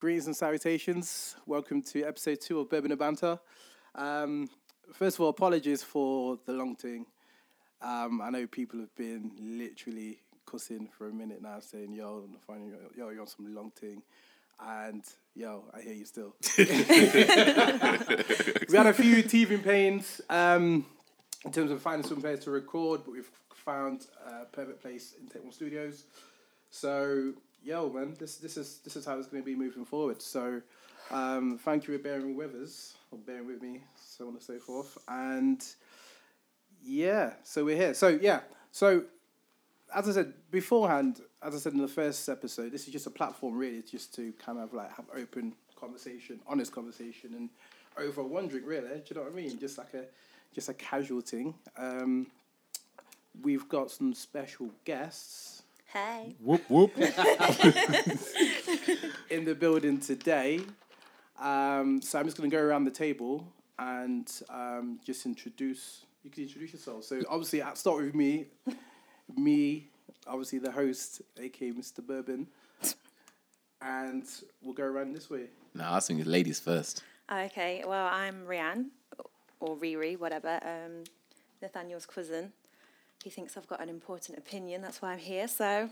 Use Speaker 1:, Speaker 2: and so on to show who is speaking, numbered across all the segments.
Speaker 1: Greetings and salutations. Welcome to episode two of Bourbon and Banter. Um, first of all, apologies for the long thing. Um, I know people have been literally cussing for a minute now, saying, yo, I'm finding- yo, you're on some long thing. And yo, I hear you still. we had a few teething pains um, in terms of finding some place to record, but we've found a perfect place in Take One Studios. So yo, man, this this is this is how it's going to be moving forward. So um, thank you for bearing with us or bearing with me, so on and so forth. And yeah, so we're here. So yeah, so as I said beforehand, as I said in the first episode, this is just a platform really just to kind of like have open conversation, honest conversation, and over one drink really. Do you know what I mean? Just like a just a casual thing. Um, we've got some special guests
Speaker 2: Hey.
Speaker 3: Whoop whoop.
Speaker 1: in the building today. Um, so I'm just going to go around the table and um, just introduce. You can introduce yourself. So obviously, I'll start with me. Me, obviously the host, aka Mr. Bourbon, and we'll go around this way.
Speaker 3: no, I think it's ladies first.
Speaker 2: Oh, Okay, well, I'm Rianne, or Riri, whatever, um, Nathaniel's cousin. He thinks I've got an important opinion, that's why I'm here, so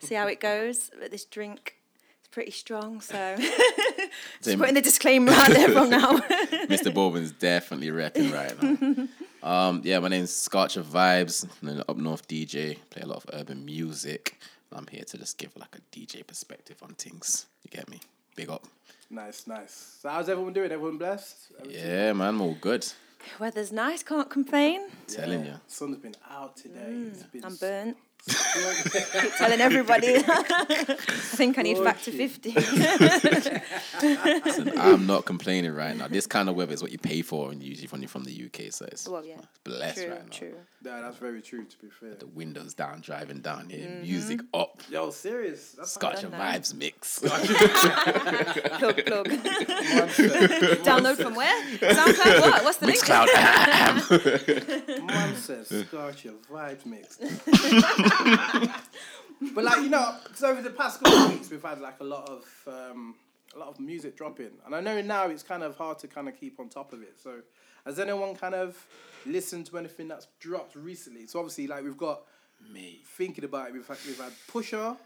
Speaker 2: see how it goes. But this drink is pretty strong, so just
Speaker 3: Tim.
Speaker 2: putting the disclaimer out there from now.
Speaker 3: Mr. Bourbon's definitely wrecking right now. Um, yeah, my name's Scorcher Vibes. I'm an up north DJ. Play a lot of urban music. I'm here to just give like a DJ perspective on things. You get me? Big up.
Speaker 1: Nice, nice. So how's everyone doing? Everyone blessed?
Speaker 3: Yeah, man, I'm all good.
Speaker 2: Weather's nice, can't complain.
Speaker 3: Telling you.
Speaker 1: Sun's been out today. It's been
Speaker 2: Mm, I'm burnt. Keep telling everybody. I think I need factor 50.
Speaker 3: Listen, I'm not complaining right now. This kind of weather is what you pay for, and usually when you're from the UK, so it's
Speaker 2: Well, yeah.
Speaker 3: blessed
Speaker 2: true,
Speaker 3: right now.
Speaker 2: true.
Speaker 1: No, that's very true. To be fair.
Speaker 3: The windows down, driving down here, music up,
Speaker 1: Yo, serious. That's
Speaker 3: Scotch
Speaker 2: done
Speaker 3: and
Speaker 2: that.
Speaker 3: vibes mix.
Speaker 2: Plug, plug.
Speaker 1: nonsense.
Speaker 2: Download from where? SoundCloud, what? What's the link?
Speaker 3: Cloud.
Speaker 1: Mum says, Scorch your vibes mixed. but like you know, so over the past couple of weeks, we've had like a lot of um, a lot of music dropping, and I know now it's kind of hard to kind of keep on top of it. So, has anyone kind of listened to anything that's dropped recently? So obviously, like we've got
Speaker 3: Me.
Speaker 1: thinking about it. We've had, we've had Pusher,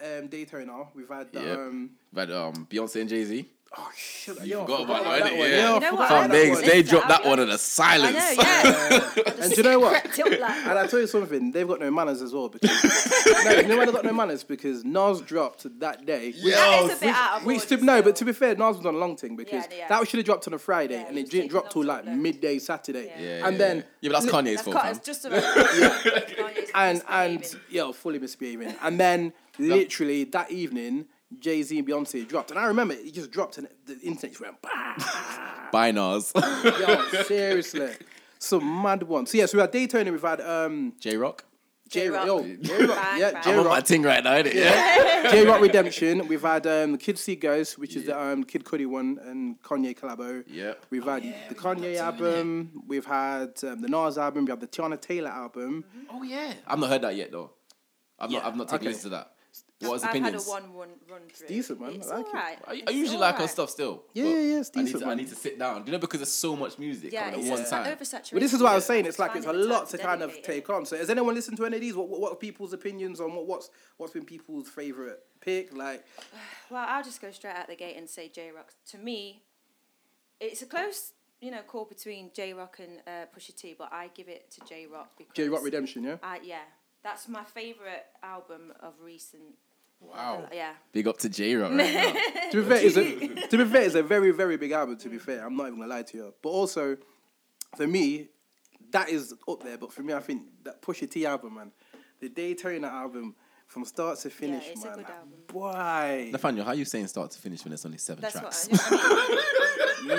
Speaker 1: um, Daytona. We've had the,
Speaker 3: Yep.
Speaker 1: um,
Speaker 3: But um, Beyonce and Jay Z.
Speaker 1: oh shit,
Speaker 3: You
Speaker 1: yo, I
Speaker 3: forgot about that,
Speaker 1: that
Speaker 3: innit?
Speaker 1: one.
Speaker 3: Yeah.
Speaker 1: Yeah, I
Speaker 3: You
Speaker 2: know
Speaker 1: forgot
Speaker 2: what?
Speaker 1: about
Speaker 2: I
Speaker 3: Tom Biggs,
Speaker 2: know.
Speaker 3: they dropped that
Speaker 2: Yeah.
Speaker 3: one in a
Speaker 2: I
Speaker 3: silence.
Speaker 2: know, yeah.
Speaker 1: And do you know what?
Speaker 2: Crept up like.
Speaker 1: And I tell you something, they've got no manners as well. Because no, you know why they've got no manners? Because Nas dropped that day. which-
Speaker 2: That
Speaker 3: Yo,
Speaker 2: is a bit out of
Speaker 1: Which
Speaker 2: order
Speaker 1: to, no, but to
Speaker 2: still.
Speaker 1: be fair, Nas was on a long thing because
Speaker 2: Yeah, yeah.
Speaker 1: that should have dropped on a Friday
Speaker 2: Yeah,
Speaker 1: and
Speaker 2: it
Speaker 1: it
Speaker 2: was
Speaker 1: didn't drop till
Speaker 2: taking
Speaker 1: like
Speaker 2: long to load.
Speaker 1: midday Saturday.
Speaker 3: Yeah,
Speaker 1: and
Speaker 3: yeah,
Speaker 1: then
Speaker 3: yeah. yeah, but that's Kanye's
Speaker 2: That's
Speaker 3: fault.
Speaker 2: cut.
Speaker 3: fam.
Speaker 2: It's just about. Kanye's
Speaker 1: and
Speaker 2: misbehaving.
Speaker 1: and yeah, fully misbehaving. And then literally that evening, Jay Z and Beyonce dropped, and I remember it just dropped, and the internet just went. Bah!
Speaker 3: By Nas,
Speaker 1: Yo, seriously, some mad one. So yeah, so we had Daytona, we've had um,
Speaker 3: J Rock.
Speaker 1: J
Speaker 2: J-Rock.
Speaker 1: Rock,
Speaker 2: Bang,
Speaker 1: yeah,
Speaker 2: bang.
Speaker 1: J
Speaker 3: I'm on
Speaker 1: Rock.
Speaker 3: my ting right now, innit? Yeah.
Speaker 1: J Rock Redemption. We've had um, Kid See Ghost, which is the um, Kid Cudi one, and Kanye collabo.
Speaker 3: Yeah.
Speaker 1: We've had the Kanye album. We've had um, the Nas album. We have the Tiana Taylor album.
Speaker 3: Oh yeah. I've not heard that yet though. I've
Speaker 1: Yeah,
Speaker 3: not. I've not taken
Speaker 1: okay.
Speaker 3: a listen to that. What was
Speaker 2: I've had a
Speaker 3: opinions?
Speaker 2: one run run through.
Speaker 1: decent, man. I
Speaker 2: It's
Speaker 1: like it.
Speaker 2: alright.
Speaker 3: I, I
Speaker 2: It's
Speaker 3: usually like her
Speaker 2: alright.
Speaker 3: stuff still.
Speaker 1: Yeah,
Speaker 3: but
Speaker 1: yeah, yeah, it's
Speaker 3: I need,
Speaker 1: decent,
Speaker 3: to, I
Speaker 1: man.
Speaker 3: need to sit down. Do you know because there's so much music
Speaker 2: Yeah,
Speaker 3: on at
Speaker 2: it's
Speaker 3: one
Speaker 2: just
Speaker 3: time.
Speaker 2: oversaturated.
Speaker 1: Well, this is what I was saying. It's like
Speaker 2: Time
Speaker 1: it's a
Speaker 2: and
Speaker 1: lot to
Speaker 2: time
Speaker 1: kind of
Speaker 2: dedicate it.
Speaker 1: take on. So, has anyone listened to any of these? What, what, what are people's opinions on what, what's what's been people's favorite pick? Like,
Speaker 2: Well, I'll just go straight out the gate and say J Rock. To me, it's a close, you know, call between J Rock and uh, Pusha T, but I give it to J Rock because
Speaker 1: J Rock Redemption, yeah.
Speaker 2: I- yeah, that's my favorite album of recent. Uh,
Speaker 3: Wow.
Speaker 2: Yeah.
Speaker 3: Big up to J Rock right now.
Speaker 1: to be fair, it's a, to be fair, it's a very, very big album. To be fair, I'm not even gonna lie to you. But also, for me, that is up there. But for me, I think that Pusha T album, man, the Daytona album, from start to finish,
Speaker 2: it's a
Speaker 1: man,
Speaker 2: good album.
Speaker 1: why?
Speaker 3: Nathaniel, how are you saying start to finish when there's only seven
Speaker 2: That's
Speaker 3: tracks?
Speaker 2: what I, I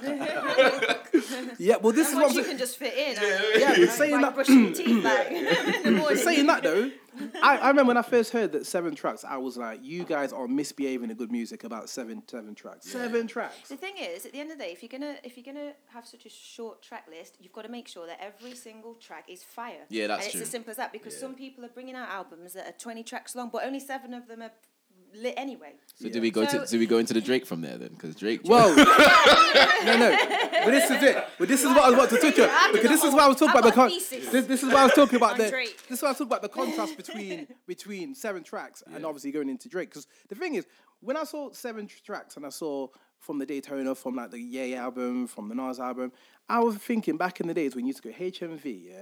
Speaker 2: mean.
Speaker 1: yeah, yeah. Well, this is what
Speaker 2: Once you
Speaker 1: I'm saying.
Speaker 2: can just fit in. and-
Speaker 1: Yeah, but saying
Speaker 2: like
Speaker 1: that,
Speaker 2: brushing your teeth like in the morning.
Speaker 1: saying that though, I, I remember when I first heard that seven tracks, I was like, you guys are misbehaving in good music about seven seven tracks. Seven tracks.
Speaker 2: The thing is, at the end of the day, if you're gonna if you're gonna have such a short track list, you've got to make sure that every single track is fire.
Speaker 3: Yeah, that's
Speaker 2: And it's
Speaker 3: true.
Speaker 2: as simple as that because some people are bringing out albums that are 20 tracks long, but only seven of them are lit anyway.
Speaker 3: So do we go
Speaker 2: So-
Speaker 3: to do we go into the Drake from there then? Because Drake.
Speaker 1: Whoa! no, no. But this is it. But this is what I was about to talk
Speaker 2: I've
Speaker 1: about. Because this is what I was talking
Speaker 2: got
Speaker 1: about. The
Speaker 2: a
Speaker 1: con-
Speaker 2: thesis.
Speaker 1: this, this is what I was talking about.
Speaker 2: On
Speaker 1: The,
Speaker 2: Drake.
Speaker 1: this is what I was talking about. The contrast between between seven tracks and obviously going into Drake. Because the thing is, when I saw seven tr- tracks and I saw from the Daytona, from like the Yay album, from the Nas album, I was thinking back in the days when you used to go HMV, yeah,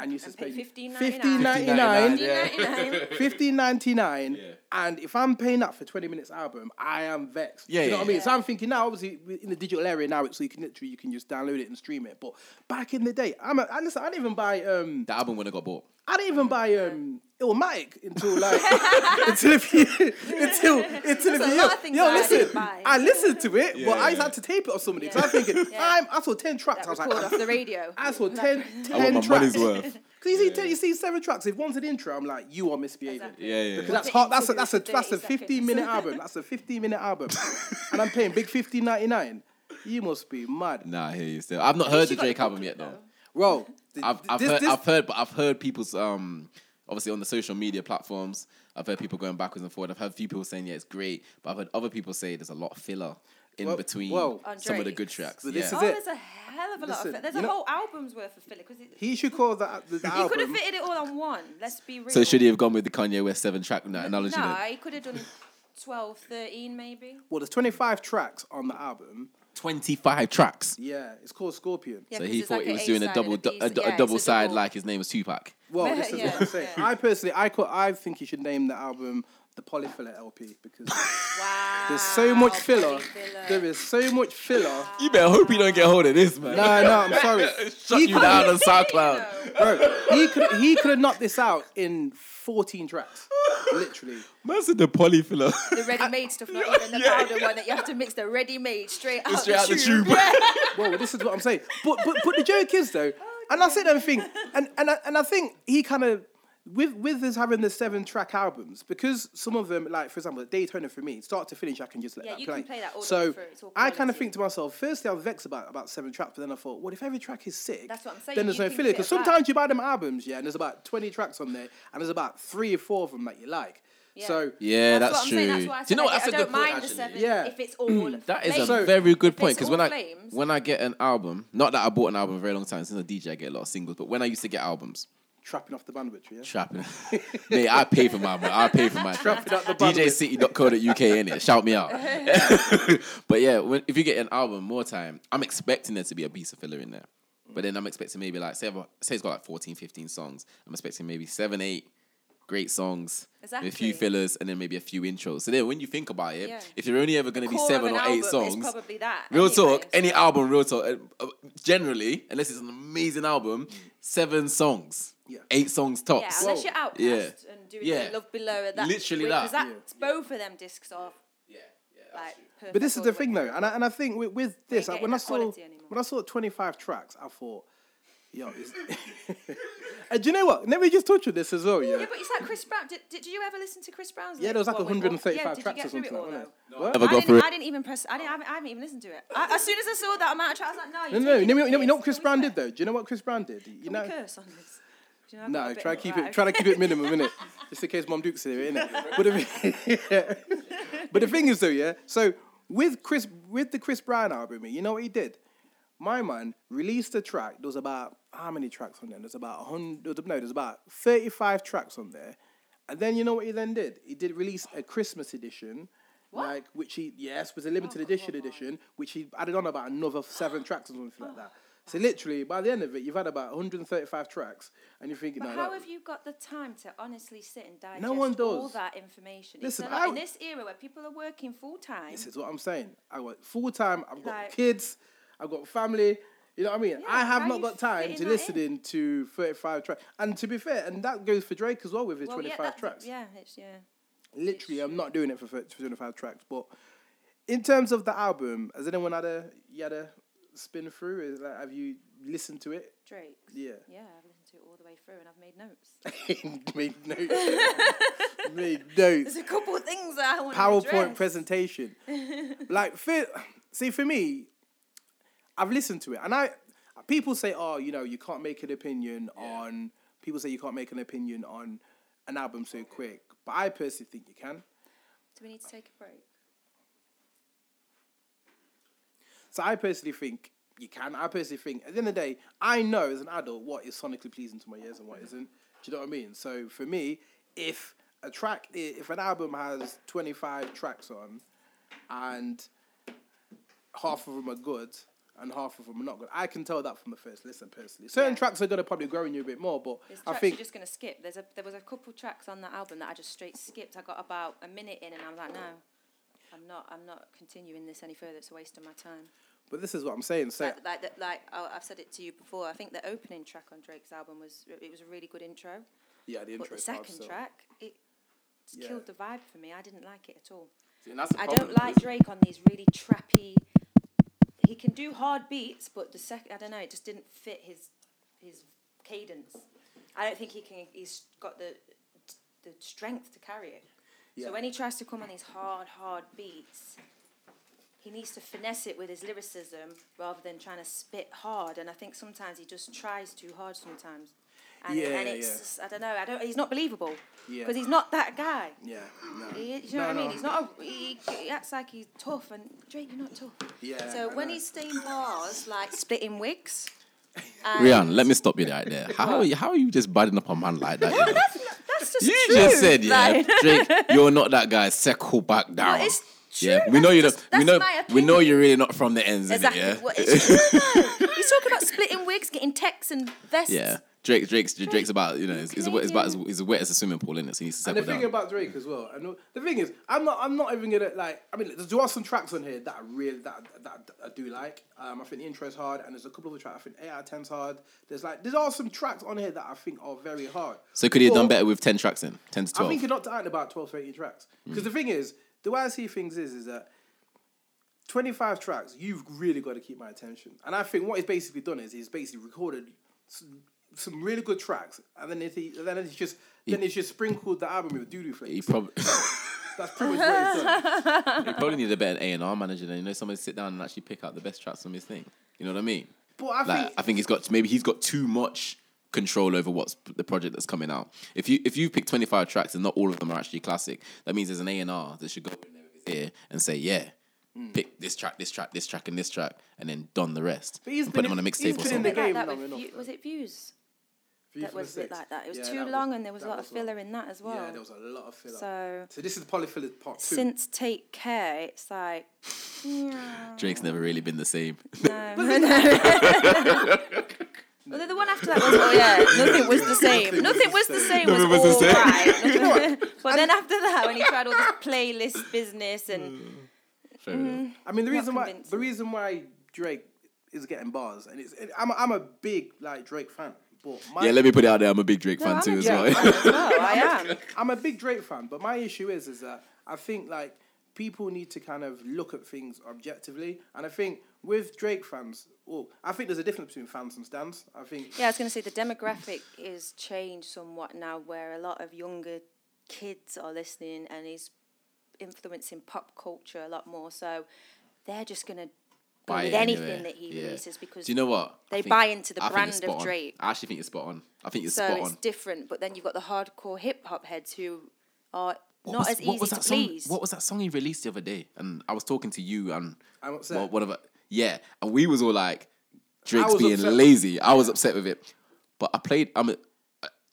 Speaker 1: and you used to
Speaker 2: pay
Speaker 1: spend
Speaker 2: $15.99.
Speaker 1: fifteen ninety
Speaker 3: $15.99,
Speaker 1: nine.
Speaker 3: yeah.
Speaker 1: Fifteen ninety nine,
Speaker 3: Yeah.
Speaker 1: and if I'm paying that for twenty minutes album, I am vexed.
Speaker 3: Yeah,
Speaker 1: you know
Speaker 3: yeah,
Speaker 1: what I mean.
Speaker 3: yeah.
Speaker 1: So I'm thinking now, obviously we're in the digital area now, it's so you can literally you can just download it and stream it. But back in the day, I'm a, I listen. I didn't even buy um,
Speaker 3: The album wouldn't have got bought.
Speaker 1: I didn't even buy um, Illmatic until like until a few until until
Speaker 2: There's
Speaker 1: a few
Speaker 2: a lot
Speaker 1: years.
Speaker 2: of things
Speaker 1: Yo,
Speaker 2: that I
Speaker 1: listen,
Speaker 2: didn't
Speaker 1: I,
Speaker 2: buy.
Speaker 1: listened to it, but I
Speaker 3: yeah.
Speaker 1: had to tape it or something. So I'm thinking, I'm, I saw ten tracks. I was
Speaker 2: Record
Speaker 1: like, "Ah,
Speaker 2: off the radio.
Speaker 1: I saw 10, 10
Speaker 3: I want my
Speaker 1: tracks.
Speaker 3: money's worth.
Speaker 1: Because you, see, you see seven tracks. If one's an intro, I'm like, you are misbehaving.
Speaker 2: Exactly.
Speaker 3: Yeah, yeah.
Speaker 1: Because that's
Speaker 2: Put
Speaker 1: hard.
Speaker 2: the
Speaker 1: That's a that's a
Speaker 2: interlude for
Speaker 1: that's a
Speaker 2: 30 seconds.
Speaker 1: fifteen minute album. That's a fifteen minute album, and I'm paying big fifteen ninety nine. You must be mad,
Speaker 3: Nah, I hear you still. I've not heard the Drake album yet though.
Speaker 1: bro. th-
Speaker 3: I've I've
Speaker 1: this-
Speaker 3: heard
Speaker 1: this-
Speaker 3: I've heard but I've heard people's um obviously on the social media platforms. I've heard people going backwards and forward. I've heard few people saying yeah it's great, but I've heard other people say there's a lot of filler in
Speaker 1: Well-
Speaker 3: between
Speaker 1: well-
Speaker 2: On
Speaker 3: some of the good
Speaker 2: Drake's.
Speaker 3: tracks.
Speaker 1: So this
Speaker 3: yeah.
Speaker 2: oh,
Speaker 1: is it.
Speaker 2: there's a hell of a lot
Speaker 1: Listen,
Speaker 2: of it. There's
Speaker 1: you
Speaker 2: a
Speaker 1: know-
Speaker 2: whole album's worth of filler because you
Speaker 1: He should call that the, the
Speaker 2: could have
Speaker 1: album.
Speaker 2: fitted it all on one. Let's be real.
Speaker 3: so should he have gone with the Kanye West seven track na- analogy?
Speaker 2: No,
Speaker 3: then?
Speaker 2: he could have done 12, 13 maybe.
Speaker 1: Well, there's twenty five tracks on the album.
Speaker 3: Twenty five tracks.
Speaker 1: Yeah, it's called Scorpion.
Speaker 2: Yeah,
Speaker 3: So
Speaker 2: 'cause
Speaker 3: he
Speaker 2: it's
Speaker 3: thought
Speaker 2: like
Speaker 3: he
Speaker 2: a
Speaker 3: was doing a
Speaker 2: A-side
Speaker 3: double
Speaker 2: and a
Speaker 3: du- a,
Speaker 2: B-side.
Speaker 3: du-
Speaker 2: Yeah,
Speaker 3: a
Speaker 2: it's
Speaker 3: double side
Speaker 2: double-
Speaker 3: like his name was Tupac.
Speaker 1: Well, this is
Speaker 2: Yeah,
Speaker 1: what I'm saying.
Speaker 2: yeah.
Speaker 1: I personally, I call, I think you should name the album the Polyfiller LP because
Speaker 2: Wow.
Speaker 1: there's so much filler.
Speaker 2: bloody filler.
Speaker 1: There is so much filler.
Speaker 3: You better hope you don't get hold of this, man.
Speaker 1: No, no, I'm sorry.
Speaker 3: Shut
Speaker 1: He
Speaker 3: you
Speaker 1: could-
Speaker 3: down on SoundCloud.
Speaker 1: Bro, he could he could have knocked this out in 14 tracks, literally.
Speaker 3: Man said the polyfiller.
Speaker 2: The ready-made stuff, not even the powder one that you have to mix the ready-made straight out,
Speaker 3: Straight out the tube.
Speaker 1: Well, this is what I'm saying. But but but the joke is though, and I sit there and think, and and I, and I think he kind of with with us having the seven track albums because some of them, like for example, Daytona for me, start to finish, I can just let
Speaker 2: Yeah,
Speaker 1: that
Speaker 2: you
Speaker 1: play.
Speaker 2: can play that all the
Speaker 1: so
Speaker 2: way through, it's all
Speaker 1: I kind of
Speaker 2: quality.
Speaker 1: think to myself, firstly, I was vexed about about seven tracks, but then I thought, well, if every track is sick,
Speaker 2: That's what I'm saying,
Speaker 1: then there's
Speaker 2: you
Speaker 1: no
Speaker 2: think
Speaker 1: filler
Speaker 2: of it
Speaker 1: because
Speaker 2: as that.
Speaker 1: sometimes you buy them albums, yeah, and there's about 20 tracks on there, and there's about three or four of them that you like.
Speaker 2: Yeah.
Speaker 1: So
Speaker 3: Yeah,
Speaker 2: That's, what
Speaker 3: that's,
Speaker 2: I'm
Speaker 3: true.
Speaker 2: saying. That's why I said
Speaker 3: Do you know
Speaker 2: I
Speaker 3: what?
Speaker 2: get-
Speaker 3: That's a
Speaker 2: I
Speaker 3: good
Speaker 2: don't
Speaker 3: point.
Speaker 2: mind
Speaker 3: actually. Mm,
Speaker 2: the seven
Speaker 1: Yeah.
Speaker 2: if it's all.
Speaker 3: That is a
Speaker 1: So-
Speaker 3: very good
Speaker 2: If
Speaker 3: point
Speaker 2: it's
Speaker 3: because when
Speaker 2: all
Speaker 3: I
Speaker 2: flames-
Speaker 3: when I get an album, not that I bought an album for a very long time since a DJ, I get a lot of singles. But when I used to get albums,
Speaker 1: trapping off the bandwidth, yeah.
Speaker 3: trapping, mate, I pay for my I pay for my
Speaker 1: Trapping up the bandwidth.
Speaker 3: DJcity.co.uk in it. Shout me out. but yeah, when, if you get an album more time, I'm expecting there to be a piece of filler in there. But then I'm expecting maybe like say I've- say it's got like 14, 15 songs. I'm expecting maybe seven, eight great songs, with a
Speaker 2: Exactly.
Speaker 3: few fillers, and then maybe a few intros. So then when you think about it,
Speaker 2: Yeah.
Speaker 3: if you're only ever going to be
Speaker 2: core of
Speaker 3: seven
Speaker 2: an
Speaker 3: or
Speaker 2: album
Speaker 3: eight
Speaker 2: is
Speaker 3: songs,
Speaker 2: probably that,
Speaker 3: real
Speaker 2: anyway,
Speaker 3: talk,
Speaker 2: so-
Speaker 3: any album, real talk, uh, uh, generally unless it's an amazing album, seven songs,
Speaker 1: Yeah.
Speaker 3: eight songs
Speaker 2: Yeah,
Speaker 3: tops.
Speaker 2: unless
Speaker 1: Whoa.
Speaker 2: you're outcast
Speaker 3: Yeah.
Speaker 2: and doing
Speaker 3: Yeah.
Speaker 2: Love Below and that.
Speaker 3: Literally
Speaker 2: because
Speaker 3: that.
Speaker 2: that's both of them discs are
Speaker 3: Yeah, yeah, that's
Speaker 2: like.
Speaker 3: true.
Speaker 1: But this is the thing though, and I, and I think with, with this,
Speaker 2: ain't
Speaker 1: I, when I
Speaker 2: getting that
Speaker 1: saw
Speaker 2: quality anymore.
Speaker 1: when I saw twenty five tracks, I thought, yo, is... and do you know what? Let me just touch on this as well, yeah.
Speaker 2: Yeah, but it's like Chris Brown. Did, did you ever listen to Chris Brown's?
Speaker 1: Yeah, there was like
Speaker 2: one with-
Speaker 1: 135
Speaker 2: yeah,
Speaker 1: tracks or
Speaker 2: did you get
Speaker 1: something.
Speaker 2: through it all,
Speaker 1: wasn't
Speaker 2: though?
Speaker 1: it? What?
Speaker 3: Never
Speaker 2: I
Speaker 3: got
Speaker 2: didn't,
Speaker 3: through
Speaker 2: I
Speaker 3: it.
Speaker 2: didn't even press. I didn't. I haven't, I haven't even listened to it. I, as soon as I saw that amount of tracks, I was like,
Speaker 1: No,
Speaker 2: no. you're
Speaker 1: no, no. You
Speaker 2: taking
Speaker 1: know,
Speaker 2: the
Speaker 1: you know, you know what
Speaker 2: piss.
Speaker 1: Chris
Speaker 2: Can we
Speaker 1: Brown
Speaker 2: curse?
Speaker 1: did though. Do you know what Chris Brown did? You
Speaker 2: Can
Speaker 1: know,
Speaker 2: we curse on this? Do you know, I've got
Speaker 1: No,
Speaker 2: a bit
Speaker 1: try
Speaker 2: of
Speaker 1: to keep
Speaker 2: life.
Speaker 1: it try to keep it minimum, innit? Just in case Mom Duke's here, innit? But the, thing- but the thing is though, yeah. So with Chris with the Chris Brown album, you know what he did? My man released a track. There was about how many tracks on there? There's about hundred. No, there's about thirty-five tracks on there. And then you know what he then did? He did release a Christmas edition, like which he yes was a limited
Speaker 2: Oh,
Speaker 1: edition edition, which he added on about another seven tracks or something like that. So literally, by the end of it, you've had about 135 tracks, and you're thinking,
Speaker 2: But
Speaker 1: no,
Speaker 2: how
Speaker 1: that-
Speaker 2: have you got the time to honestly sit and digest
Speaker 1: one
Speaker 2: all
Speaker 1: does.
Speaker 2: that information?
Speaker 1: Listen,
Speaker 2: it's a lot in
Speaker 1: I-
Speaker 2: this era where people are working full time.
Speaker 1: This is what I'm saying. I got full time. I've got
Speaker 2: Like-
Speaker 1: kids. I've got family. You know what I mean? I have
Speaker 2: how
Speaker 1: not
Speaker 2: you
Speaker 1: got time
Speaker 2: fitting
Speaker 1: to
Speaker 2: that
Speaker 1: listen in to 35 tracks. And to be fair, and that goes for Drake as well with his 25
Speaker 2: yeah, that's-
Speaker 1: tracks.
Speaker 2: Yeah, it's yeah.
Speaker 1: Literally, I'm not doing it for, thir- for 25 tracks. But in terms of the album, has anyone had a you had a spin through? Is like, have you listened to it?
Speaker 2: Drake.
Speaker 1: Yeah.
Speaker 2: Yeah, I've listened to it all the way through and I've made notes.
Speaker 1: Made notes. Made notes.
Speaker 2: There's a couple of things that I want to
Speaker 1: PowerPoint
Speaker 2: address.
Speaker 1: presentation. like, for, see, for me, I've listened to it, and I people say, oh, you know, you can't make an opinion on. People say you can't make an opinion on an album so quick, but I personally think you can.
Speaker 2: Do we need to take a break?
Speaker 1: So I personally think you can. I personally think at the end of the day, I know as an adult what is sonically pleasing to my ears and what isn't. Do you know what I mean? So for me, if a track, i- if an album has twenty five tracks on, and half of them are good and half of them are not good, I can tell that from the first listen. Personally, certain
Speaker 2: Yeah.
Speaker 1: tracks are gonna probably grow on you a bit more, but
Speaker 2: There's tracks
Speaker 1: I think
Speaker 2: you're just gonna skip. There's a there was a couple tracks on that album that I just straight skipped. I got about a minute in and I was like, no, I'm not I'm not continuing this any further. It's a waste of my time.
Speaker 1: But this is what I'm saying. So
Speaker 2: Like like, that- like I- I've said it to you before. I think the opening track on Drake's album was it was a really good intro,
Speaker 1: yeah, the intro.
Speaker 2: but the
Speaker 1: is hard,
Speaker 2: second
Speaker 1: so-
Speaker 2: track it just
Speaker 1: Yeah.
Speaker 2: killed the vibe for me. I didn't like it at all.
Speaker 3: See, and that's the
Speaker 2: I
Speaker 3: problem,
Speaker 2: don't like
Speaker 3: because
Speaker 2: Drake on these really trappy. He can do hard beats, but the second I don't know, it just didn't fit his his cadence. I don't think he can. He's got the the strength to carry it.
Speaker 1: Yeah.
Speaker 2: So when he tries to come on these hard, hard beats, he needs to finesse it with his lyricism rather than trying to spit hard. And I think sometimes he just tries too hard sometimes. And,
Speaker 1: Yeah,
Speaker 2: and
Speaker 1: yeah.
Speaker 2: it's just- I don't know. I don't. He's not believable
Speaker 1: Yeah.
Speaker 2: because he's not that guy.
Speaker 1: Yeah. No.
Speaker 2: He, is- you know
Speaker 1: No,
Speaker 2: what I mean?
Speaker 1: no.
Speaker 2: He's not. A, he, he acts like he's tough, and Drake, you're not tough.
Speaker 1: Yeah,
Speaker 2: So
Speaker 1: I
Speaker 2: when
Speaker 1: know.
Speaker 2: he's staying bars, like splitting wigs. um,
Speaker 3: Rian, let me stop you right there. How are you, how are you just budding up a man like that? you know?
Speaker 2: That's just
Speaker 3: You
Speaker 2: true.
Speaker 3: just said, yeah,
Speaker 2: like-
Speaker 3: Drake, you're not that guy. Settle back down.
Speaker 2: it's true,
Speaker 3: Yeah, we know
Speaker 2: that's
Speaker 3: you.
Speaker 2: just-
Speaker 3: don't, we
Speaker 2: that's
Speaker 3: know.
Speaker 2: my
Speaker 3: We know
Speaker 2: opinion.
Speaker 3: you're really not from the ends.
Speaker 2: Exactly.
Speaker 3: Is it, yeah.
Speaker 2: What it's, no, no. He's talking about splitting wigs, getting texts and vests.
Speaker 3: Yeah. Drake, Drake's, Drake's about you know, he's, he's, wet- he's about as, he's as wet as a swimming pool in it, so he needs to
Speaker 1: And the
Speaker 3: settle
Speaker 1: thing
Speaker 3: down.
Speaker 1: about Drake as well, and the thing is, I'm not, I'm not even gonna like. I mean, look, there are some tracks on here that I really that that, that I do like. Um, I think the intro's hard, and there's a couple of other tracks. I think eight out of ten's hard. There's like there are some tracks on here that I think are very hard.
Speaker 3: So could he have done
Speaker 1: But-
Speaker 3: better with ten tracks in, ten to
Speaker 1: I
Speaker 3: twelve? Mm.
Speaker 1: think you're not down about 12 to 18 tracks. Because the thing is, the way I see things is, is that 25 tracks, you've really got to keep my attention. And I think what he's basically done is he's basically recorded some, some really good tracks, and then it's, he, then it's just then it's just sprinkled the album with doo doo
Speaker 3: He
Speaker 1: flakes.
Speaker 3: probably,
Speaker 1: That's pretty much what he's done.
Speaker 3: he probably needed a better A and R manager than you know somebody sit down and actually pick out the best tracks from his thing. You know what I mean?
Speaker 1: But I
Speaker 3: like,
Speaker 1: think-
Speaker 3: I think he's got maybe he's got too much control over what's the project that's coming out. If you if you pick twenty five tracks and not all of them are actually classic, that means there's an A and R that should go in there with his ear and say, yeah,
Speaker 1: Hmm.
Speaker 3: pick this track, this track, this track, and this track, and then done the rest.
Speaker 1: But he's
Speaker 3: and
Speaker 1: been
Speaker 3: put them on a
Speaker 1: in- he's
Speaker 3: mixtape or
Speaker 1: been in
Speaker 3: something.
Speaker 1: the
Speaker 2: Bit like
Speaker 1: game
Speaker 2: that
Speaker 1: long
Speaker 2: with
Speaker 1: enough,
Speaker 2: View-
Speaker 1: though.
Speaker 2: was it Views?
Speaker 1: Views
Speaker 2: That
Speaker 1: for
Speaker 2: was a
Speaker 1: the
Speaker 2: bit
Speaker 1: Six.
Speaker 2: like that. It was
Speaker 1: Yeah,
Speaker 2: too
Speaker 1: that was-
Speaker 2: long, and there was a
Speaker 1: that
Speaker 2: lot of
Speaker 1: long.
Speaker 2: filler in that as well.
Speaker 1: Yeah, there was a lot of filler.
Speaker 2: So-
Speaker 1: so this is polyfiller part two.
Speaker 2: Since Take Care, it's like
Speaker 3: Drake's never really been the same.
Speaker 2: no. Well, the- the one after that was oh yeah, nothing was the same. Nothing was the same was
Speaker 3: Nothing was the
Speaker 2: all
Speaker 3: same.
Speaker 2: right. But then after that, when he tried all this playlist business
Speaker 3: Mm.
Speaker 2: and
Speaker 3: Fair enough.
Speaker 1: I mean, the
Speaker 2: Not
Speaker 1: reason why the
Speaker 2: convincing.
Speaker 1: reason why Drake is getting bars, and it's I'm a, I'm a big like Drake fan, but my,
Speaker 3: Yeah, let me put it out there. I'm a big Drake
Speaker 2: I'm
Speaker 3: fan too,
Speaker 2: a
Speaker 3: as
Speaker 1: Drake
Speaker 3: well.
Speaker 1: fan.
Speaker 2: oh I am.
Speaker 1: I'm a big Drake fan, but my issue is is that I think like people need to kind of look at things objectively, and I think with Drake fans, well, I think there's a difference between fans and stands. I think
Speaker 2: Yeah, I was going to say the demographic is changed somewhat now, where a lot of younger kids are listening and is influencing pop culture a lot more. So they're just going to go
Speaker 3: buy
Speaker 2: with
Speaker 3: it
Speaker 2: anything
Speaker 3: anyway.
Speaker 2: that he
Speaker 3: Yeah.
Speaker 2: releases because
Speaker 3: Do you know what? I
Speaker 2: they
Speaker 3: think-
Speaker 2: buy into the
Speaker 3: I think you're
Speaker 2: brand of
Speaker 3: spot on.
Speaker 2: Drake.
Speaker 3: I actually think it's spot on. I think it's
Speaker 2: so
Speaker 3: spot
Speaker 2: it's
Speaker 3: on.
Speaker 2: different. But then you've got the hardcore hip hop heads who are
Speaker 3: What
Speaker 2: not
Speaker 3: was-
Speaker 2: as
Speaker 3: what
Speaker 2: easy
Speaker 3: was
Speaker 2: to
Speaker 3: that song-
Speaker 2: please.
Speaker 3: What was that song he released the other day? And I was talking to you and
Speaker 1: I'm upset.
Speaker 3: well, whatever. Yeah, and we was all like, Drake's
Speaker 1: was
Speaker 3: being
Speaker 1: upset.
Speaker 3: lazy. I was upset with it, but I played. I'm a,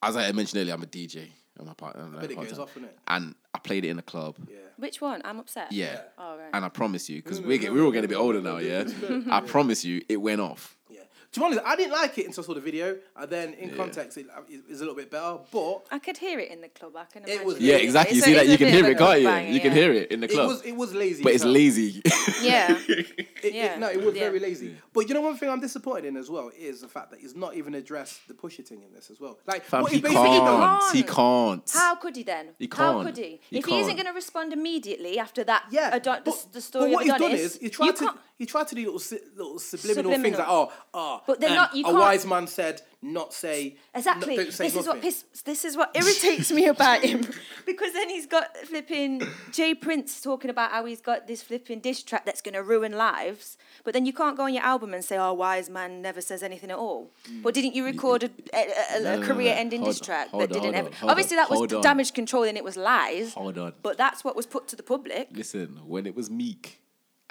Speaker 3: as I mentioned earlier, I'm a DJ. I'm a part. I'm a
Speaker 1: bet it
Speaker 3: part-
Speaker 1: goes off, innit?
Speaker 3: And I played it in a club.
Speaker 2: Which one? I'm upset.
Speaker 3: Yeah.
Speaker 2: Oh, right.
Speaker 3: And I promise you,
Speaker 1: Mm-hmm.
Speaker 3: because we're, get- we're all getting a bit older now, yeah? I promise you, it went off.
Speaker 1: yeah. To be honest, I didn't like it until I saw the video, and then in context, it uh, it is a little bit better. But
Speaker 2: I could hear it in the club. I can.
Speaker 1: It
Speaker 2: Imagine
Speaker 1: was-
Speaker 3: Yeah,
Speaker 2: it.
Speaker 3: exactly. You
Speaker 2: It's
Speaker 3: see
Speaker 2: a-
Speaker 3: that?
Speaker 2: it's
Speaker 3: You
Speaker 2: a
Speaker 3: can
Speaker 2: bit
Speaker 3: hear
Speaker 2: of
Speaker 3: it,
Speaker 2: a
Speaker 3: can't you?
Speaker 2: banger,
Speaker 3: You can
Speaker 2: yeah.
Speaker 3: hear it in the
Speaker 1: it
Speaker 3: club.
Speaker 1: was it was lazy,
Speaker 3: but it's
Speaker 1: so-
Speaker 3: lazy.
Speaker 2: Yeah.
Speaker 1: It,
Speaker 2: Yeah.
Speaker 1: it, no, it was
Speaker 2: Yeah.
Speaker 1: very lazy. But you know, one thing I'm disappointed in as well is the fact that he's not even addressed the pusher thing in this as well. Like,
Speaker 3: Fam,
Speaker 1: what
Speaker 3: he
Speaker 1: he basically done.
Speaker 3: can't. He can't.
Speaker 2: How could he then?
Speaker 3: He
Speaker 2: How
Speaker 3: can't.
Speaker 2: could he?
Speaker 3: He
Speaker 2: if he isn't
Speaker 3: can't.
Speaker 2: going to respond immediately after that,
Speaker 1: Yeah,
Speaker 2: Adon- the,
Speaker 1: but-
Speaker 2: s- the story
Speaker 1: But what
Speaker 2: of
Speaker 1: he's
Speaker 2: Adonis,
Speaker 1: done is he tried
Speaker 2: you
Speaker 1: to
Speaker 2: can't-
Speaker 1: he tried to do little si- little subliminal, things like oh
Speaker 2: Subliminal.
Speaker 1: oh are.
Speaker 2: But they're
Speaker 1: And
Speaker 2: not- you
Speaker 1: a
Speaker 2: can't-
Speaker 1: wise man said, "Not say
Speaker 2: Exactly.
Speaker 1: no- don't
Speaker 2: this
Speaker 1: say
Speaker 2: is what
Speaker 1: nothing.
Speaker 2: piss, this is what irritates me about him because then he's got flipping Jay Prince talking about how he's got this flipping diss track that's going to ruin lives, but then you can't go on your album and say, "Oh, wise man never says anything at all." But didn't you record a, a,
Speaker 3: Hmm. No,
Speaker 2: a,
Speaker 3: no, no, no.
Speaker 2: career-ending diss
Speaker 3: Hold-
Speaker 2: track
Speaker 3: hold
Speaker 2: that
Speaker 3: on,
Speaker 2: didn't
Speaker 3: hold
Speaker 2: ever?
Speaker 3: on, hold on,
Speaker 2: Obviously, that was
Speaker 3: hold on.
Speaker 2: damage control and it was lies.
Speaker 3: Hold on.
Speaker 2: But that's what was put to the public.
Speaker 3: Listen, when it was Meek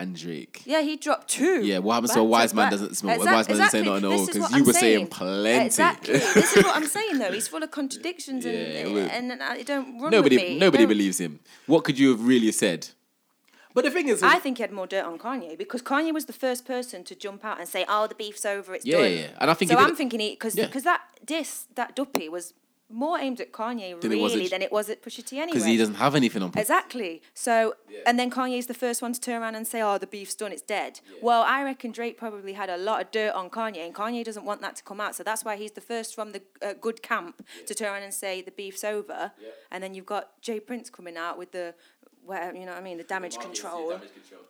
Speaker 3: and Drake.
Speaker 2: Yeah, he dropped two.
Speaker 3: Yeah, what happens to a
Speaker 2: Back
Speaker 3: wise man
Speaker 2: back.
Speaker 3: doesn't smoke? A
Speaker 2: Exact-
Speaker 3: wise man doesn't say
Speaker 2: exactly.
Speaker 3: nothing at all,
Speaker 2: This is
Speaker 3: 'cause
Speaker 2: what
Speaker 3: you
Speaker 2: I'm
Speaker 3: were saying plenty.
Speaker 2: Exactly. this is what I'm saying though. He's full of contradictions
Speaker 3: Yeah, it
Speaker 2: and,
Speaker 3: would-
Speaker 2: and and I don't run
Speaker 3: Nobody,
Speaker 2: with me. It
Speaker 3: nobody
Speaker 2: don't-
Speaker 3: believes him. What could you have really said?
Speaker 1: But the thing is,
Speaker 2: I think he had more dirt on Kanye because Kanye was the first person to jump out and say, "Oh, the beef's over. It's
Speaker 3: Yeah,
Speaker 2: done."
Speaker 3: yeah, yeah. And I think
Speaker 2: so.
Speaker 3: he did
Speaker 2: I'm
Speaker 3: it-
Speaker 2: thinking he because
Speaker 3: Yeah.
Speaker 2: that diss that duppy was more aimed at Kanye
Speaker 3: Than it was at
Speaker 2: really
Speaker 3: J-
Speaker 2: than it was at Pusha T anyway.
Speaker 3: Because he doesn't have anything on.
Speaker 2: Exactly. So, and then Kanye's the first one to turn around and say, "Oh, the beef's done; it's dead." Well, I reckon Drake probably had a lot of dirt on Kanye, and Kanye doesn't want that to come out. So that's why he's the first from the uh, good camp to turn around and say the beef's over. And then you've got Jay Prince coming out with the, well, you know what I mean, the damage control,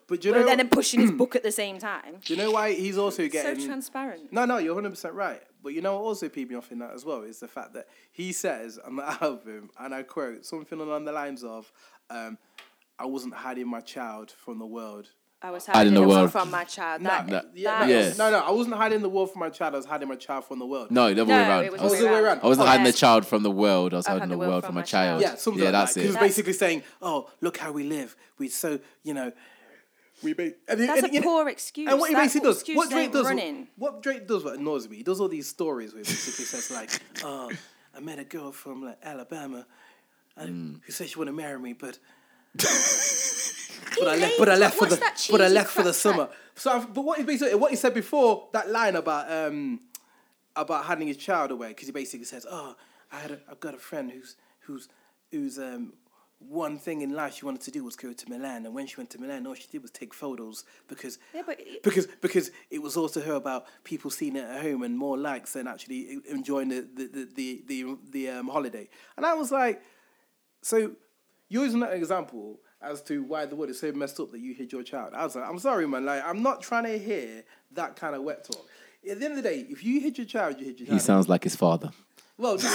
Speaker 1: but do you
Speaker 2: but
Speaker 1: know,
Speaker 2: then then pushing his book at the same time.
Speaker 1: do you know why he's also getting
Speaker 2: So transparent.
Speaker 1: No, no, you're 100% right. But you know what also peed me off in that as well is the fact that he says on the album, and I quote, something along the lines of, um, I wasn't hiding my child from the world.
Speaker 2: I was
Speaker 3: in
Speaker 2: hiding
Speaker 3: the
Speaker 2: the world
Speaker 3: world.
Speaker 2: from my child.
Speaker 1: No,
Speaker 2: That,
Speaker 1: no,
Speaker 2: that,
Speaker 1: yeah, no,
Speaker 3: Yes.
Speaker 1: no, no, I wasn't hiding the world from my child, I was hiding my child from the world.
Speaker 3: No, the other way
Speaker 2: No,
Speaker 3: around.
Speaker 2: it was
Speaker 3: I, was,
Speaker 1: the other way around.
Speaker 3: I wasn't
Speaker 2: Oh,
Speaker 3: hiding
Speaker 2: yeah.
Speaker 3: the child from the world. I was hiding the world from my child.
Speaker 1: Yeah, something
Speaker 3: Yeah,
Speaker 1: like
Speaker 3: that's
Speaker 1: that. 'Cause
Speaker 3: it.
Speaker 1: He was basically saying, oh, look how we live. We so, you know, we ba- and,
Speaker 2: That's a
Speaker 1: you know-
Speaker 2: poor excuse.
Speaker 1: And what he
Speaker 2: That
Speaker 1: basically does,
Speaker 2: excuse
Speaker 1: what Drake
Speaker 2: ain't
Speaker 1: does,
Speaker 2: running.
Speaker 1: what Drake does, what annoys me, he does all these stories where he basically says like, "Oh, I met a girl from like Alabama, and who said she wanted to marry me, but but I left,
Speaker 2: hates-
Speaker 1: but I left for
Speaker 2: what's
Speaker 1: the,
Speaker 2: that
Speaker 1: but I
Speaker 2: cheesy
Speaker 1: left for the
Speaker 2: crap track?
Speaker 1: summer." So, I've, but what he basically, what he said before that line about um about handing his child away, because he basically says, "Oh, I had, a, I've got a friend who's who's who's um." One thing in life she wanted to do was go to Milan, and when she went to Milan, all she did was take photos because
Speaker 2: Yeah, but-
Speaker 1: because because it was also her about people seeing it at home and more likes and actually enjoying the the the the, the, the um, holiday. And I was like, so you're using that example as to why the world is so messed up that you hid your child. I was like, I'm sorry, man. Like, I'm not trying to hear that kind of wet talk. At the end of the day, if you hid your child, you hid your
Speaker 3: He
Speaker 1: child.
Speaker 3: sounds like his father.
Speaker 1: well, this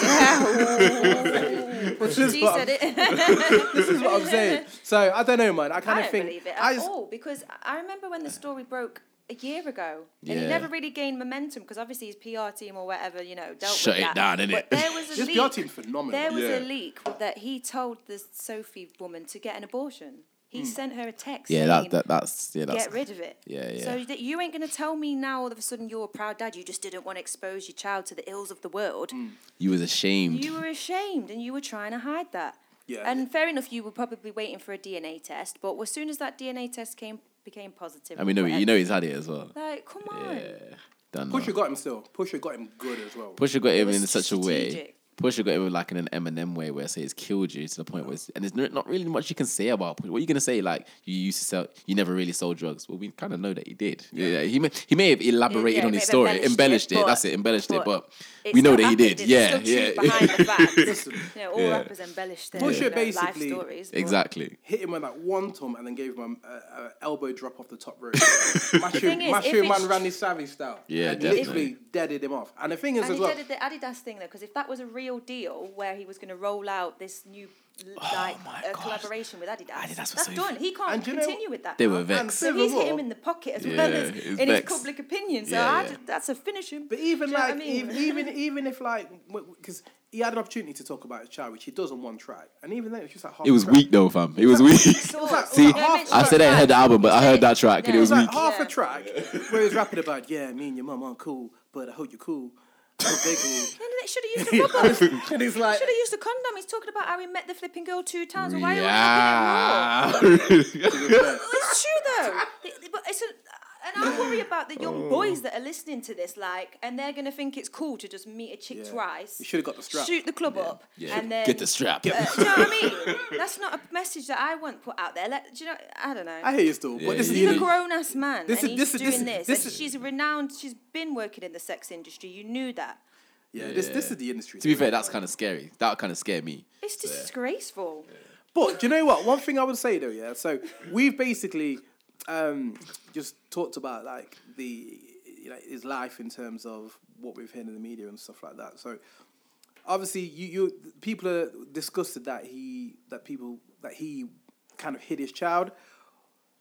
Speaker 1: is,
Speaker 2: She
Speaker 1: what
Speaker 2: said it.
Speaker 1: this is what I'm saying. So I don't know, man. I kind
Speaker 2: I
Speaker 1: of
Speaker 2: don't
Speaker 1: think
Speaker 2: believe it at
Speaker 1: I just-
Speaker 2: all because I remember when the story broke a year ago, and
Speaker 3: Yeah.
Speaker 2: he never really gained momentum because obviously his PR team or whatever you know dealt
Speaker 3: Shut
Speaker 2: with that.
Speaker 3: it down, innit?
Speaker 2: But there was a
Speaker 1: His
Speaker 2: leak.
Speaker 1: PR team's phenomenal.
Speaker 2: There was
Speaker 3: Yeah.
Speaker 2: a leak that he told the Sophie woman to get an abortion. He sent her a text.
Speaker 3: Hmm. Yeah, that,
Speaker 2: saying,
Speaker 3: that that's yeah that's
Speaker 2: Get rid of it.
Speaker 3: Yeah, yeah.
Speaker 2: So that you ain't gonna tell me now. All of a sudden, you're a proud dad. You just didn't want to expose your child to the ills of the world.
Speaker 3: you was ashamed.
Speaker 2: You were ashamed and you were trying to hide that.
Speaker 1: Yeah.
Speaker 2: And fair enough, you were probably waiting for a DNA test, but as soon as that DNA test came became positive,
Speaker 3: and we know you know he's had it as well.
Speaker 2: Like, come on.
Speaker 3: Yeah, done. now.
Speaker 1: Pusha got him still. Pusha got him good as well.
Speaker 3: Pusha got him
Speaker 2: was
Speaker 3: in such a way.
Speaker 2: strategic.
Speaker 3: Pusha got him like in an Eminem way where say it's killed you to the point where it's, and there's no- not really much you can say about Pusha. What are you gonna say? Like you used to sell, you never really sold drugs. Well, we kind of know that he did. Yeah, he may he may have elaborated
Speaker 2: Yeah,
Speaker 3: on his
Speaker 2: maybe
Speaker 3: story,
Speaker 2: embellished
Speaker 3: embellished,
Speaker 2: it,
Speaker 3: it.
Speaker 2: but-
Speaker 3: that's it, embellished it. But
Speaker 2: but
Speaker 3: we
Speaker 2: It's
Speaker 3: know
Speaker 2: not
Speaker 3: that he
Speaker 2: happened,
Speaker 3: did.
Speaker 2: it's
Speaker 3: Yeah,
Speaker 2: still
Speaker 3: yeah,
Speaker 2: truth behind the facts. you know, all
Speaker 3: Yeah.
Speaker 2: rappers embellish their
Speaker 1: Pusha
Speaker 2: you know, life
Speaker 1: basically-
Speaker 2: stories. but-
Speaker 3: exactly.
Speaker 1: hit him with that one tom and then gave him an elbow drop off the top rope.
Speaker 2: thing
Speaker 1: Macho,
Speaker 2: is,
Speaker 1: macho
Speaker 2: if
Speaker 1: man
Speaker 2: it's-
Speaker 1: Randy Savage style.
Speaker 3: Yeah,
Speaker 1: and
Speaker 3: definitely.
Speaker 1: literally deaded him off. And the thing is
Speaker 2: And
Speaker 1: as
Speaker 2: he
Speaker 1: well,
Speaker 2: did the Adidas thing though, because if that was a real deal where he was going to roll out this new l- like
Speaker 3: my
Speaker 2: uh,
Speaker 3: God.
Speaker 2: collaboration with Adidas,
Speaker 3: Adidas was
Speaker 2: that's
Speaker 3: so-
Speaker 2: done. He can't
Speaker 1: And do you know-
Speaker 2: continue with that.
Speaker 3: They
Speaker 2: now.
Speaker 3: were
Speaker 1: And
Speaker 3: vexed.
Speaker 2: So he's hit
Speaker 1: Civil
Speaker 2: him
Speaker 1: War.
Speaker 2: in the pocket as
Speaker 3: Yeah,
Speaker 2: well as
Speaker 3: he's
Speaker 2: in
Speaker 3: vexed.
Speaker 2: his public opinion. So
Speaker 3: Yeah,
Speaker 2: I
Speaker 3: yeah.
Speaker 2: ju- that's a finishing.
Speaker 1: But even
Speaker 2: do you know what
Speaker 1: like,
Speaker 2: I mean?
Speaker 1: even, even even if like, because he had an opportunity to talk about his child, which he does on one track, and even then it was just like half
Speaker 3: It was
Speaker 1: a track.
Speaker 3: weak though, fam. It was weak.
Speaker 2: Swords.
Speaker 1: like-
Speaker 3: See,
Speaker 1: Don't mention
Speaker 3: I said I
Speaker 2: that.
Speaker 3: heard the album, but I heard that track and it
Speaker 2: Yeah.
Speaker 3: was
Speaker 1: It was
Speaker 3: weak.
Speaker 1: like half a
Speaker 2: Yeah.
Speaker 1: track where he was rapping about, yeah, me and your mum aren't cool, but I hope you're cool. I hope they're cool.
Speaker 2: No, no, they should have used a rubber.
Speaker 1: and he's like,
Speaker 2: Should have used a condom. He's talking about how he met the flipping girl two times. "Oh, Why are you happening
Speaker 3: Yeah.
Speaker 2: more? It's true though. Th- th- But it's a, and I worry about the
Speaker 1: Oh.
Speaker 2: young boys that are listening to this, like, and they're gonna think it's cool to just meet a chick
Speaker 1: Yeah.
Speaker 2: twice.
Speaker 1: You should have got the strap.
Speaker 2: Shoot the club up,
Speaker 3: Yeah.
Speaker 2: and then
Speaker 3: Get the strap.
Speaker 2: Uh, do you know what I mean? That's not a message that I want put out there. Let, do you know? I don't know.
Speaker 1: I hear you still,
Speaker 3: Yeah,
Speaker 1: but this is
Speaker 3: you
Speaker 2: He's
Speaker 1: you
Speaker 2: a
Speaker 3: know-
Speaker 2: grown ass man,
Speaker 1: This is-
Speaker 2: and he's
Speaker 1: this is- this
Speaker 2: doing
Speaker 1: is-
Speaker 2: this.
Speaker 1: this
Speaker 2: and
Speaker 1: is-
Speaker 2: she's renowned. She's been working in the sex industry. You knew that.
Speaker 1: yeah, this this is the industry.
Speaker 3: To be fair, that's kind of scary. That kind of scared me.
Speaker 2: It's disgraceful.
Speaker 1: But do you know what? One thing I would say though, yeah. So we've basically um, just talked about like the you know, his life in terms of what we've heard in the media and stuff like that. So obviously, you you people are disgusted that he that people that he kind of hid his child.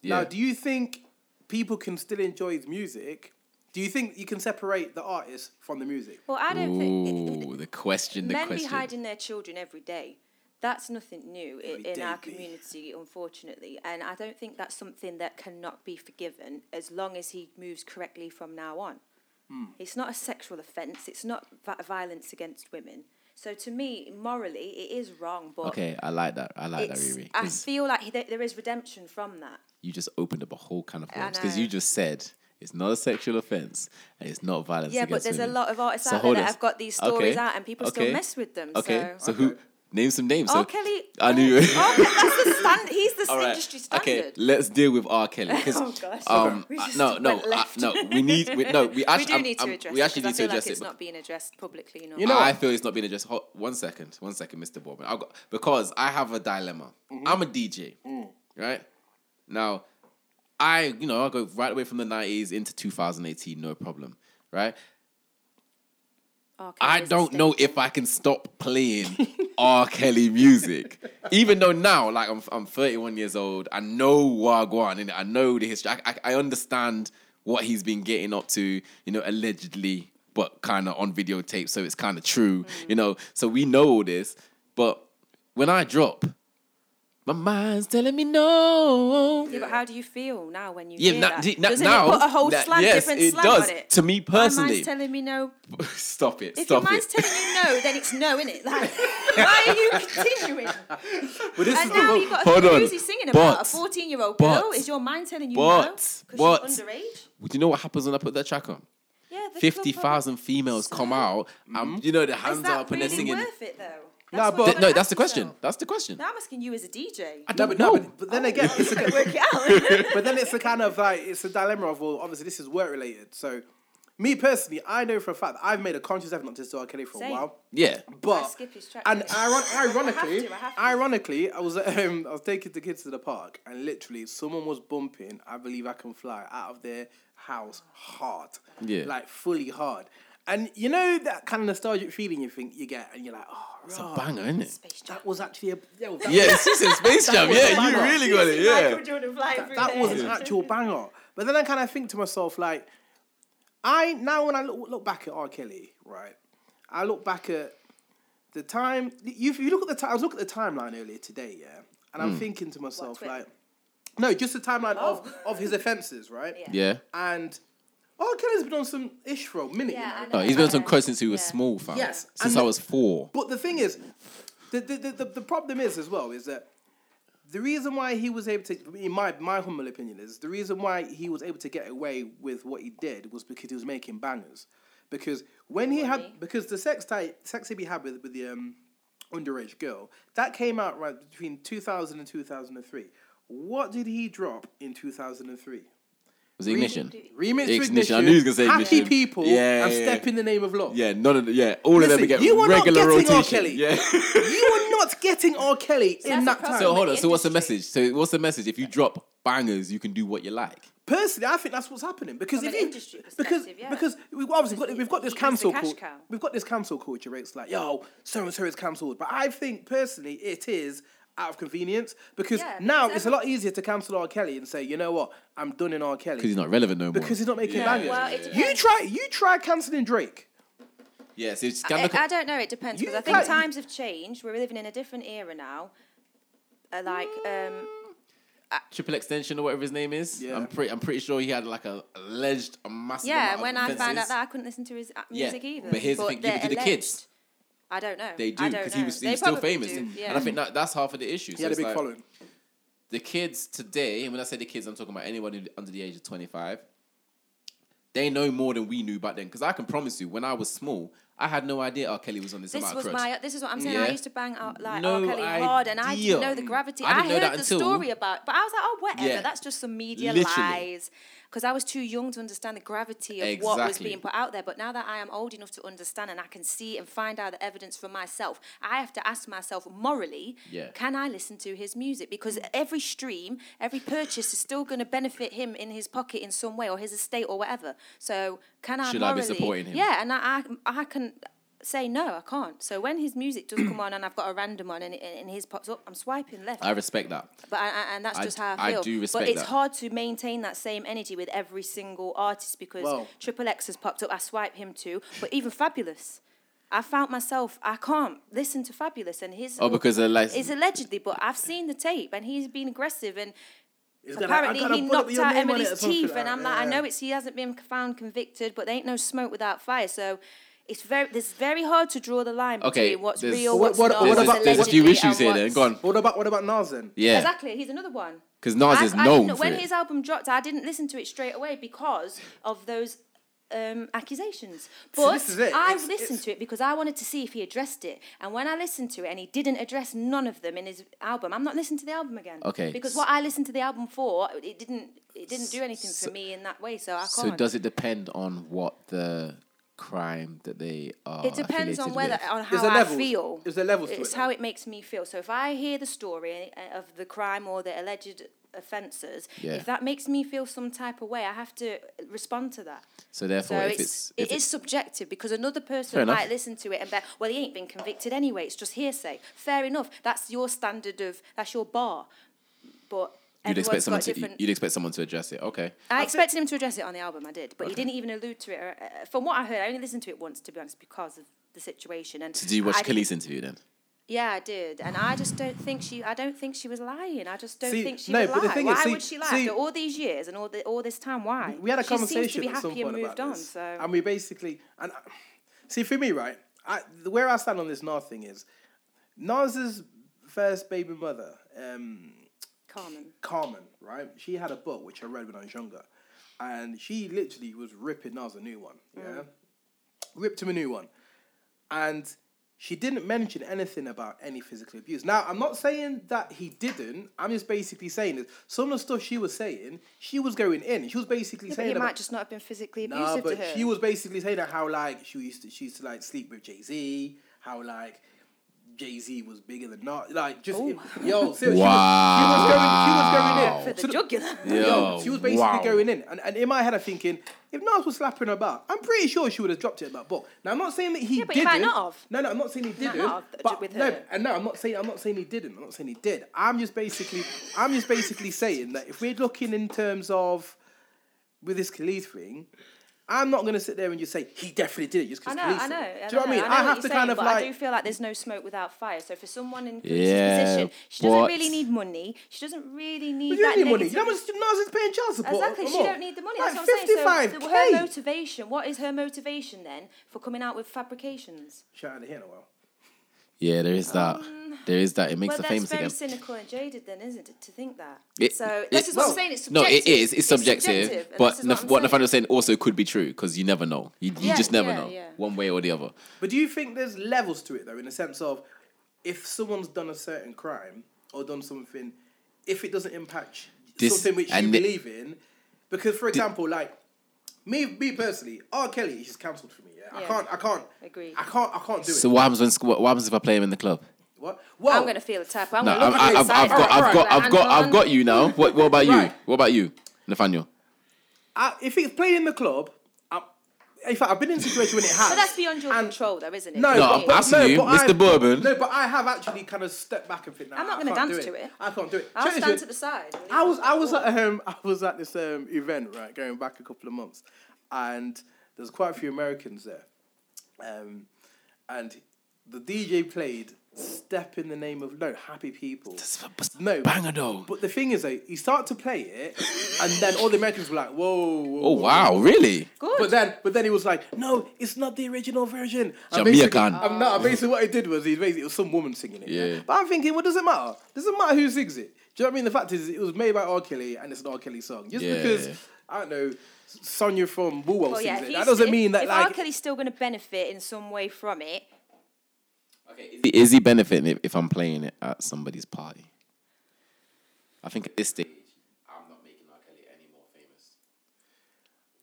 Speaker 1: Now,
Speaker 3: Yeah.
Speaker 1: do you think people can still enjoy his music? Do you think you can separate the artist from the music?
Speaker 2: Well, I don't think.
Speaker 3: Ooh, the question, the
Speaker 2: men
Speaker 3: question.
Speaker 2: be hiding their children every day. That's nothing new i-
Speaker 1: Every
Speaker 2: in
Speaker 1: day,
Speaker 2: our
Speaker 1: babe.
Speaker 2: community, unfortunately. And I don't think that's something that cannot be forgiven as long as he moves correctly from now on.
Speaker 3: Hmm.
Speaker 2: It's not a sexual offence, it's not vi- violence against women. So to me, morally, it is wrong, but
Speaker 3: Okay, I like that. I like that,
Speaker 2: it's-
Speaker 3: Riri.
Speaker 2: I
Speaker 3: 'cause
Speaker 2: feel like he, there- there is redemption from that.
Speaker 3: you just opened up a whole kind of
Speaker 2: I
Speaker 3: worms because
Speaker 2: know.
Speaker 3: you just said it's not a sexual offense and it's not violence.
Speaker 2: Yeah, but
Speaker 3: against
Speaker 2: there's
Speaker 3: women.
Speaker 2: a lot of artists
Speaker 3: So
Speaker 2: out there
Speaker 3: hold
Speaker 2: that
Speaker 3: on.
Speaker 2: have got these stories
Speaker 3: Okay,
Speaker 2: out and people still
Speaker 3: okay,
Speaker 2: mess with them.
Speaker 3: Okay,
Speaker 2: So.
Speaker 3: so who?
Speaker 1: Okay.
Speaker 3: Name some names.
Speaker 2: R.
Speaker 3: So
Speaker 2: Kelly. oh,
Speaker 3: I knew.
Speaker 2: R. Kelly, that's the stand, he's the
Speaker 3: All right.
Speaker 2: industry standard.
Speaker 3: Okay, let's deal with R. Kelly. 'cause,
Speaker 2: Oh, gosh.
Speaker 3: Um,
Speaker 2: We
Speaker 3: uh,
Speaker 2: just
Speaker 3: no, no,
Speaker 2: went
Speaker 3: uh,
Speaker 2: left.
Speaker 3: no. We need. We, no, we actually.
Speaker 2: we do
Speaker 3: I'm-
Speaker 2: need to
Speaker 3: I'm-
Speaker 2: address
Speaker 3: we
Speaker 2: it.
Speaker 3: actually
Speaker 2: 'cause
Speaker 3: need to
Speaker 2: I feel
Speaker 3: address
Speaker 2: like it's
Speaker 3: it.
Speaker 2: not being addressed publicly. enough.
Speaker 1: You know-
Speaker 3: I feel it's not being addressed. Hold, one second, one second, Mr. Borman. I've got because I have a dilemma.
Speaker 1: Mm-hmm.
Speaker 3: I'm a DJ,
Speaker 1: Mm.
Speaker 3: right? Now, I you know I go right away from the '90s into 2018, no problem, right?
Speaker 2: R. Kelly
Speaker 3: I
Speaker 2: is a
Speaker 3: don't know
Speaker 2: staple.
Speaker 3: if I can stop playing R. Kelly music. Even though now, like I'm, I'm 31 years old, I know Wagwan, and I know the history. I, I, I understand what he's been getting up to, you know, allegedly, but kind of on videotape, so it's kind of true, you know. So we know all this, but when I drop, my mind's telling me no.
Speaker 2: Yeah, but how do you feel now when you
Speaker 3: Yeah,
Speaker 2: hear
Speaker 3: na-
Speaker 2: that?
Speaker 3: di- na-
Speaker 2: Doesn't
Speaker 3: now
Speaker 2: it put a whole
Speaker 3: that-
Speaker 2: slang,
Speaker 3: yes,
Speaker 2: different
Speaker 3: it
Speaker 2: slang
Speaker 3: does.
Speaker 2: on it?
Speaker 3: To me
Speaker 2: My
Speaker 3: personally,
Speaker 2: mind's telling me no.
Speaker 3: stop it,
Speaker 2: If
Speaker 3: stop
Speaker 2: your mind's
Speaker 3: it.
Speaker 2: telling you no, then it's no, innit? Like, why are you continuing?
Speaker 3: But this
Speaker 2: And
Speaker 3: is the
Speaker 2: now
Speaker 3: mo-
Speaker 2: you've got
Speaker 3: Hold
Speaker 2: a
Speaker 3: on.
Speaker 2: who's he singing about?
Speaker 3: But-
Speaker 2: a 14 year old
Speaker 3: but-
Speaker 2: girl? Is your mind telling you no?
Speaker 3: but-
Speaker 2: Because she's
Speaker 3: but-
Speaker 2: underage?
Speaker 3: Well, Do you know what happens when I put that track on?
Speaker 2: Yeah, the
Speaker 3: Fifty thousand females come out,
Speaker 1: Mm-hmm.
Speaker 3: and you know the hands
Speaker 2: Is
Speaker 3: are
Speaker 2: that
Speaker 3: up and
Speaker 2: really
Speaker 3: they're singing.
Speaker 2: worth it, though? That's
Speaker 1: No,
Speaker 2: what
Speaker 1: but-
Speaker 2: I'm
Speaker 3: Th-
Speaker 2: gonna
Speaker 3: no, that's
Speaker 2: ask
Speaker 3: the question.
Speaker 2: myself.
Speaker 3: That's the question.
Speaker 2: Now I'm asking you as a DJ.
Speaker 3: I
Speaker 1: No,
Speaker 3: don't
Speaker 1: but no,
Speaker 3: know.
Speaker 1: but, but then again, it's a,
Speaker 2: Work it out.
Speaker 1: but then it's a kind of like it's a dilemma of well, obviously this is work related. So, me personally, I know for a fact that I've made a conscious effort not to do R. Kelly for
Speaker 2: Same.
Speaker 1: a while.
Speaker 3: Yeah,
Speaker 1: But
Speaker 2: skip his track
Speaker 1: and
Speaker 2: list.
Speaker 1: iron- ironically,
Speaker 2: I have to, I have to.
Speaker 1: ironically, I was um, I was taking the kids to the park, and literally someone was bumping "I Believe I Can Fly" out of their house hard,
Speaker 3: Yeah.
Speaker 1: like fully hard. And you know that kind of nostalgic feeling you think you get, and you're like, oh,
Speaker 3: it's
Speaker 1: rah,
Speaker 3: a banger, isn't it?
Speaker 1: that was actually a yeah, well, that,
Speaker 3: Yeah, it's just in Space Jam.
Speaker 1: was a
Speaker 3: Yeah, you
Speaker 1: banger.
Speaker 3: really got it. Yeah.
Speaker 1: that was an actual banger. But then I kind of think to myself, like, I now when I look, look back at R. Kelly, right? I look back at the time. You, you look at the time. I was looking at the timeline earlier today, yeah, and I'm thinking to myself,
Speaker 2: Twitter?
Speaker 1: like, no, just the timeline of
Speaker 2: Oh.
Speaker 1: of his offences, right?
Speaker 2: Yeah.
Speaker 3: Yeah.
Speaker 1: And R. Kelly's been on some ish for a minute, you
Speaker 2: Yeah,
Speaker 1: know?
Speaker 2: I know.
Speaker 3: No, he's been on some
Speaker 2: Yeah.
Speaker 3: coke since he was
Speaker 2: Yeah.
Speaker 3: small, fam.
Speaker 1: Yes,
Speaker 3: Since
Speaker 1: and
Speaker 3: I
Speaker 1: the-
Speaker 3: was four.
Speaker 1: But the thing is, the the, the, the the problem is as well is that the reason why he was able to, in my my humble opinion, is the reason why he was able to get away with what he did was because he was making bangers. Because when he had,
Speaker 2: Really?
Speaker 1: because the sex type, sex tape he had with with the um, underage girl, that came out right between 2000 and 2003. What did he drop in 2003?
Speaker 3: Was it ignition?
Speaker 1: Remix to
Speaker 3: Ignition.
Speaker 1: ignition.
Speaker 3: I knew he was gonna say
Speaker 1: Happy
Speaker 3: Ignition.
Speaker 1: people
Speaker 3: Yeah,
Speaker 1: and
Speaker 3: yeah,
Speaker 1: step in the name of law.
Speaker 3: Yeah, none of the, yeah, all of them
Speaker 1: Listen,
Speaker 3: get
Speaker 1: you are not
Speaker 3: regular
Speaker 1: getting R.
Speaker 3: rotation.
Speaker 1: Kelly.
Speaker 3: Yeah.
Speaker 1: you were not getting R. Kelly in
Speaker 2: that's
Speaker 1: that
Speaker 2: a problem.
Speaker 1: time.
Speaker 3: so hold on. So what's the
Speaker 2: Industry.
Speaker 3: message? So what's the message? If you drop bangers, you can do what you like.
Speaker 1: Personally, I think that's what's happening because
Speaker 2: From
Speaker 1: if
Speaker 2: an
Speaker 1: you-
Speaker 2: industry
Speaker 1: because
Speaker 2: perspective, yeah.
Speaker 1: because we've obviously got we've got this
Speaker 2: It's a
Speaker 1: cancel
Speaker 2: cash
Speaker 1: culture.
Speaker 2: cow.
Speaker 1: We've got this cancel culture. where It's like yo, so and so is cancelled. But I think personally, it is out of convenience because
Speaker 2: Yeah, because
Speaker 1: now it's a
Speaker 2: every-
Speaker 1: lot easier to cancel R. Kelly and say, you know what, I'm done in R.
Speaker 3: Because he's
Speaker 1: Kelly
Speaker 3: not relevant no more.
Speaker 1: because he's not making
Speaker 3: Yeah.
Speaker 1: bangers.
Speaker 2: Well, it
Speaker 1: you
Speaker 2: depends.
Speaker 1: try you try cancelling Drake.
Speaker 3: Yeah, so it's
Speaker 2: I,
Speaker 3: kind of.
Speaker 2: I don't know. It depends
Speaker 1: You
Speaker 2: because I think
Speaker 1: can't-
Speaker 2: times have changed. We're living in a different era now. Uh, like,
Speaker 3: Mm.
Speaker 2: um,
Speaker 3: Triple Extension or whatever his name is.
Speaker 1: Yeah.
Speaker 3: I'm pretty I'm pretty sure he had like a alleged a massive amount
Speaker 2: yeah.
Speaker 3: of
Speaker 2: When I found out
Speaker 3: offences.
Speaker 2: that, I couldn't listen to his uh,
Speaker 3: Yeah,
Speaker 2: music either.
Speaker 3: but here's the thing, give
Speaker 2: they're
Speaker 3: it to the kids.
Speaker 2: alleged. I don't know.
Speaker 3: they do
Speaker 2: I don't
Speaker 3: because
Speaker 2: know.
Speaker 3: he was, he
Speaker 2: They
Speaker 3: was still
Speaker 2: probably
Speaker 3: famous.
Speaker 2: do,
Speaker 3: And-
Speaker 2: yeah.
Speaker 3: And I think that, that's half of the issue.
Speaker 1: He had a
Speaker 3: it's
Speaker 1: big
Speaker 3: like,
Speaker 1: following.
Speaker 3: The kids today, and when I say the kids, I'm talking about anyone who- under the age of 25. They know more than we knew back then because I can promise you, when I was small, I had no idea R. Kelly was on this,
Speaker 2: This
Speaker 3: about
Speaker 2: was
Speaker 3: crutch.
Speaker 2: my. This is what I'm saying. I
Speaker 3: Yeah.
Speaker 2: used to bang out like
Speaker 3: No
Speaker 2: R. Kelly hard, and I
Speaker 3: idea.
Speaker 2: didn't know the gravity.
Speaker 3: I
Speaker 2: I,
Speaker 3: didn't know
Speaker 2: heard
Speaker 3: that
Speaker 2: the
Speaker 3: until-
Speaker 2: story about, but I was like, oh, whatever.
Speaker 3: Yeah.
Speaker 2: That's just some media
Speaker 3: Literally.
Speaker 2: lies. Because I was too young to understand the gravity of what was
Speaker 3: Exactly.
Speaker 2: being put out there. But now that I am old enough to understand and I can see and find out the evidence for myself, I have to ask myself morally,
Speaker 3: Yeah.
Speaker 2: can I listen to his music? Because every stream, every purchase is still going to benefit him in his pocket in some way or his estate or whatever. So can I
Speaker 3: Should I be
Speaker 2: morally?
Speaker 3: supporting him?
Speaker 2: Yeah, and I, I, I can say no, I can't. So when his music does come on and I've got a random on and, and his pops up, I'm swiping left.
Speaker 3: I respect that.
Speaker 2: but I, I- and that's
Speaker 3: I-
Speaker 2: just how
Speaker 3: I
Speaker 2: I feel.
Speaker 3: do respect
Speaker 2: but it's
Speaker 3: that.
Speaker 2: hard to maintain that same energy with every single artist because
Speaker 1: Well-
Speaker 2: Triple X has popped up. I swipe him too. But even Fabulous, I found myself I can't listen to Fabulous and his
Speaker 3: Oh, because of like,
Speaker 2: it's allegedly, but I've seen the tape and he's been aggressive and
Speaker 1: He's gonna-
Speaker 2: apparently
Speaker 1: I gotta
Speaker 2: he
Speaker 1: put up
Speaker 2: knocked
Speaker 1: your
Speaker 2: out
Speaker 1: name on it or
Speaker 2: Emily's
Speaker 1: something
Speaker 2: teeth
Speaker 1: like
Speaker 2: and
Speaker 1: that,
Speaker 2: I'm like, I
Speaker 1: yeah.
Speaker 2: know it's he hasn't been found convicted, but there ain't no smoke without fire. So it's very it's very hard to draw the line
Speaker 3: Okay,
Speaker 2: between what's
Speaker 3: there's-
Speaker 2: real,
Speaker 1: What-
Speaker 2: what's
Speaker 1: what-
Speaker 2: not,
Speaker 1: what
Speaker 3: there's,
Speaker 2: what's
Speaker 3: a,
Speaker 1: about-
Speaker 3: there's a few
Speaker 2: allegedly,
Speaker 3: issues
Speaker 2: and
Speaker 3: here. Then
Speaker 2: what's-
Speaker 3: go on.
Speaker 1: What about what about Nas then?
Speaker 3: Yeah,
Speaker 2: Exactly, he's another one.
Speaker 3: 'Cause Nas
Speaker 2: I-
Speaker 3: is
Speaker 2: I
Speaker 3: known
Speaker 2: didn't-
Speaker 3: for
Speaker 2: when
Speaker 3: it.
Speaker 2: his album dropped, I didn't listen to it straight away because of those um, accusations. But
Speaker 1: this is it.
Speaker 2: I
Speaker 1: It's-
Speaker 2: listened
Speaker 1: it's-
Speaker 2: to it because I wanted to see if he addressed it. And when I listened to it and he didn't address none of them in his album, I'm not listening to the album again.
Speaker 3: Okay.
Speaker 2: Because what I listened to the album for, it didn't it didn't do anything for me in that way. So I can't.
Speaker 3: so does it depend on what the crime that they are?
Speaker 2: It depends on
Speaker 3: affiliated
Speaker 2: whether
Speaker 3: with?
Speaker 2: on
Speaker 1: Is
Speaker 2: how
Speaker 1: there
Speaker 2: I
Speaker 1: levels?
Speaker 2: feel.
Speaker 1: Is there levels to
Speaker 2: It's
Speaker 1: it?
Speaker 2: how it makes me feel. So if I hear the story uh, of the crime or the alleged offences,
Speaker 3: Yeah.
Speaker 2: if that makes me feel some type of way, I have to respond to that.
Speaker 3: So therefore,
Speaker 2: So
Speaker 3: if
Speaker 2: it's,
Speaker 3: it's,
Speaker 2: it
Speaker 3: if
Speaker 2: is subjective because another
Speaker 3: Fair
Speaker 2: person
Speaker 3: enough.
Speaker 2: might listen to it and be like, well, he ain't been convicted anyway. It's just hearsay. Fair enough. That's your standard of that's your bar, but.
Speaker 3: you'd expect
Speaker 2: everyone's
Speaker 3: someone
Speaker 2: got
Speaker 3: to e-
Speaker 2: different- Uh,
Speaker 3: you'd expect someone to address it. Okay,
Speaker 2: I expected him to address it on the album. I did, but he didn't even allude to it. or, Uh, from what I heard, I only listened to it once, to be honest, because of the situation. And
Speaker 3: so do you watch
Speaker 2: I didn't-
Speaker 3: Khalees interview then?
Speaker 2: Yeah, I did, and I just don't think she. I don't think she was lying. I just don't
Speaker 1: See,
Speaker 2: think she
Speaker 1: no,
Speaker 2: would
Speaker 1: but the
Speaker 2: lie.
Speaker 1: thing
Speaker 2: Why
Speaker 1: is, see-
Speaker 2: would she lie
Speaker 1: see-
Speaker 2: after all these years and all the, all this time? Why?
Speaker 1: we had a
Speaker 2: she
Speaker 1: conversation
Speaker 2: Seems to be
Speaker 1: at some
Speaker 2: happy
Speaker 1: point
Speaker 2: and
Speaker 1: about
Speaker 2: moved on.
Speaker 1: this,
Speaker 2: So
Speaker 1: and we basically and I- see for me, right? I the- where I stand on this Nas thing is Nas's first baby mother, um,
Speaker 2: Carmen,
Speaker 1: Carmen, right? She had a book which I read when I was younger, and she literally was ripping Nas a new one. Yeah,
Speaker 2: Mm.
Speaker 1: ripped him a new one, and. She didn't mention anything about any physical abuse. Now, I'm not saying that he didn't. I'm just basically saying that some of the stuff she was saying, she was going in. She was basically
Speaker 2: yeah, but
Speaker 1: saying
Speaker 2: he
Speaker 1: about,
Speaker 2: might just not have been physically
Speaker 1: no,
Speaker 2: abusive
Speaker 1: but
Speaker 2: to her.
Speaker 1: she was basically saying that how like she used to she used to like sleep with Jay Z, how like Jay Z was bigger than not like just yo seriously,
Speaker 2: for
Speaker 1: she, was, she was going she was going in
Speaker 2: the
Speaker 1: So the-
Speaker 2: jugular.
Speaker 1: Yo, she was basically
Speaker 3: wow.
Speaker 1: going in, and, and in my head, I'm thinking, if Nas was slapping her back, I'm pretty sure she would have dropped it at that ball. Now, I'm not saying that he
Speaker 2: Yeah, but he
Speaker 1: didn't.
Speaker 2: might not have.
Speaker 1: No, no, I'm not saying he
Speaker 2: Might
Speaker 1: didn't.
Speaker 2: not have
Speaker 1: but
Speaker 2: with
Speaker 1: no,
Speaker 2: her.
Speaker 1: and no, I'm not saying I'm not saying he didn't. I'm not saying he did. I'm just basically, I'm just basically saying that if we're looking in terms of with this Khalid thing. I'm not going to sit there and just say he definitely did it just
Speaker 2: I
Speaker 1: because
Speaker 2: know, I know. I
Speaker 1: Do you know what I mean?
Speaker 2: know,
Speaker 1: I
Speaker 2: know
Speaker 1: have
Speaker 2: you're
Speaker 1: to
Speaker 2: saying,
Speaker 1: kind of
Speaker 2: but
Speaker 1: like
Speaker 2: I do feel like there's no smoke without fire. So for someone in Chris's
Speaker 3: Yeah,
Speaker 2: position, she
Speaker 3: but-
Speaker 2: doesn't really need money. She doesn't really need
Speaker 1: But you
Speaker 2: that
Speaker 1: don't need money. You
Speaker 2: negative-
Speaker 1: know how much Nas is paying child support?
Speaker 2: Exactly,
Speaker 1: or
Speaker 2: she
Speaker 1: more?
Speaker 2: don't need the money.
Speaker 1: Like
Speaker 2: That's what I'm saying. So
Speaker 1: 55K.
Speaker 2: the- her motivation, what is her motivation then for coming out with fabrications?
Speaker 1: Shout out to him a while.
Speaker 3: Yeah, there is that. there is that. It makes
Speaker 2: Um, Well,
Speaker 3: her
Speaker 2: that's
Speaker 3: famous
Speaker 2: very
Speaker 3: again.
Speaker 2: cynical and jaded, then, isn't it, to think that?
Speaker 3: It-
Speaker 2: so
Speaker 3: it-
Speaker 2: this is what
Speaker 1: well,
Speaker 2: I'm saying. It's subjective.
Speaker 3: No, it is. It's subjective.
Speaker 2: and
Speaker 3: but
Speaker 2: this is
Speaker 3: Naf-
Speaker 2: I'm
Speaker 3: what
Speaker 2: saying.
Speaker 3: Nathaniel's saying also could be true because you never know. You, you
Speaker 2: Yeah,
Speaker 3: just never
Speaker 2: yeah,
Speaker 3: know,
Speaker 2: yeah.
Speaker 3: one way or the other.
Speaker 1: But do you think there's levels to it though, in the sense of if someone's done a certain crime or done something, if it doesn't impact
Speaker 3: This-
Speaker 1: something which you
Speaker 3: and the-
Speaker 1: believe in, because for example, like me, me personally, R. Kelly is just cancelled for me. Yeah? I
Speaker 2: Yeah.
Speaker 1: can't, I can't,
Speaker 2: Agreed.
Speaker 1: I can't, I can't do
Speaker 3: So
Speaker 1: it.
Speaker 3: what happens when sc- what, what happens if I play him in the club?
Speaker 1: What? Well,
Speaker 2: I'm going to feel the type. I'm
Speaker 3: No,
Speaker 2: going
Speaker 3: I've,
Speaker 2: to look at
Speaker 3: I've, I've,
Speaker 2: this side.
Speaker 3: got, I've got, I've got, I've got you now. What, what about you?
Speaker 1: Right.
Speaker 3: What about you, Nathaniel?
Speaker 1: I, if it's played in the club, I'm, in fact, I've been in a situation when it has.
Speaker 2: But that's beyond your
Speaker 1: and-
Speaker 2: control, though, isn't it?
Speaker 1: No,
Speaker 3: No,
Speaker 1: but,
Speaker 3: I'm
Speaker 1: but,
Speaker 3: asking
Speaker 1: no,
Speaker 3: you,
Speaker 1: but I-
Speaker 3: Mr. Bourbon.
Speaker 1: No, but I have actually kind of stepped back and think. Nah,
Speaker 2: I'm not
Speaker 1: going to
Speaker 2: dance
Speaker 1: do
Speaker 2: to it.
Speaker 1: I can't do it.
Speaker 2: I'll
Speaker 1: Check this
Speaker 2: stand
Speaker 1: out.
Speaker 2: to the side.
Speaker 1: I was I was at um I was at this um event right going back a couple of months, and there's quite a few Americans there, um, and the DJ played "Step in the Name of No Happy People." No
Speaker 3: banger though.
Speaker 1: But the thing is, though, he started to play it, and then all the Americans were like, "Whoa!" whoa
Speaker 3: Oh wow, really?
Speaker 2: Good.
Speaker 1: But then, but then he was like, "No, it's not the original version." And
Speaker 3: Jamaican.
Speaker 1: basically- Um, no, basically what he did was he basically it was some woman singing it.
Speaker 3: Yeah.
Speaker 1: But I'm thinking, well, does it matter? Does it matter who sings it? Do you know what I mean? The fact is, it was made by R. Kelly and it's an R. Kelly song. Just
Speaker 3: Yeah.
Speaker 1: because, I don't know, Sonia from Woolworths
Speaker 2: Well, yeah,
Speaker 1: sings
Speaker 2: if
Speaker 1: it,
Speaker 2: you
Speaker 1: that doesn't
Speaker 2: st-
Speaker 1: mean that,
Speaker 2: if
Speaker 1: like,
Speaker 2: R. Kelly's still going to benefit in some way from it,
Speaker 3: Okay, is he, is he benefiting if, if I'm playing it at somebody's party? I think at this stage, I'm not making R. Kelly any more famous.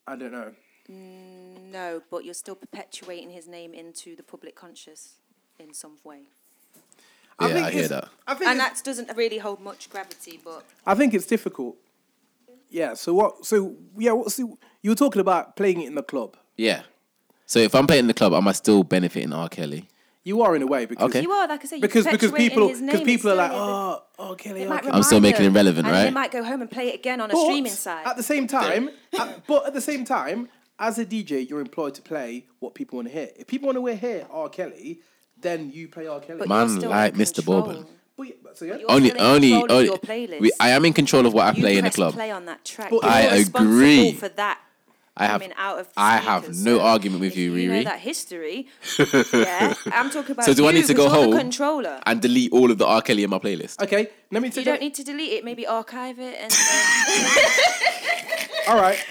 Speaker 1: I don't know.
Speaker 2: no, but you're still perpetuating his name into the public conscious in some way.
Speaker 3: Yeah, I hear
Speaker 1: it's-
Speaker 3: that.
Speaker 1: I think,
Speaker 2: And
Speaker 1: it's-
Speaker 2: that doesn't really hold much gravity, but
Speaker 1: I think it's difficult. Yeah, so what, so, yeah, what, so you were talking about playing it in the club.
Speaker 3: Yeah. So if I'm playing in the club, am I still benefiting R. Kelly?
Speaker 1: You are in a way because
Speaker 3: Okay.
Speaker 2: you are, like I say, you're
Speaker 1: because because
Speaker 2: perpetuating
Speaker 1: people
Speaker 2: his name.
Speaker 1: because
Speaker 2: It's
Speaker 1: people are
Speaker 2: still
Speaker 1: like,
Speaker 2: the-
Speaker 1: oh, R. Kelly,
Speaker 2: it
Speaker 1: R.
Speaker 2: might
Speaker 1: Kelly.
Speaker 3: I'm still
Speaker 2: remind
Speaker 3: making
Speaker 2: them,
Speaker 3: him relevant,
Speaker 2: and They
Speaker 3: right?
Speaker 2: might go home and play it again on a
Speaker 1: But
Speaker 2: streaming side.
Speaker 1: At the same time, at- but at the same time, as a DJ, you're employed to play what people want to hear. If people want to hear R. Kelly, then you play R. Kelly. But,
Speaker 2: But
Speaker 3: Man,
Speaker 2: you're still in
Speaker 3: like Mr.
Speaker 2: control.
Speaker 3: Bourbon.
Speaker 1: yeah, but so yeah.
Speaker 2: you're-
Speaker 3: Only,
Speaker 2: still in
Speaker 3: only,
Speaker 2: control of
Speaker 3: only.
Speaker 2: your playlist.
Speaker 3: we- I am in control of what I
Speaker 2: You
Speaker 3: play in the
Speaker 2: press
Speaker 3: club.
Speaker 2: play on that track.
Speaker 1: But-
Speaker 2: You're
Speaker 1: I
Speaker 2: responsible
Speaker 3: agree.
Speaker 2: For that
Speaker 3: I have,
Speaker 2: coming out of the
Speaker 3: I have
Speaker 2: speakers.
Speaker 3: no
Speaker 2: So
Speaker 3: argument with
Speaker 2: if
Speaker 3: you,
Speaker 2: know
Speaker 3: Riri.
Speaker 2: that history. yeah, I'm talking about.
Speaker 3: So do
Speaker 2: you
Speaker 3: I need to
Speaker 2: 'cause
Speaker 3: go
Speaker 2: you're the
Speaker 3: home?
Speaker 2: controller.
Speaker 3: and delete all of the R. Kelly in my playlist.
Speaker 1: Okay, let me take
Speaker 2: you
Speaker 1: that-
Speaker 2: don't need to delete it. Maybe archive it and uh,
Speaker 1: All right.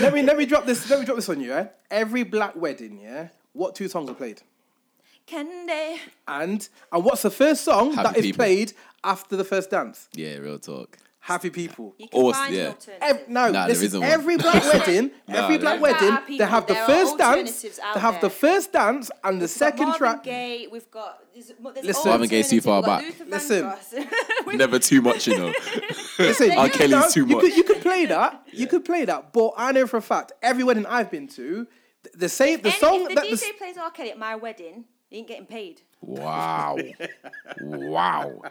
Speaker 1: let me let me drop this let me drop this on you, eh? Every black wedding, yeah? What two songs are played?
Speaker 2: can they?
Speaker 1: And and what's the first song
Speaker 3: Happy
Speaker 1: that is
Speaker 3: People.
Speaker 1: played after the first dance?
Speaker 3: Yeah, real talk.
Speaker 1: Happy people.
Speaker 2: You can
Speaker 3: Or-
Speaker 2: find
Speaker 3: yeah.
Speaker 2: an alternative.
Speaker 1: Ev- no,
Speaker 3: Nah, there
Speaker 1: listen,
Speaker 3: isn't one.
Speaker 1: every black wedding, every
Speaker 3: there
Speaker 1: black
Speaker 2: What
Speaker 3: isn't.
Speaker 1: wedding,
Speaker 2: about our
Speaker 1: they have the
Speaker 2: people? There are
Speaker 1: first dance,
Speaker 2: alternatives
Speaker 1: they
Speaker 2: out
Speaker 1: have the
Speaker 2: there.
Speaker 1: first dance and the second
Speaker 2: Marvin
Speaker 1: track.
Speaker 2: Gaye, we've got. There's, well, there's
Speaker 1: Listen.
Speaker 3: Marvin Gaye's too
Speaker 2: alternatives. We've
Speaker 3: far
Speaker 2: got
Speaker 3: back.
Speaker 2: Luther
Speaker 1: Listen.
Speaker 2: Vandross. We've
Speaker 3: Never too much, you know.
Speaker 1: Listen,
Speaker 2: R.
Speaker 1: you could-
Speaker 3: Kelly's too
Speaker 1: you
Speaker 3: much.
Speaker 1: Could, you could play that. You could play that. But I know for a fact, every wedding I've been to, th- the same, the
Speaker 2: And
Speaker 1: song
Speaker 2: if the
Speaker 1: that
Speaker 2: DJ
Speaker 1: the, s-
Speaker 2: plays R. Kelly at my wedding, he ain't getting paid.
Speaker 3: wow. Wow.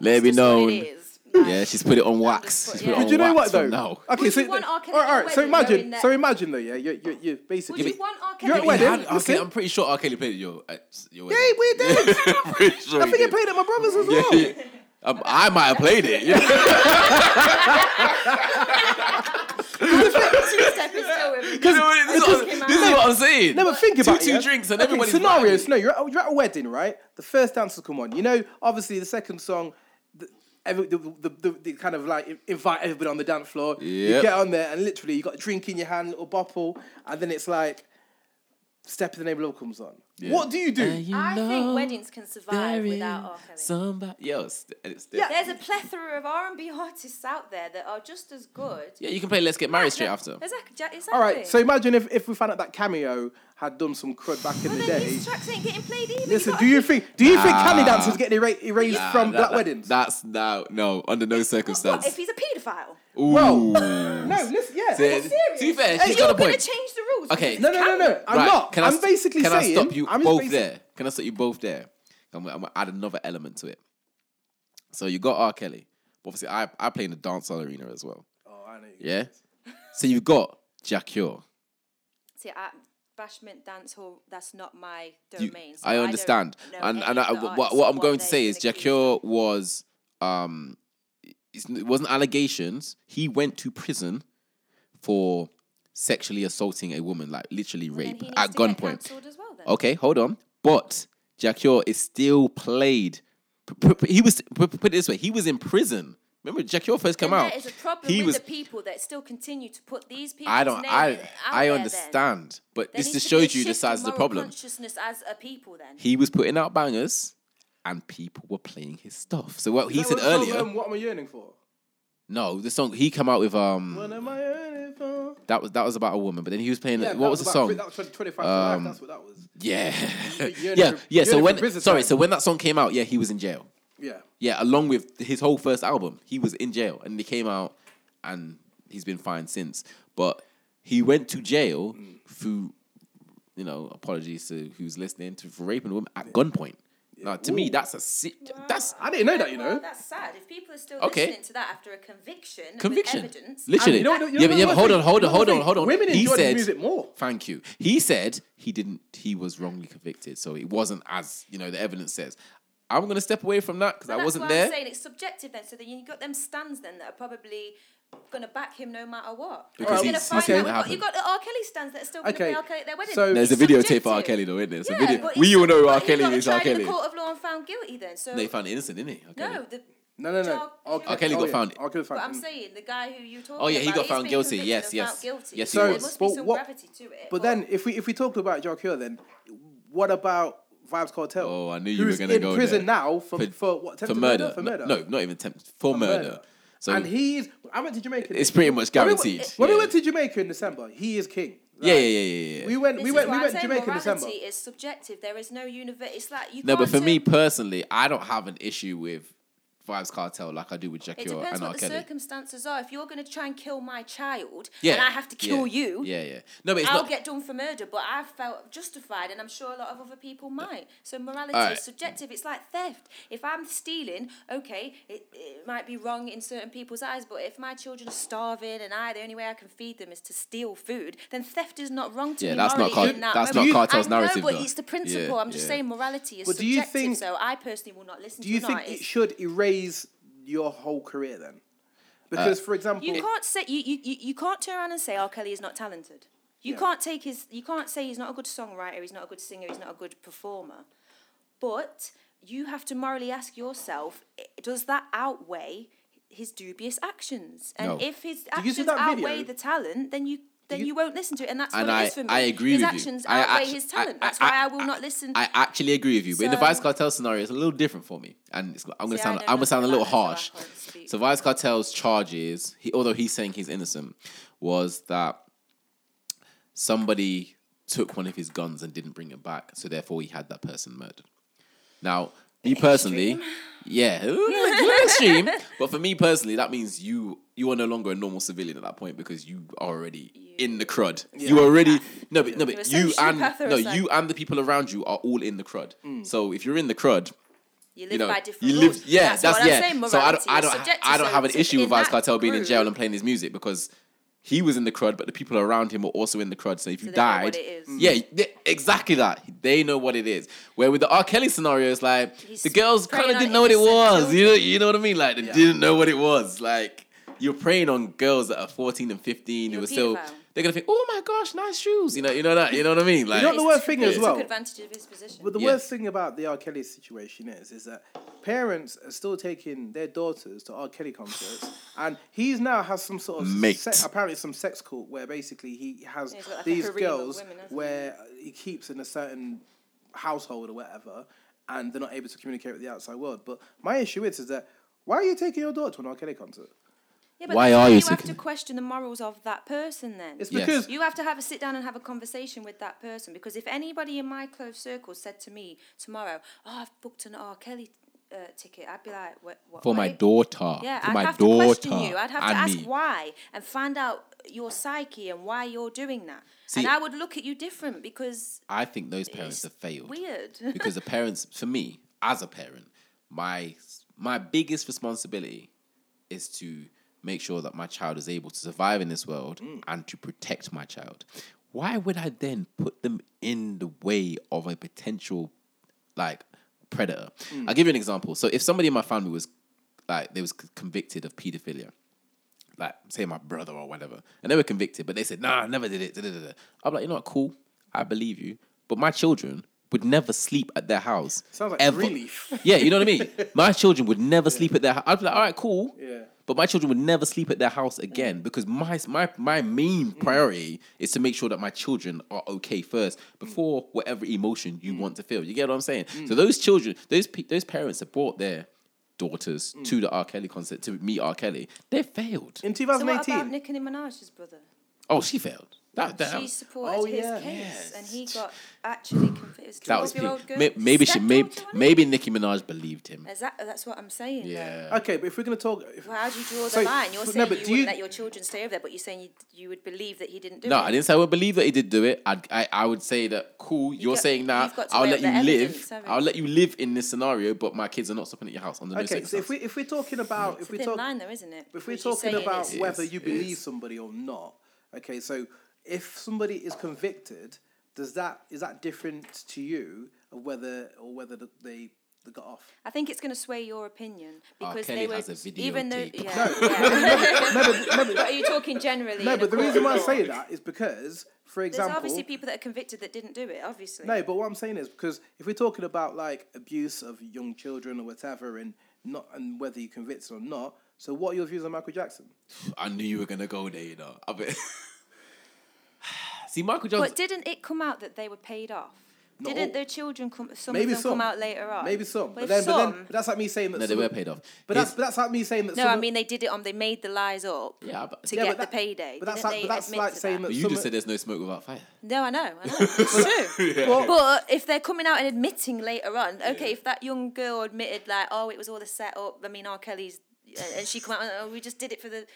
Speaker 3: Let me
Speaker 2: That's what
Speaker 3: know.
Speaker 2: it is. Like,
Speaker 3: Yeah, she's put it on wax.
Speaker 2: just put-
Speaker 3: She's put it
Speaker 2: yeah.
Speaker 3: on
Speaker 1: But you know
Speaker 3: wax
Speaker 1: what
Speaker 3: from
Speaker 1: though?
Speaker 3: now.
Speaker 1: Okay,
Speaker 2: Would
Speaker 1: so
Speaker 2: you want R. Kelly
Speaker 1: all right, all
Speaker 2: at
Speaker 1: right,
Speaker 2: a
Speaker 1: so
Speaker 2: wedding knowing
Speaker 1: imagine,
Speaker 2: that-
Speaker 1: so imagine though, yeah, you're, you're, you're basically.
Speaker 2: Would you want R.
Speaker 1: You're
Speaker 2: Kelly?
Speaker 1: at wedding.
Speaker 3: Had R.
Speaker 1: listen.
Speaker 3: Kelly- I'm pretty sure R. Kelly played at your. At your
Speaker 1: Hey,
Speaker 3: wedding.
Speaker 1: we did.
Speaker 3: Pretty sure
Speaker 1: I
Speaker 3: he
Speaker 1: think I
Speaker 3: did.
Speaker 1: played at my brother's as well.
Speaker 3: Um, I might have played it. Yeah.
Speaker 2: Two-step is still with me.
Speaker 3: You know what- this, is what, this is what I'm saying.
Speaker 1: Never think about
Speaker 3: two
Speaker 1: it. yeah?
Speaker 3: drinks and
Speaker 1: Okay,
Speaker 3: everybody's
Speaker 1: scenarios.
Speaker 3: vibing.
Speaker 1: No, you're at, you're at a wedding, right? The first dance will come on. You know, obviously the second song, the, every, the, the, the, the kind of like invite everybody on the dance floor. You
Speaker 3: Yep.
Speaker 1: get on there and literally you got a drink in your hand, little bottle, and then it's like, "Step in the Name of Love" comes on. What do you do?
Speaker 3: Uh,
Speaker 2: I think weddings can survive without R. Kelly.
Speaker 3: Somebody else.
Speaker 1: Yeah.
Speaker 3: yeah.
Speaker 2: There's a plethora of R&B artists out there that are just as good.
Speaker 3: yeah, you can play Let's Get Married straight after.
Speaker 2: Exactly. ja- exactly.
Speaker 1: All right. So imagine if, if we found out that Cameo had done some crud back in
Speaker 2: But
Speaker 1: the
Speaker 2: then
Speaker 1: day.
Speaker 2: his tracks ain't getting played either.
Speaker 1: Listen,
Speaker 2: gotta
Speaker 1: do you
Speaker 2: keep-
Speaker 1: think do you think Candy Dance was getting era- erased
Speaker 3: Nah,
Speaker 1: from
Speaker 3: that-
Speaker 1: black
Speaker 3: that-
Speaker 1: weddings?
Speaker 3: That's no, no, under no
Speaker 2: What, what if
Speaker 3: circumstance.
Speaker 2: he's a paedophile?
Speaker 1: well,
Speaker 3: Ooh.
Speaker 1: no, listen, yeah.
Speaker 3: Say- To be fair, she's
Speaker 2: You're
Speaker 3: got a
Speaker 2: gonna
Speaker 3: point.
Speaker 2: change the rules.
Speaker 3: Okay.
Speaker 1: No, no, no, no. I'm not.
Speaker 3: Can
Speaker 1: I'm
Speaker 3: st-
Speaker 1: basically
Speaker 3: can
Speaker 1: saying.
Speaker 3: I stop you
Speaker 1: I'm
Speaker 3: both
Speaker 1: basi-
Speaker 3: there? Can I stop you both there? I'm, gonna- I'm gonna add another element to it. So you got R. Kelly. Obviously, I I play in the dance arena as well.
Speaker 1: Oh, I know you-
Speaker 3: Yeah. So you've got Jack Hure.
Speaker 2: See, I, bashment dance hall. That's not my
Speaker 3: You-
Speaker 2: domain. so
Speaker 3: I
Speaker 2: don't
Speaker 3: understand,
Speaker 2: know
Speaker 3: and
Speaker 2: any
Speaker 3: and
Speaker 2: of
Speaker 3: I,
Speaker 2: the
Speaker 3: what
Speaker 2: artists
Speaker 3: what
Speaker 2: or
Speaker 3: I'm going to
Speaker 2: they've
Speaker 3: say
Speaker 2: been
Speaker 3: is Jack
Speaker 2: accused
Speaker 3: Hure was um, it's- it wasn't allegations. He went to prison for sexually assaulting a woman, like literally
Speaker 2: Then
Speaker 3: rape
Speaker 2: he needs
Speaker 3: at
Speaker 2: to get
Speaker 3: gunpoint.
Speaker 2: cancelled as well, then.
Speaker 3: Okay, hold on. But Jacquier is still played. p- p- He was p- p- put it this way. He was in prison. Remember, Jacquier first
Speaker 2: Then
Speaker 3: came out.
Speaker 2: There is a problem
Speaker 3: he
Speaker 2: with
Speaker 3: was.
Speaker 2: the people that still continue to put these people.
Speaker 3: I don't. I I understand. But this just shows you the size of the problem.
Speaker 2: Consciousness as a people, then.
Speaker 3: He was putting out bangers, and people were playing his stuff. So what he
Speaker 1: So
Speaker 3: said
Speaker 1: what- so,
Speaker 3: earlier.
Speaker 1: um, what am I yearning for?
Speaker 3: No, the song he came out with. Um,
Speaker 1: What am I yearning for?
Speaker 3: that was that was about a woman. But then he was playing.
Speaker 1: Yeah, that
Speaker 3: what was the
Speaker 1: about-
Speaker 3: song? Um,
Speaker 1: That was 25 to life. That's what that was.
Speaker 3: Yeah,
Speaker 1: you're in
Speaker 3: yeah,
Speaker 1: for-
Speaker 3: yeah.
Speaker 1: you're in
Speaker 3: So
Speaker 1: for
Speaker 3: when
Speaker 1: prison
Speaker 3: sorry,
Speaker 1: time.
Speaker 3: so when that song came out, yeah, he was in jail.
Speaker 1: Yeah.
Speaker 3: Yeah, along with his whole first album, he was in jail, and he came out, and he's been fine since. But he went to jail through, you know, apologies to who's listening to for raping a woman at gunpoint. Now, to me,
Speaker 1: Ooh.
Speaker 3: that's a si- that's
Speaker 1: I didn't know that, you
Speaker 2: Well,
Speaker 1: know.
Speaker 2: that's sad. If people are still
Speaker 3: Okay.
Speaker 2: listening to that after a conviction,
Speaker 3: conviction.
Speaker 2: with evidence,
Speaker 1: And
Speaker 3: Literally,
Speaker 1: you know what- you
Speaker 3: yeah,
Speaker 1: know
Speaker 3: but, yeah,
Speaker 1: what
Speaker 3: but hold
Speaker 1: I'm
Speaker 3: on, hold on,
Speaker 1: saying? You
Speaker 3: hold
Speaker 1: know
Speaker 3: on,
Speaker 1: what I'm
Speaker 3: hold on.
Speaker 1: saying? Women
Speaker 3: he
Speaker 1: enjoy the
Speaker 3: said,
Speaker 1: music more.
Speaker 3: Thank you. He said he didn't. He was wrongly convicted, so it wasn't as you know the evidence says. I'm gonna step away from that because I
Speaker 2: That's
Speaker 3: wasn't
Speaker 2: why
Speaker 3: there.
Speaker 2: I'm saying it's subjective then. So then you got them stands then that are probably going to back him no matter what.
Speaker 3: Because
Speaker 2: you're going to
Speaker 1: he's-
Speaker 2: find
Speaker 1: okay.
Speaker 2: out. We've got, you've got the R. Kelly stands that are still going to
Speaker 1: Okay.
Speaker 2: play R. Kelly at their wedding.
Speaker 1: So-
Speaker 3: There's a
Speaker 2: It's
Speaker 3: videotape for R.
Speaker 2: subjective.
Speaker 3: Kelly though, isn't there? It's a
Speaker 2: Yeah,
Speaker 3: video.
Speaker 2: but
Speaker 3: We
Speaker 2: it's
Speaker 3: all know
Speaker 2: sub-
Speaker 3: R.
Speaker 2: but he
Speaker 3: Kelly
Speaker 2: got
Speaker 3: is R.
Speaker 2: tried in
Speaker 3: Kelly.
Speaker 2: the court of law and found guilty then. So
Speaker 3: They found innocent, didn't he?
Speaker 2: no, the,
Speaker 1: No, oh, no, no.
Speaker 2: Job.
Speaker 1: R.
Speaker 2: R.
Speaker 3: Kelly got found.
Speaker 1: R. Kelly
Speaker 2: But
Speaker 1: found.
Speaker 2: I'm
Speaker 1: mm.
Speaker 2: saying the guy who you talked about.
Speaker 3: Oh, yeah, he got
Speaker 2: is
Speaker 3: found
Speaker 2: been
Speaker 3: guilty.
Speaker 2: convicted
Speaker 3: Yes,
Speaker 2: and
Speaker 3: yes.
Speaker 2: found Guilty.
Speaker 3: Yes,
Speaker 2: Yes,
Speaker 3: he
Speaker 2: so
Speaker 1: was.
Speaker 2: there must be
Speaker 1: But
Speaker 2: some
Speaker 1: what-
Speaker 2: gravity to it.
Speaker 1: But then, if we if we talked about Joe Kill, then what about Vibes Cartel?
Speaker 3: Oh, I knew you were
Speaker 1: Who's
Speaker 3: gonna
Speaker 1: in
Speaker 3: go
Speaker 1: prison
Speaker 3: there.
Speaker 1: now for,
Speaker 3: For-
Speaker 1: for, what
Speaker 3: for
Speaker 1: attempted
Speaker 3: murder.
Speaker 1: For
Speaker 3: No-
Speaker 1: murder.
Speaker 3: No, not even attempt for murder. So
Speaker 1: and he's. I went to Jamaica.
Speaker 3: it's pretty much
Speaker 1: When we went-
Speaker 3: guaranteed.
Speaker 1: When we
Speaker 3: yeah.
Speaker 1: went to Jamaica in December, he is king. Like,
Speaker 3: yeah, yeah, yeah, yeah,
Speaker 1: We
Speaker 3: yeah.
Speaker 1: went.
Speaker 2: This
Speaker 1: we
Speaker 2: is
Speaker 1: went.
Speaker 2: why
Speaker 1: We
Speaker 2: I
Speaker 1: went
Speaker 2: say
Speaker 1: to Jamaica in December.
Speaker 2: Morality is subjective. There is no universe. It's like you
Speaker 3: No, but
Speaker 2: can't
Speaker 3: for
Speaker 2: say-
Speaker 3: me personally, I don't have an issue with Vibes Cartel like I do with
Speaker 2: It
Speaker 3: Jackie
Speaker 2: depends
Speaker 3: and R.
Speaker 2: what the
Speaker 3: Kelly.
Speaker 2: circumstances are. If you're going to try and kill my child,
Speaker 3: Yeah,
Speaker 2: and I have to kill
Speaker 3: yeah,
Speaker 2: you,
Speaker 3: Yeah, yeah. No, but it's
Speaker 2: I'll
Speaker 3: not.
Speaker 2: get done for murder. But I felt justified, and I'm sure a lot of other people might. So morality
Speaker 3: Alright.
Speaker 2: is subjective. It's like theft. If I'm stealing, okay, it, it might be wrong in certain people's eyes. But if my children are starving, and I the only way I can feed them is to steal food, then theft is not wrong to
Speaker 3: Yeah,
Speaker 2: me.
Speaker 3: that's not
Speaker 2: morally
Speaker 3: car-
Speaker 2: in that
Speaker 3: that's
Speaker 2: moment.
Speaker 1: not
Speaker 3: Cartel's
Speaker 2: I know,
Speaker 3: narrative,
Speaker 2: but
Speaker 3: though.
Speaker 2: it's the principle.
Speaker 3: Yeah,
Speaker 2: I'm just
Speaker 3: yeah.
Speaker 2: saying morality is
Speaker 1: But do you
Speaker 2: subjective.
Speaker 1: think-
Speaker 2: so I personally will not listen
Speaker 1: Do
Speaker 2: to
Speaker 1: you
Speaker 2: an
Speaker 1: think
Speaker 2: artist.
Speaker 1: it should erase your whole career then? Because,
Speaker 3: Uh,
Speaker 1: for example,
Speaker 2: You can't say you, you, you you can't turn around and say R. Kelly is not talented. You
Speaker 1: Yeah.
Speaker 2: can't take his you can't say he's not a good songwriter, he's not a good singer, he's not a good performer. But you have to morally ask yourself, i- does that outweigh his dubious actions? And
Speaker 3: No.
Speaker 2: if his
Speaker 1: you see
Speaker 2: actions
Speaker 1: that
Speaker 2: outweigh
Speaker 1: video?
Speaker 2: the talent, then you then
Speaker 1: you-
Speaker 2: you, won't listen to it, and that's
Speaker 3: And
Speaker 2: what
Speaker 3: I-
Speaker 2: it is for me.
Speaker 3: I agree
Speaker 2: his
Speaker 3: with you.
Speaker 2: actions
Speaker 3: I
Speaker 2: outweigh
Speaker 3: actu-
Speaker 2: his
Speaker 3: I-
Speaker 2: talent.
Speaker 3: I-
Speaker 2: that's why
Speaker 3: I-
Speaker 2: I will not listen.
Speaker 3: I actually agree with you, but in the
Speaker 2: So-
Speaker 3: Vice Cartel scenario, it's a little different for me, and it's, I'm gonna
Speaker 2: See, I
Speaker 3: sound
Speaker 2: don't know
Speaker 3: I'm gonna sound a
Speaker 2: about
Speaker 3: little
Speaker 2: that, so I
Speaker 3: harsh.
Speaker 2: can't speak.
Speaker 3: So Vice Cartel's charges, he, although he's saying he's innocent, was that somebody took one of his guns and didn't bring it back, so therefore he had that person murdered. Now, me personally, yeah, extreme. But for me personally, that means you you are no longer a normal civilian at that point because you are already in the crud. You already no, but no, but
Speaker 2: You're a
Speaker 3: you and
Speaker 2: sociopath or
Speaker 3: no,
Speaker 2: a psych-
Speaker 3: you and the people around you are all in the crud. So if you're in the crud,
Speaker 2: you live
Speaker 3: you know,
Speaker 2: by different
Speaker 3: you
Speaker 2: rules.
Speaker 3: live. Yeah, that's,
Speaker 2: what I'm
Speaker 3: yeah.
Speaker 2: saying,
Speaker 3: so I
Speaker 2: morality
Speaker 3: don't, I
Speaker 2: is
Speaker 3: don't,
Speaker 2: subjective.
Speaker 3: I don't
Speaker 2: So
Speaker 3: have an
Speaker 2: it's-
Speaker 3: issue with
Speaker 2: in
Speaker 3: Vice
Speaker 2: that
Speaker 3: Cartel being in
Speaker 2: group,
Speaker 3: jail and playing his music because he was in the crud, but the people around him were also in the crud. So if you
Speaker 2: they know what
Speaker 3: died,
Speaker 2: it is.
Speaker 3: yeah, they- exactly that. They know what it is. Where with the R. Kelly scenario, it's like
Speaker 2: He's
Speaker 3: the girls
Speaker 2: preying
Speaker 3: kind of
Speaker 2: on
Speaker 3: didn't know what it
Speaker 2: innocent
Speaker 3: was.
Speaker 2: children.
Speaker 3: You know, you know what I mean? Like they didn't know what it was. Like you're preying on girls that are 14 and 15 who
Speaker 2: You're
Speaker 3: are
Speaker 2: a
Speaker 3: still.
Speaker 2: pedophile.
Speaker 3: They're gonna think, oh my gosh, nice shoes. You know, you know that. You know what I mean? Like
Speaker 1: don't know what
Speaker 2: It's-
Speaker 1: thing
Speaker 2: he
Speaker 1: as well.
Speaker 2: Took advantage of his position.
Speaker 1: But the
Speaker 3: Yeah.
Speaker 1: worst thing about the R. Kelly situation is, is that parents are still taking their daughters to R. Kelly concerts, and he's now has some sort of
Speaker 3: Mate.
Speaker 1: se- apparently some sex cult where basically he has
Speaker 2: He's got like a
Speaker 1: these
Speaker 2: harem of
Speaker 1: girls
Speaker 2: women, hasn't he?
Speaker 1: where he keeps in a certain household or whatever, and they're not able to communicate with the outside world. But my issue is, is that why are you taking your daughter to an R. Kelly concert?
Speaker 2: Yeah, but
Speaker 3: Why
Speaker 2: that's
Speaker 3: are
Speaker 2: why
Speaker 3: you
Speaker 2: you have
Speaker 3: taking
Speaker 2: to
Speaker 3: it?
Speaker 2: question the morals of that person then.
Speaker 1: It's
Speaker 3: Yes.
Speaker 1: because
Speaker 2: you have to have a sit down and have a conversation with that person because if anybody in my close circle said to me tomorrow, "Oh, I've booked an R. Kelly uh, ticket," I'd be like, "What?" what
Speaker 3: for my
Speaker 2: wait?"
Speaker 3: daughter,
Speaker 2: Yeah,
Speaker 3: for
Speaker 2: I'd
Speaker 3: my
Speaker 2: have
Speaker 3: daughter,
Speaker 2: to question you. I'd have to
Speaker 3: and
Speaker 2: ask
Speaker 3: me.
Speaker 2: why and find out your psyche and why you're doing that.
Speaker 3: See-
Speaker 2: and I would look at you different because
Speaker 3: I think those parents have failed
Speaker 2: weird.
Speaker 3: because the parents, for me as a parent, my my biggest responsibility is to make sure that my child is able to survive in this world and to protect my child. Why would I then put them in the way of a potential like predator? I'll give you an example. So if somebody in my family was like they was c- convicted of pedophilia, like say my brother or whatever, and they were convicted, but they said, "Nah, I never did it." da, da, da, da." I'm like, "You're not cool. I believe you." But my children would never sleep at their house.
Speaker 1: Sounds like relief.
Speaker 3: Yeah, you know what I mean. My children would never sleep at their. house. I'd be like, "All right, cool."
Speaker 1: Yeah.
Speaker 3: But my children would never sleep at their house again because my my my
Speaker 1: Mm.
Speaker 3: main priority is to make sure that my children are okay first
Speaker 1: Mm.
Speaker 3: before whatever emotion you want to feel. You get what I'm saying? So those children, those pe- those parents that brought their daughters
Speaker 1: Mm.
Speaker 3: to the R. Kelly concert to meet R. Kelly, they failed.
Speaker 1: in
Speaker 2: so what about
Speaker 1: 2018,
Speaker 2: Nicki Minaj's brother?
Speaker 3: Oh, she failed. That, that,
Speaker 2: She supported
Speaker 1: Oh,
Speaker 2: his
Speaker 1: yeah.
Speaker 2: case, and he got actually convicted.
Speaker 3: that was
Speaker 2: old
Speaker 3: peak. May- Maybe she maybe maybe Nicki Minaj believed him.
Speaker 2: that's what I'm saying. though.
Speaker 3: Yeah.
Speaker 1: okay, but if we're gonna talk, if,
Speaker 2: Well, how do you draw the
Speaker 1: So,
Speaker 2: line? You're
Speaker 1: so- no,
Speaker 2: saying
Speaker 1: but
Speaker 2: you
Speaker 1: do
Speaker 2: wouldn't
Speaker 1: you-
Speaker 2: let your children stay over there, but you're saying you, you would believe that he didn't do
Speaker 3: No,
Speaker 2: it.
Speaker 3: I didn't say I would believe that he did do it. I'd, I I would say that cool. You're
Speaker 2: got-
Speaker 3: saying
Speaker 2: you've
Speaker 3: that
Speaker 2: got to
Speaker 3: I'll
Speaker 2: weigh up
Speaker 3: let you
Speaker 2: the
Speaker 3: live.
Speaker 2: evidence, haven't
Speaker 3: I'll
Speaker 2: you?
Speaker 3: let you live in this scenario, but my kids are not stopping at your house under no
Speaker 1: okay, so if
Speaker 3: circumstances.
Speaker 1: we if we're talking about if
Speaker 2: It's a
Speaker 1: we
Speaker 2: thin
Speaker 1: talk
Speaker 2: line, though, isn't it?
Speaker 1: If we're
Speaker 2: Because you're
Speaker 1: talking
Speaker 2: saying
Speaker 1: about
Speaker 2: it's-
Speaker 1: whether
Speaker 3: is,
Speaker 1: you
Speaker 3: it
Speaker 1: believe
Speaker 3: is.
Speaker 1: somebody or not, okay, so if somebody is convicted, does that is that different to you of whether or whether th- they they got off?
Speaker 2: I think it's going to sway your opinion
Speaker 3: R.
Speaker 2: because
Speaker 3: Oh, Kelly
Speaker 2: they were
Speaker 3: has a
Speaker 2: even though
Speaker 3: videotape.
Speaker 2: yeah, yeah. But are you talking generally?
Speaker 1: No,
Speaker 2: in a
Speaker 1: but the reason why I
Speaker 2: court?
Speaker 1: say that is because, for
Speaker 2: There's
Speaker 1: example,
Speaker 2: obviously people that are convicted that didn't do it. Obviously,
Speaker 1: no, but what I'm saying is because if we're talking about like abuse of young children or whatever, and not and whether you convinced or not. So what are your views on Michael Jackson?
Speaker 3: I knew you were gonna go there, you know. I bet. See, Michael Jones.
Speaker 2: But didn't it come out that they were paid off?
Speaker 1: Not
Speaker 2: didn't
Speaker 1: all.
Speaker 2: their children come? Some
Speaker 1: Maybe
Speaker 2: of them
Speaker 1: some.
Speaker 2: come out later on.
Speaker 1: Maybe some,
Speaker 2: Well,
Speaker 1: but then,
Speaker 2: if
Speaker 1: but
Speaker 2: some-
Speaker 1: then but that's like me saying that.
Speaker 3: no, they
Speaker 1: some-
Speaker 3: were paid off.
Speaker 1: But
Speaker 3: His-
Speaker 1: that's but that's like me saying that.
Speaker 2: no,
Speaker 1: some
Speaker 2: I
Speaker 1: of-
Speaker 2: mean they did it on. They made the lies up
Speaker 3: yeah, but,
Speaker 2: to
Speaker 1: Yeah,
Speaker 2: get
Speaker 1: but that-
Speaker 2: the payday.
Speaker 1: but that's
Speaker 2: didn't
Speaker 1: like-
Speaker 2: they
Speaker 1: but that's
Speaker 2: admit
Speaker 1: like
Speaker 2: to
Speaker 1: saying
Speaker 2: that?
Speaker 3: but you
Speaker 1: some
Speaker 3: just
Speaker 1: of-
Speaker 3: said there's no smoke without fire.
Speaker 2: No, I know, I know. It's true.
Speaker 1: Well-
Speaker 2: But if they're coming out and admitting later on, okay, if that young girl admitted like, oh, it was all the setup. I mean, R. Kelly's, and she come out, oh, we just did it for the,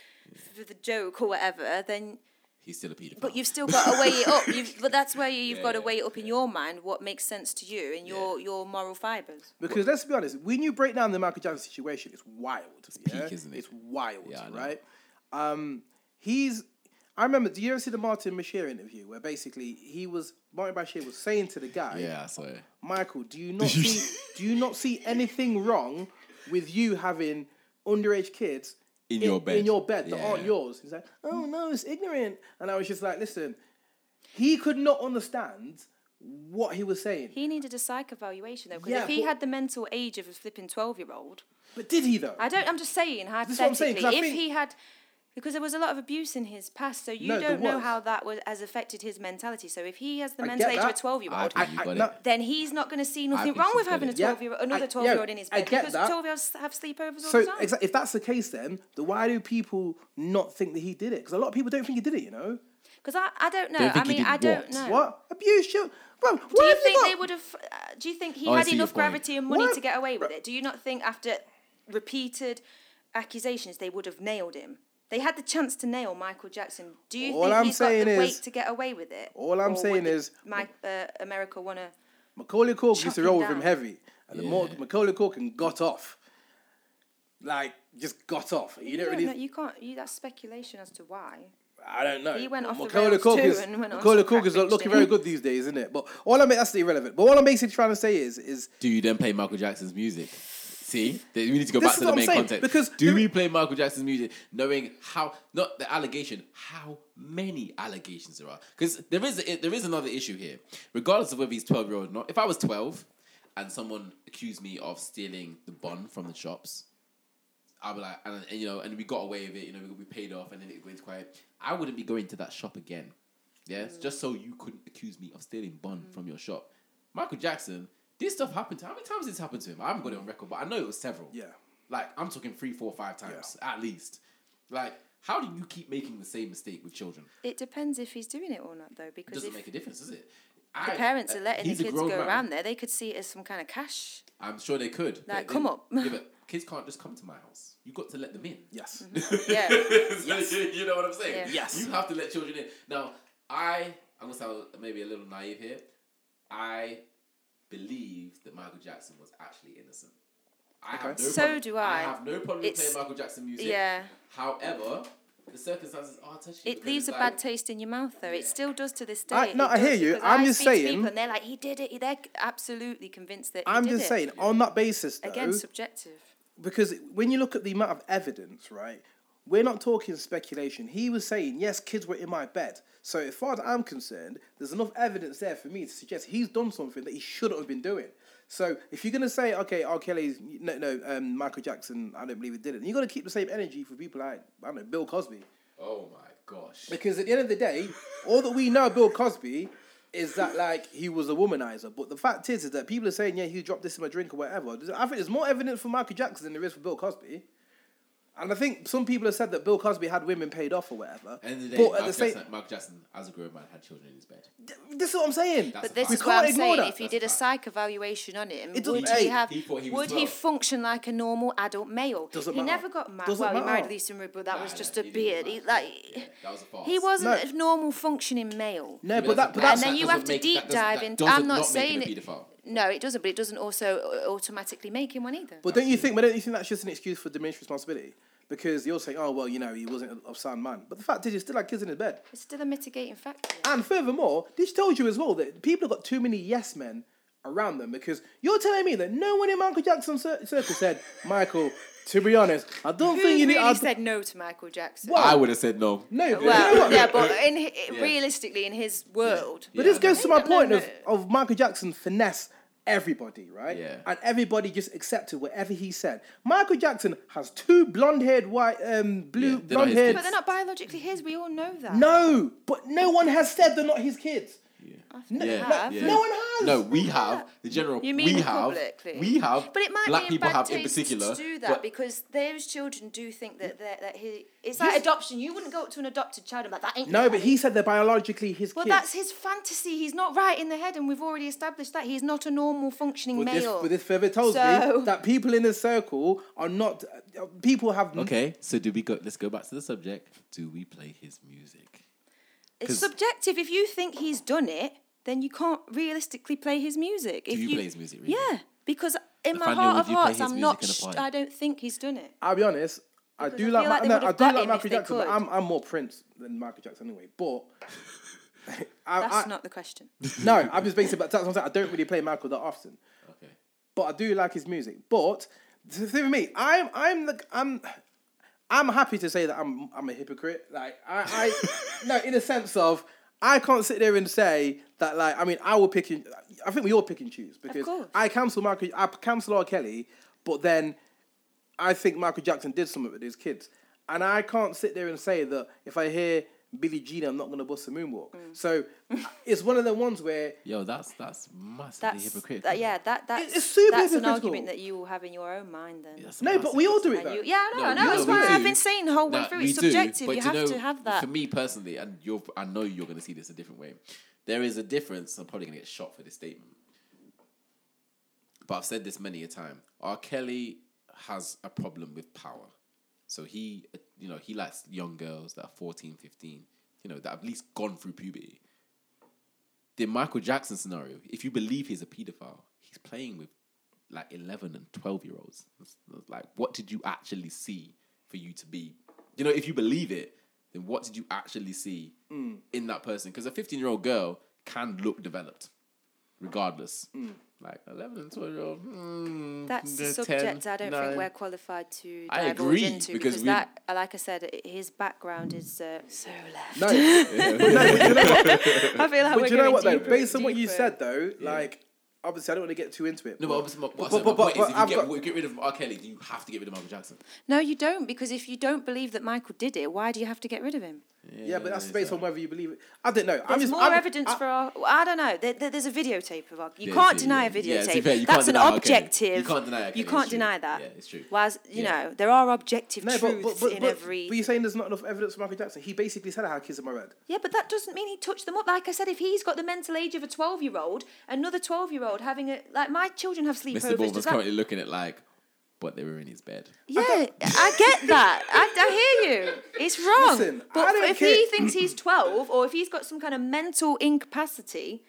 Speaker 2: for the joke or whatever. Then,
Speaker 3: He's still a pedophile.
Speaker 2: but you've still got to weigh it up. You've, but that's where you've
Speaker 3: Yeah,
Speaker 2: got to
Speaker 3: yeah,
Speaker 2: weigh it up in your mind. What makes sense to you and your your moral fibers.
Speaker 1: Because let's be honest, when you break down the Michael Jackson situation, it's wild. It's
Speaker 3: peak, isn't it?
Speaker 1: It's wild,
Speaker 3: Yeah, I know.
Speaker 1: right? Um, he's. I remember. Do you ever see the Martin Bashir interview where basically he was Martin Bashir was saying to the guy,
Speaker 3: yeah, I saw it.
Speaker 1: Michael, do you not see do you not see anything wrong with you having underage kids
Speaker 3: In your bed.
Speaker 1: in your bed that
Speaker 3: Yeah.
Speaker 1: aren't yours? He's like, oh no, it's ignorant. And I was just like, listen, he could not understand what he was saying.
Speaker 2: He needed a psych evaluation though, because
Speaker 1: Yeah,
Speaker 2: if he
Speaker 1: but-
Speaker 2: had the mental age of a flipping twelve year old,
Speaker 1: But did he though?
Speaker 2: I don't. I'm just saying
Speaker 1: is what I'm saying,
Speaker 2: hypothetically,
Speaker 1: 'cause I
Speaker 2: if
Speaker 1: think-
Speaker 2: he had, because there was a lot of abuse in his past, so you
Speaker 1: No, there
Speaker 2: don't know
Speaker 1: was.
Speaker 2: how that was has affected his mentality. So if he has the
Speaker 1: I
Speaker 2: mental
Speaker 1: get
Speaker 2: age of a
Speaker 1: that.
Speaker 2: 12 year
Speaker 3: I
Speaker 2: old,
Speaker 3: think you
Speaker 1: I-
Speaker 3: got
Speaker 1: no-
Speaker 3: it.
Speaker 2: then he's not going to see nothing
Speaker 3: think
Speaker 2: wrong
Speaker 3: she's
Speaker 2: with
Speaker 3: got
Speaker 2: having a
Speaker 3: it.
Speaker 1: Yeah,
Speaker 2: 12 year old, another
Speaker 1: I-
Speaker 2: 12 year old
Speaker 1: yeah,
Speaker 2: in his
Speaker 1: I
Speaker 2: bed
Speaker 1: get
Speaker 2: because
Speaker 1: that.
Speaker 2: 12 year olds have sleepovers all
Speaker 1: So
Speaker 2: the time.
Speaker 1: exa- if that's the case, then the why do people not think that he did it? Because a lot of people don't think he did it. You know
Speaker 2: Because I, I don't know.
Speaker 3: Don't
Speaker 2: I
Speaker 3: think he
Speaker 2: mean, I
Speaker 3: did
Speaker 2: don't
Speaker 3: what?
Speaker 2: know.
Speaker 1: what abuse? You, bro,
Speaker 2: Do
Speaker 1: what
Speaker 2: you
Speaker 1: have
Speaker 2: think
Speaker 1: got?
Speaker 2: they would have? Uh, do you think he
Speaker 3: Oh,
Speaker 2: had
Speaker 3: I see your
Speaker 2: enough
Speaker 3: point.
Speaker 2: gravity and money
Speaker 1: What?
Speaker 2: to get away with it? Do you not think after repeated accusations they would have nailed him? They had the chance to nail Michael Jackson. Do you
Speaker 1: All
Speaker 2: think
Speaker 1: I'm
Speaker 2: he's got
Speaker 1: saying
Speaker 2: the
Speaker 1: is-
Speaker 2: weight to get away with it?
Speaker 1: All I'm
Speaker 2: Or would
Speaker 1: saying
Speaker 2: the-
Speaker 1: is-
Speaker 2: my, uh, America wanna.
Speaker 1: Macaulay Culkin
Speaker 2: Chuck
Speaker 1: used to
Speaker 2: him
Speaker 1: roll with him
Speaker 2: down.
Speaker 1: heavy, and the more
Speaker 3: Yeah.
Speaker 1: Macaulay Culkin got off, like just got off. You don't
Speaker 2: Yeah,
Speaker 1: really.
Speaker 2: no, you can't. You, that's speculation as to why.
Speaker 1: I don't know.
Speaker 2: He went
Speaker 1: But
Speaker 2: off the
Speaker 1: Macaulay
Speaker 2: rails too
Speaker 1: Culkin's-
Speaker 2: and went on
Speaker 1: Macaulay
Speaker 2: some crap
Speaker 1: Culkin's not
Speaker 2: bitch,
Speaker 1: looking
Speaker 2: didn't
Speaker 1: very
Speaker 2: he?
Speaker 1: good these days, isn't it? But all I'm that's irrelevant. But all I'm basically trying to say is, is
Speaker 3: Do you then play Michael Jackson's music? See, Th- we need to go
Speaker 1: This
Speaker 3: back
Speaker 1: is
Speaker 3: to
Speaker 1: what
Speaker 3: the
Speaker 1: I'm
Speaker 3: main
Speaker 1: saying,
Speaker 3: context.
Speaker 1: because
Speaker 3: do
Speaker 1: the-
Speaker 3: we play Michael Jackson's music knowing how not the allegation, how many allegations there are? Because there is i- there is another issue here, regardless of whether he's twelve year old or not. If I was twelve and someone accused me of stealing the bun from the shops, I'd be like, and, and, you know, and we got away with it. You know, we, we paid off, and then it went quiet. I wouldn't be going to that shop again. Yes,
Speaker 2: Mm.
Speaker 3: just so you couldn't accuse me of stealing bun from your shop. Michael Jackson, this stuff happened to. How many times has this happened to him? I haven't got it on record, but I know it was several.
Speaker 1: Yeah.
Speaker 3: like I'm talking three, four, five times at least. Like, how do you keep making the same mistake with children?
Speaker 2: It depends if he's doing it or not, though,
Speaker 3: It
Speaker 2: because
Speaker 3: doesn't
Speaker 2: if
Speaker 3: make a difference, does it?
Speaker 2: the parents are letting the kids go around there,
Speaker 3: there.
Speaker 2: they could see it as some kind of cash.
Speaker 3: I'm sure they could. but
Speaker 2: Like,
Speaker 3: they-
Speaker 2: come up.
Speaker 3: Yeah, but kids can't just come to my house. You have got to let them in.
Speaker 1: yes,
Speaker 2: Yeah.
Speaker 3: yes. You know what I'm saying?
Speaker 2: Yeah.
Speaker 1: Yes.
Speaker 3: You have to let children in. Now, I, I'm going to sound maybe a little naive here. I believe that Michael Jackson was actually innocent. I have
Speaker 1: Okay.
Speaker 3: no
Speaker 2: So
Speaker 3: problem-
Speaker 2: do
Speaker 3: I
Speaker 2: I.
Speaker 3: have no problem
Speaker 2: It's-
Speaker 3: playing Michael Jackson music.
Speaker 2: yeah.
Speaker 3: However, the circumstances are touchy.
Speaker 2: It
Speaker 3: because
Speaker 2: leaves
Speaker 3: it's
Speaker 2: a
Speaker 3: like-
Speaker 2: bad taste in your mouth, though. It still does to this day.
Speaker 1: I- no,
Speaker 2: It
Speaker 1: I hear
Speaker 2: does,
Speaker 1: you.
Speaker 2: because
Speaker 1: I'm
Speaker 2: I
Speaker 1: just
Speaker 2: speak to
Speaker 1: saying-
Speaker 2: people and they're like, he did it. They're absolutely convinced that. He
Speaker 1: I'm
Speaker 2: did
Speaker 1: just
Speaker 2: it.
Speaker 1: saying uh, on that basis though.
Speaker 2: Again, subjective.
Speaker 1: because when you look at the amount of evidence, right? We're not talking speculation. He was saying, yes, kids were in my bed. So, as far as I'm concerned, there's enough evidence there for me to suggest he's done something that he shouldn't have been doing. So, if you're going to say, okay, R. Kelly's, no, no, um, Michael Jackson, I don't believe he did it, you've got to keep the same energy for people like, I don't know, Bill Cosby.
Speaker 3: Oh my gosh.
Speaker 1: Because at the end of the day, all that we know of Bill Cosby is that like he was a womanizer. But the fact is, is that people are saying, yeah, he dropped this in my drink or whatever. I think there's more evidence for Michael Jackson than there is for Bill Cosby. And I think some people have said that Bill Cosby had women paid off or whatever.
Speaker 3: End of the day,
Speaker 1: but
Speaker 3: Michael,
Speaker 1: at the same,
Speaker 3: Jackson, Michael Jackson, as a grown man, had children in his bed.
Speaker 1: this is what I'm saying.
Speaker 3: That's
Speaker 2: But
Speaker 3: a
Speaker 2: this
Speaker 3: fact.
Speaker 2: is
Speaker 1: We
Speaker 2: what
Speaker 1: can't
Speaker 2: I'm
Speaker 1: ignore
Speaker 2: saying.
Speaker 1: that.
Speaker 2: If he
Speaker 3: That's
Speaker 2: did
Speaker 3: a
Speaker 2: a
Speaker 3: fact.
Speaker 2: psych evaluation on him,
Speaker 1: doesn't-
Speaker 2: would
Speaker 1: Hey,
Speaker 2: he have?
Speaker 3: he thought he was
Speaker 2: would he
Speaker 3: 12.
Speaker 2: function like a normal adult male?
Speaker 1: Doesn't
Speaker 2: he
Speaker 1: matter.
Speaker 2: never got married.
Speaker 1: Doesn't
Speaker 2: Well, he married
Speaker 1: matter.
Speaker 2: Lisa Marie, but that
Speaker 3: Nah,
Speaker 2: was
Speaker 3: nah,
Speaker 2: just
Speaker 3: he
Speaker 2: a
Speaker 3: didn't
Speaker 2: beard.
Speaker 3: get
Speaker 2: He, like,
Speaker 3: married. Yeah, that was a farce.
Speaker 2: he wasn't
Speaker 1: No.
Speaker 2: a normal functioning male.
Speaker 1: No,
Speaker 3: Yeah,
Speaker 1: but that, but
Speaker 2: And
Speaker 1: that's
Speaker 2: then
Speaker 3: that
Speaker 2: you
Speaker 3: doesn't
Speaker 2: have to
Speaker 3: make-
Speaker 2: deep
Speaker 3: that doesn't-
Speaker 2: dive
Speaker 3: that
Speaker 2: in-
Speaker 3: doesn't
Speaker 2: I'm not
Speaker 3: make him
Speaker 2: saying
Speaker 3: a
Speaker 2: it-
Speaker 3: paedophile.
Speaker 2: No, it doesn't. But it doesn't also uh, automatically make him one either.
Speaker 1: But don't you think? But don't you think that's just an excuse for diminished responsibility? Because you're saying, oh well, you know, he wasn't a- a sound man. But the fact is, he still had kids in his bed.
Speaker 2: it's still a mitigating factor.
Speaker 1: And furthermore, this tells you as well that people have got too many yes men around them because you're telling me that no one in Michael Jackson's cir- circle said, Michael, to be honest, I don't
Speaker 2: Who
Speaker 1: think you
Speaker 2: really
Speaker 1: need. I d-
Speaker 2: said no to Michael Jackson?
Speaker 1: Well,
Speaker 3: I would have said no.
Speaker 1: no, but you know
Speaker 2: Well,
Speaker 1: what?
Speaker 2: yeah, but in, hi realistically, in his world,
Speaker 1: But this
Speaker 3: Yeah,
Speaker 1: goes to my
Speaker 2: no,
Speaker 1: point
Speaker 2: no,
Speaker 1: of, of Michael Jackson's finesse everybody, right?
Speaker 3: Yeah.
Speaker 1: And everybody just accepted whatever he said. Michael Jackson has two blonde-haired, white, um, blue,
Speaker 3: Yeah, they're not his
Speaker 1: blonde-haired.
Speaker 2: But they're not biologically his. We all know that.
Speaker 1: No, but no one has said they're not his kids.
Speaker 2: I think
Speaker 1: No,
Speaker 2: they
Speaker 3: Yeah,
Speaker 2: have.
Speaker 3: yeah.
Speaker 1: no one has.
Speaker 3: No, we have the general.
Speaker 2: You mean
Speaker 3: we have.
Speaker 2: publicly?
Speaker 3: We have.
Speaker 2: But it might
Speaker 3: black
Speaker 2: be in
Speaker 3: people
Speaker 2: bad
Speaker 3: have
Speaker 2: taste
Speaker 3: in particular.
Speaker 2: to do that
Speaker 3: but-
Speaker 2: because those children do think that that, that he it's like adoption. You wouldn't go up to an adopted child and be like that ain't.
Speaker 1: No,
Speaker 2: your
Speaker 1: but
Speaker 2: daddy."
Speaker 1: he said they're biologically his
Speaker 2: Well,
Speaker 1: kids.
Speaker 2: that's his fantasy. He's not right in the head, and we've already established that he's not a normal functioning
Speaker 1: But this,
Speaker 2: male.
Speaker 1: but this further tells
Speaker 2: So-
Speaker 1: me that people in his circle are not. uh, people have.
Speaker 3: okay, so do we go? Let's go back to the subject. Do we play his music?
Speaker 2: it's
Speaker 3: 'cause-
Speaker 2: subjective. If you think he's done it, then you can't realistically play his music. if
Speaker 3: you play his music, really?
Speaker 2: Yeah, because in my
Speaker 3: Nathaniel,
Speaker 2: heart
Speaker 3: would
Speaker 2: of
Speaker 3: you play
Speaker 2: hearts,
Speaker 3: his
Speaker 2: I'm
Speaker 3: music
Speaker 2: not.
Speaker 3: in a
Speaker 2: Sh-
Speaker 3: party?
Speaker 2: I don't think he's done it.
Speaker 1: I'll be honest. I
Speaker 2: Because
Speaker 1: do
Speaker 2: I
Speaker 1: like,
Speaker 2: feel like
Speaker 1: Ma-
Speaker 2: they
Speaker 1: no,
Speaker 2: would've
Speaker 1: I do
Speaker 2: got him
Speaker 1: like
Speaker 2: if
Speaker 1: Michael
Speaker 2: they
Speaker 1: Jackson, but
Speaker 2: could.
Speaker 1: I'm, I'm more Prince than Michael Jackson anyway. But I,
Speaker 2: That's
Speaker 1: I,
Speaker 2: not the question.
Speaker 1: no, I'm just basically. But that's what I'm saying. I don't really play Michael that often.
Speaker 3: Okay.
Speaker 1: but I do like his music. But the thing with me, I'm I'm the I'm I'm happy to say that I'm I'm a hypocrite. Like I, I no, in a sense of I can't sit there and say that like I mean I will pick and I think we all pick and choose because
Speaker 2: course.
Speaker 1: I cancel Michael I cancel R. Kelly, but then I think Michael Jackson did something with his kids. And I can't sit there and say that if I hear Billie Jean, I'm not gonna bust a moonwalk.
Speaker 2: Mm.
Speaker 1: So it's one of the ones where
Speaker 3: Yo, that's that's massively
Speaker 2: That's
Speaker 3: hypocritical.
Speaker 2: that, yeah. That that's
Speaker 1: it's super
Speaker 2: that's an
Speaker 1: hypocritical.
Speaker 2: argument that you will have in your own mind. Then
Speaker 3: That's
Speaker 1: no, but we all do it
Speaker 2: And
Speaker 1: though.
Speaker 2: you- yeah, I know, I
Speaker 3: you
Speaker 2: know. That's
Speaker 3: we
Speaker 2: why I've
Speaker 3: do.
Speaker 2: been saying the whole way
Speaker 3: No,
Speaker 2: through.
Speaker 3: we
Speaker 2: It's
Speaker 3: do,
Speaker 2: subjective.
Speaker 3: but
Speaker 2: you
Speaker 3: do
Speaker 2: have
Speaker 3: know,
Speaker 2: to have that.
Speaker 3: For me personally, and you're, I know you're going to see this a different way. There is a difference. I'm probably going to get shot for this statement, but I've said this many a time. R. Kelly has a problem with power, so he, uh, you know, he likes young girls that are 14, 15, you know, that have at least gone through puberty. The Michael Jackson scenario, if you believe he's a pedophile, he's playing with like 11 and 12 year olds. It's- it's Like, what did you actually see for you to be? You know, if you believe it, then what did you actually see
Speaker 1: Mm.
Speaker 3: in that person? Because a 15 year old girl can look developed, regardless.
Speaker 1: Mm.
Speaker 3: Like, 11 and 12 year old. Mm,
Speaker 2: That's a
Speaker 3: they're 10,
Speaker 2: subject I don't think
Speaker 3: nine.
Speaker 2: we're qualified to
Speaker 3: I
Speaker 2: divulge
Speaker 3: agree,
Speaker 2: into
Speaker 3: because
Speaker 2: because,
Speaker 3: we-
Speaker 2: that, like I said, i- his background is uh, so left.
Speaker 1: No, no, but you know what?
Speaker 2: I feel like we're
Speaker 1: But you know
Speaker 2: going
Speaker 1: what though?
Speaker 2: deeper
Speaker 1: Based
Speaker 2: and
Speaker 1: on what you
Speaker 2: deeper.
Speaker 1: said though, like obviously I don't want to get too into it.
Speaker 3: No, but obviously, my,
Speaker 1: But-
Speaker 3: but,
Speaker 1: but-
Speaker 3: my point
Speaker 1: but-
Speaker 3: is, if
Speaker 1: but
Speaker 3: you
Speaker 1: I've
Speaker 3: get,
Speaker 1: got-
Speaker 3: w- get rid of R. Kelly, you have to get rid of Michael Jackson.
Speaker 2: No, you don't, because if you don't believe that Michael did it, why do you have to get rid of him?
Speaker 1: yeah, but that's based on whether you believe it. I don't know. I'm
Speaker 2: There's
Speaker 1: just
Speaker 2: more
Speaker 1: I'm-
Speaker 2: evidence
Speaker 1: I-
Speaker 2: for our. well, I don't know. There, there, there's a videotape of our. You
Speaker 3: Yeah,
Speaker 2: can't
Speaker 3: see,
Speaker 2: deny
Speaker 3: yeah.
Speaker 2: a
Speaker 3: Yeah,
Speaker 2: videotape.
Speaker 3: to be fair, you
Speaker 2: That's
Speaker 3: can't
Speaker 2: an
Speaker 3: deny, okay.
Speaker 2: objective.
Speaker 3: You can't deny, okay,
Speaker 2: You
Speaker 3: it's
Speaker 2: can't
Speaker 3: true.
Speaker 2: deny that.
Speaker 3: Yeah, it's true.
Speaker 2: Whereas you
Speaker 3: Yeah.
Speaker 2: know there are objective
Speaker 1: No, but,
Speaker 2: truths
Speaker 1: but, but,
Speaker 2: in
Speaker 1: but,
Speaker 2: every.
Speaker 1: but you're saying there's not enough evidence for Michael Jackson. He basically said how kids are my red.
Speaker 2: Yeah, but that doesn't mean he touched them up. Like I said, if he's got the mental age of a twelve-year-old, another twelve-year-old having a like my children have sleepovers.
Speaker 3: Mr. Bulba's
Speaker 2: does that-
Speaker 3: currently looking at like, but they were in his bed.
Speaker 2: yeah, I, get that. I, I hear you. It's wrong.
Speaker 1: Listen, I
Speaker 2: but
Speaker 1: don't
Speaker 2: if he
Speaker 1: care-
Speaker 2: thinks he's twelve, or if he's got some kind of mental incapacity.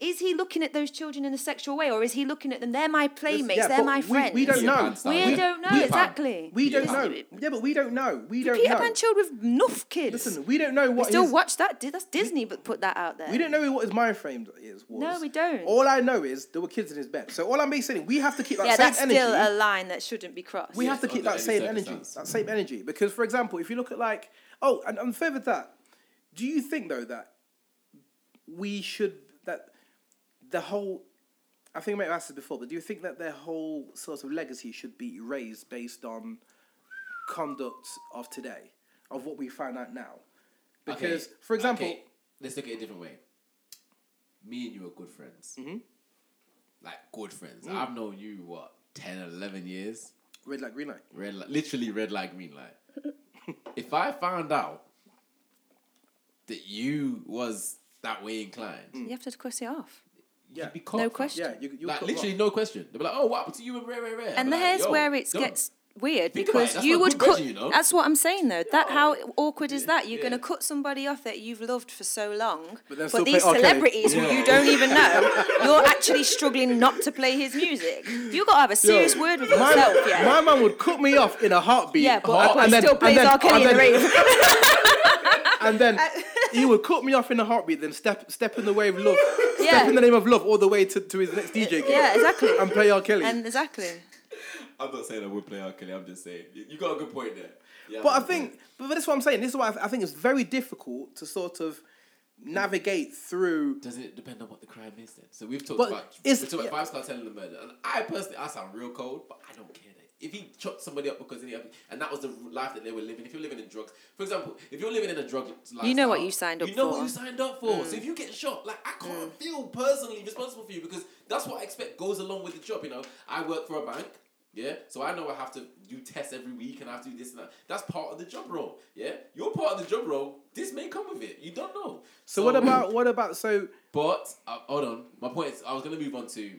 Speaker 2: Is he looking at those children in a sexual way, or is he looking at them? They're my playmates.
Speaker 1: yeah,
Speaker 2: they're
Speaker 1: but
Speaker 2: my
Speaker 1: we- we
Speaker 2: friends.
Speaker 1: don't
Speaker 3: Peter
Speaker 1: know.
Speaker 3: Pan style.
Speaker 2: We
Speaker 3: Yeah.
Speaker 2: don't know
Speaker 3: Peter Pan.
Speaker 2: exactly.
Speaker 1: We
Speaker 3: Yeah.
Speaker 1: don't know. Yeah, but we don't know. We don't
Speaker 2: Peter
Speaker 1: know.
Speaker 2: Pan chilled with nuff kids.
Speaker 1: Listen, we don't know
Speaker 2: we
Speaker 1: what
Speaker 2: still
Speaker 1: his,
Speaker 2: watch that. Di- That's Disney, but put that out there.
Speaker 1: we don't know what his mind frame is. Was.
Speaker 2: No, we don't.
Speaker 1: All I know is there were kids in his bed. So all I'm basically saying, we have to keep that
Speaker 2: yeah,
Speaker 1: same
Speaker 2: that's
Speaker 1: energy.
Speaker 2: still a line that shouldn't be crossed.
Speaker 1: we have to
Speaker 3: under
Speaker 1: keep that
Speaker 3: any
Speaker 1: same energy,
Speaker 3: circumstance.
Speaker 1: that same energy. Because, for example, if you look at like, oh, and, and further to that, do you think though that we should that the whole? I think I may have asked this before, but do you think that their whole sort of legacy should be erased based on conduct of today, of what we find out now? Because,
Speaker 3: Okay,
Speaker 1: for example,
Speaker 3: okay, let's look at it a different way. Me and you are good friends.
Speaker 1: Mm-hmm.
Speaker 3: Like, good friends.
Speaker 1: Mm.
Speaker 3: I've known you, what, 10, 11 years?
Speaker 1: red light, green light.
Speaker 3: Red light, literally red light, green light. if I found out that you was that way inclined,
Speaker 2: You have to cross it off.
Speaker 1: Mm. Yeah.
Speaker 3: you'd be caught,
Speaker 2: No
Speaker 3: fam.
Speaker 2: question.
Speaker 1: Yeah, you, you
Speaker 3: like, literally no question. They'd be like, oh, what happened to you and rare, rare, rare? I'd
Speaker 2: And
Speaker 3: be like,
Speaker 2: here's
Speaker 3: "Yo,
Speaker 2: where it
Speaker 3: yo."
Speaker 2: gets weird
Speaker 3: Think about it,
Speaker 2: because
Speaker 3: that's
Speaker 2: you
Speaker 3: not
Speaker 2: would
Speaker 3: good
Speaker 2: cut.
Speaker 3: reason, you know?
Speaker 2: That's what I'm saying though. That how awkward is that? You're
Speaker 3: yeah.
Speaker 2: going to cut somebody off that you've loved for so long,
Speaker 1: But
Speaker 2: but,
Speaker 1: they'll still play
Speaker 2: these
Speaker 1: R. Kelly.
Speaker 2: celebrities who you don't even know, you're actually struggling not to play his music. You got to have a serious word with
Speaker 1: My,
Speaker 2: yourself, yeah.
Speaker 1: my man would cut me off in a heartbeat.
Speaker 2: yeah, but,
Speaker 1: And-
Speaker 2: but
Speaker 1: and
Speaker 2: he
Speaker 1: then-
Speaker 2: still
Speaker 1: and
Speaker 2: plays
Speaker 1: then-
Speaker 2: R.
Speaker 1: and
Speaker 2: Kelly in the
Speaker 1: then-
Speaker 2: rave.
Speaker 1: and then he would cut me off in a heartbeat, then step step in the way of love,
Speaker 2: Yeah.
Speaker 1: step in the name of love all the way to, to his next DJ gig.
Speaker 2: Yeah, exactly.
Speaker 1: And play R. Kelly.
Speaker 2: And exactly.
Speaker 3: I'm not saying I would play R. Kelly. I'm just saying you you got a good point there. Yeah,
Speaker 1: but I
Speaker 3: I've got a
Speaker 1: think, but that's what I'm saying. This is why I, th- I think it's very difficult to sort of navigate through.
Speaker 3: Does it depend on what the crime is then? So we've talked
Speaker 1: But
Speaker 3: about
Speaker 1: it's-
Speaker 3: we talked
Speaker 1: yeah.
Speaker 3: about five star telling the murder, and I personally I sound real cold, but I don't care. that- If he chopped somebody up because of the other, and that was the life that they were living, if you're living in drugs, for example, if you're living in a drug lifestyle,
Speaker 2: You know what you signed up
Speaker 3: You know
Speaker 2: for. Mm.
Speaker 3: what you signed up for. So if you get shot, like I can't feel personally responsible for you because that's what I expect goes along with the job. You know, I work for a bank. Yeah, so I know I have to do tests every week and I have to do this and that. That's part of the job role. Yeah, you're part of the job role. This may come with it. You don't know.
Speaker 1: So what about what about so?
Speaker 3: But uh, hold on, my point is I was gonna move on to.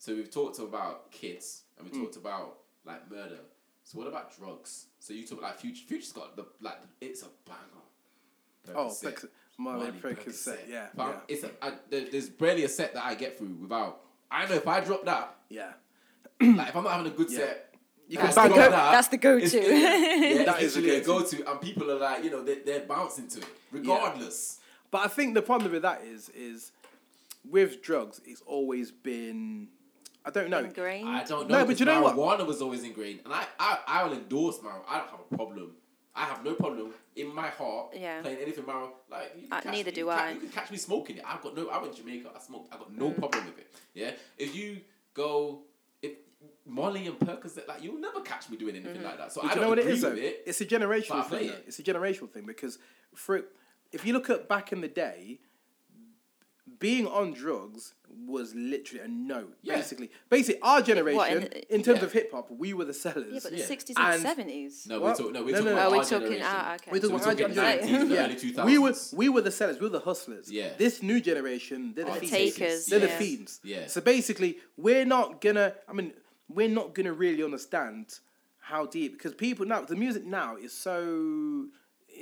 Speaker 3: So we've talked about kids and we
Speaker 1: Hmm.
Speaker 3: talked about like murder. So what about drugs? So you talk like future. Future's got the like it's a banger.
Speaker 1: Oh,
Speaker 3: Percocet.
Speaker 1: Percocet. Molly Percocet, yeah,
Speaker 3: But
Speaker 1: yeah.
Speaker 3: It's a, I, there, there's barely a set that I get through without. I know if I drop that,
Speaker 1: Yeah,
Speaker 3: like if I'm not having a good
Speaker 1: Yeah.
Speaker 3: set.
Speaker 1: You
Speaker 3: and
Speaker 1: can
Speaker 3: I
Speaker 1: bang
Speaker 3: drop
Speaker 1: it.
Speaker 3: that,
Speaker 2: That's the go-to.
Speaker 3: it's- it- Yeah,
Speaker 1: That
Speaker 3: that
Speaker 1: is
Speaker 3: is
Speaker 1: the
Speaker 3: a go to, and people are like, you know, they, they're bouncing to it regardless.
Speaker 1: but I think the problem with that is is with drugs, it's always been. I don't know.
Speaker 2: Ingrained.
Speaker 3: I don't know.
Speaker 1: No, but
Speaker 3: because
Speaker 1: you know what?
Speaker 3: Marijuana was always ingrained, and I, I, I will endorse marijuana. I don't have a problem. I have no problem in my heart
Speaker 2: Yeah.
Speaker 3: playing anything marijuana. Like you can
Speaker 2: Uh,
Speaker 3: catch
Speaker 2: neither
Speaker 3: me,
Speaker 2: do
Speaker 3: you can-
Speaker 2: I. Mm.
Speaker 3: you can catch me smoking it. I've got no. I went to Jamaica. I smoked. I got no problem with it. Yeah. If you go, if Molly and Percocet, like you'll never catch me doing
Speaker 2: Mm-hmm.
Speaker 3: anything like that. So I
Speaker 1: Do
Speaker 3: don't
Speaker 1: you know what it
Speaker 3: agree
Speaker 1: is though?
Speaker 3: with it.
Speaker 1: It's a
Speaker 3: but
Speaker 1: generational
Speaker 3: I play
Speaker 1: thing. though.
Speaker 3: it.
Speaker 1: It's a generational thing because for if you look at back in the day, being on drugs was literally a no.
Speaker 3: Yeah.
Speaker 1: Basically, basically our generation
Speaker 2: in
Speaker 1: in,
Speaker 2: the-
Speaker 1: terms
Speaker 3: Yeah.
Speaker 1: of hip hop, we were the sellers.
Speaker 2: yeah, but the
Speaker 3: Yeah.
Speaker 2: 60s
Speaker 1: And-
Speaker 2: and, 70s.
Speaker 3: No,
Speaker 1: What?
Speaker 3: we're talking. No, we're
Speaker 1: No,
Speaker 3: talking.
Speaker 1: no, no.
Speaker 3: about
Speaker 2: Oh, we're
Speaker 3: our
Speaker 2: talking.
Speaker 3: generation.
Speaker 2: Ah, okay.
Speaker 1: We're
Speaker 3: So
Speaker 1: talking
Speaker 3: we're
Speaker 1: about
Speaker 3: talking
Speaker 1: our generation.
Speaker 3: 90s, the
Speaker 1: Yeah.
Speaker 3: early 2000s.
Speaker 1: We were we were the sellers. We were the hustlers.
Speaker 3: Yeah.
Speaker 1: This new generation, they're the,
Speaker 3: Are the
Speaker 1: thieves.
Speaker 2: takers,
Speaker 1: They're the
Speaker 2: yeah.
Speaker 1: fiends.
Speaker 3: Yeah.
Speaker 1: So basically, we're not gonna. I mean, we're not gonna really understand how deep because people now the music now is so.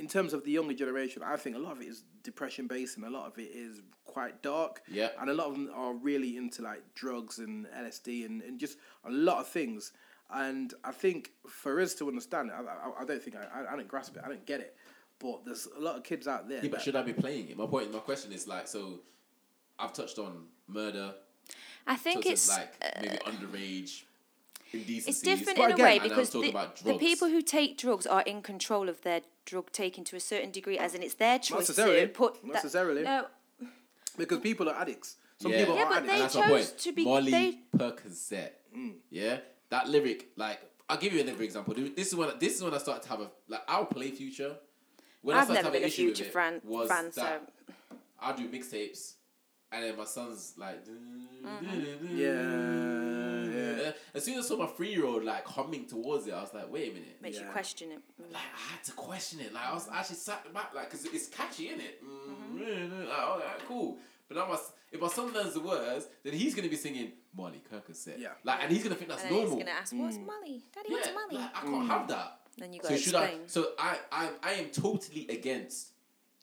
Speaker 1: In terms of the younger generation, I think a lot of it is depression based and a lot of it is quite dark.
Speaker 3: Yeah.
Speaker 1: And a lot of them are really into like drugs and LSD and, and just a lot of things. And I think for us to understand it, I, I, I don't think I, I, I don't grasp it, I don't get it. But there's a lot of kids out there.
Speaker 3: Yeah,
Speaker 1: that-
Speaker 3: but should I be playing it? My point, my question is like, so I've touched on murder.
Speaker 2: I think
Speaker 3: touched on,
Speaker 2: it's
Speaker 3: like maybe underage indecencies.
Speaker 2: it's different
Speaker 1: But
Speaker 2: in a
Speaker 1: again-
Speaker 2: way
Speaker 1: And
Speaker 3: I'm
Speaker 2: because
Speaker 3: talking
Speaker 2: the,
Speaker 3: about
Speaker 2: the
Speaker 3: drugs.
Speaker 2: people who take drugs are in control of their drug taking to a certain degree, as in it's their choice
Speaker 1: necessarily.
Speaker 2: to put.
Speaker 1: Not necessarily.
Speaker 2: That,
Speaker 1: because people are addicts. Some
Speaker 3: Yeah.
Speaker 1: people
Speaker 3: Yeah,
Speaker 1: are
Speaker 2: but
Speaker 1: addicts.
Speaker 2: they
Speaker 3: and that's my
Speaker 2: chose
Speaker 3: point.
Speaker 2: to be-
Speaker 3: Molly
Speaker 2: they- Mm.
Speaker 3: Percocet. Yeah, that lyric. Like, I'll give you another example. This is when this is when I started to have a like. I'll play Future. When I
Speaker 2: I've never
Speaker 3: started to have
Speaker 2: been
Speaker 3: an
Speaker 2: a
Speaker 3: issue with
Speaker 2: Future
Speaker 3: it
Speaker 2: fan-
Speaker 3: was
Speaker 2: fan,
Speaker 3: that
Speaker 2: so-
Speaker 3: I do mixtapes, and then my son's like.
Speaker 2: Mm-hmm.
Speaker 1: Yeah, yeah.
Speaker 3: As soon as I saw my three year old like humming towards it, I was like, wait a minute.
Speaker 2: makes
Speaker 1: Yeah.
Speaker 2: you question it.
Speaker 3: like I had to question it. Like I was actually sat back, like because it's catchy, isn't it? Mm, Like, all right, cool. But now my, s- if my son learns the words, then he's gonna be singing Molly Kirkosett.
Speaker 1: Yeah.
Speaker 3: Like, and he's gonna think that's
Speaker 2: And then he's
Speaker 3: normal. Mm.
Speaker 2: going to ask, "What's Molly? Daddy, what's
Speaker 3: yeah.
Speaker 2: Molly?"
Speaker 3: Like, I can't have that.
Speaker 2: Mm. Then you
Speaker 3: So
Speaker 2: gotta
Speaker 3: should I?
Speaker 2: explain.
Speaker 3: So I, I, I am totally against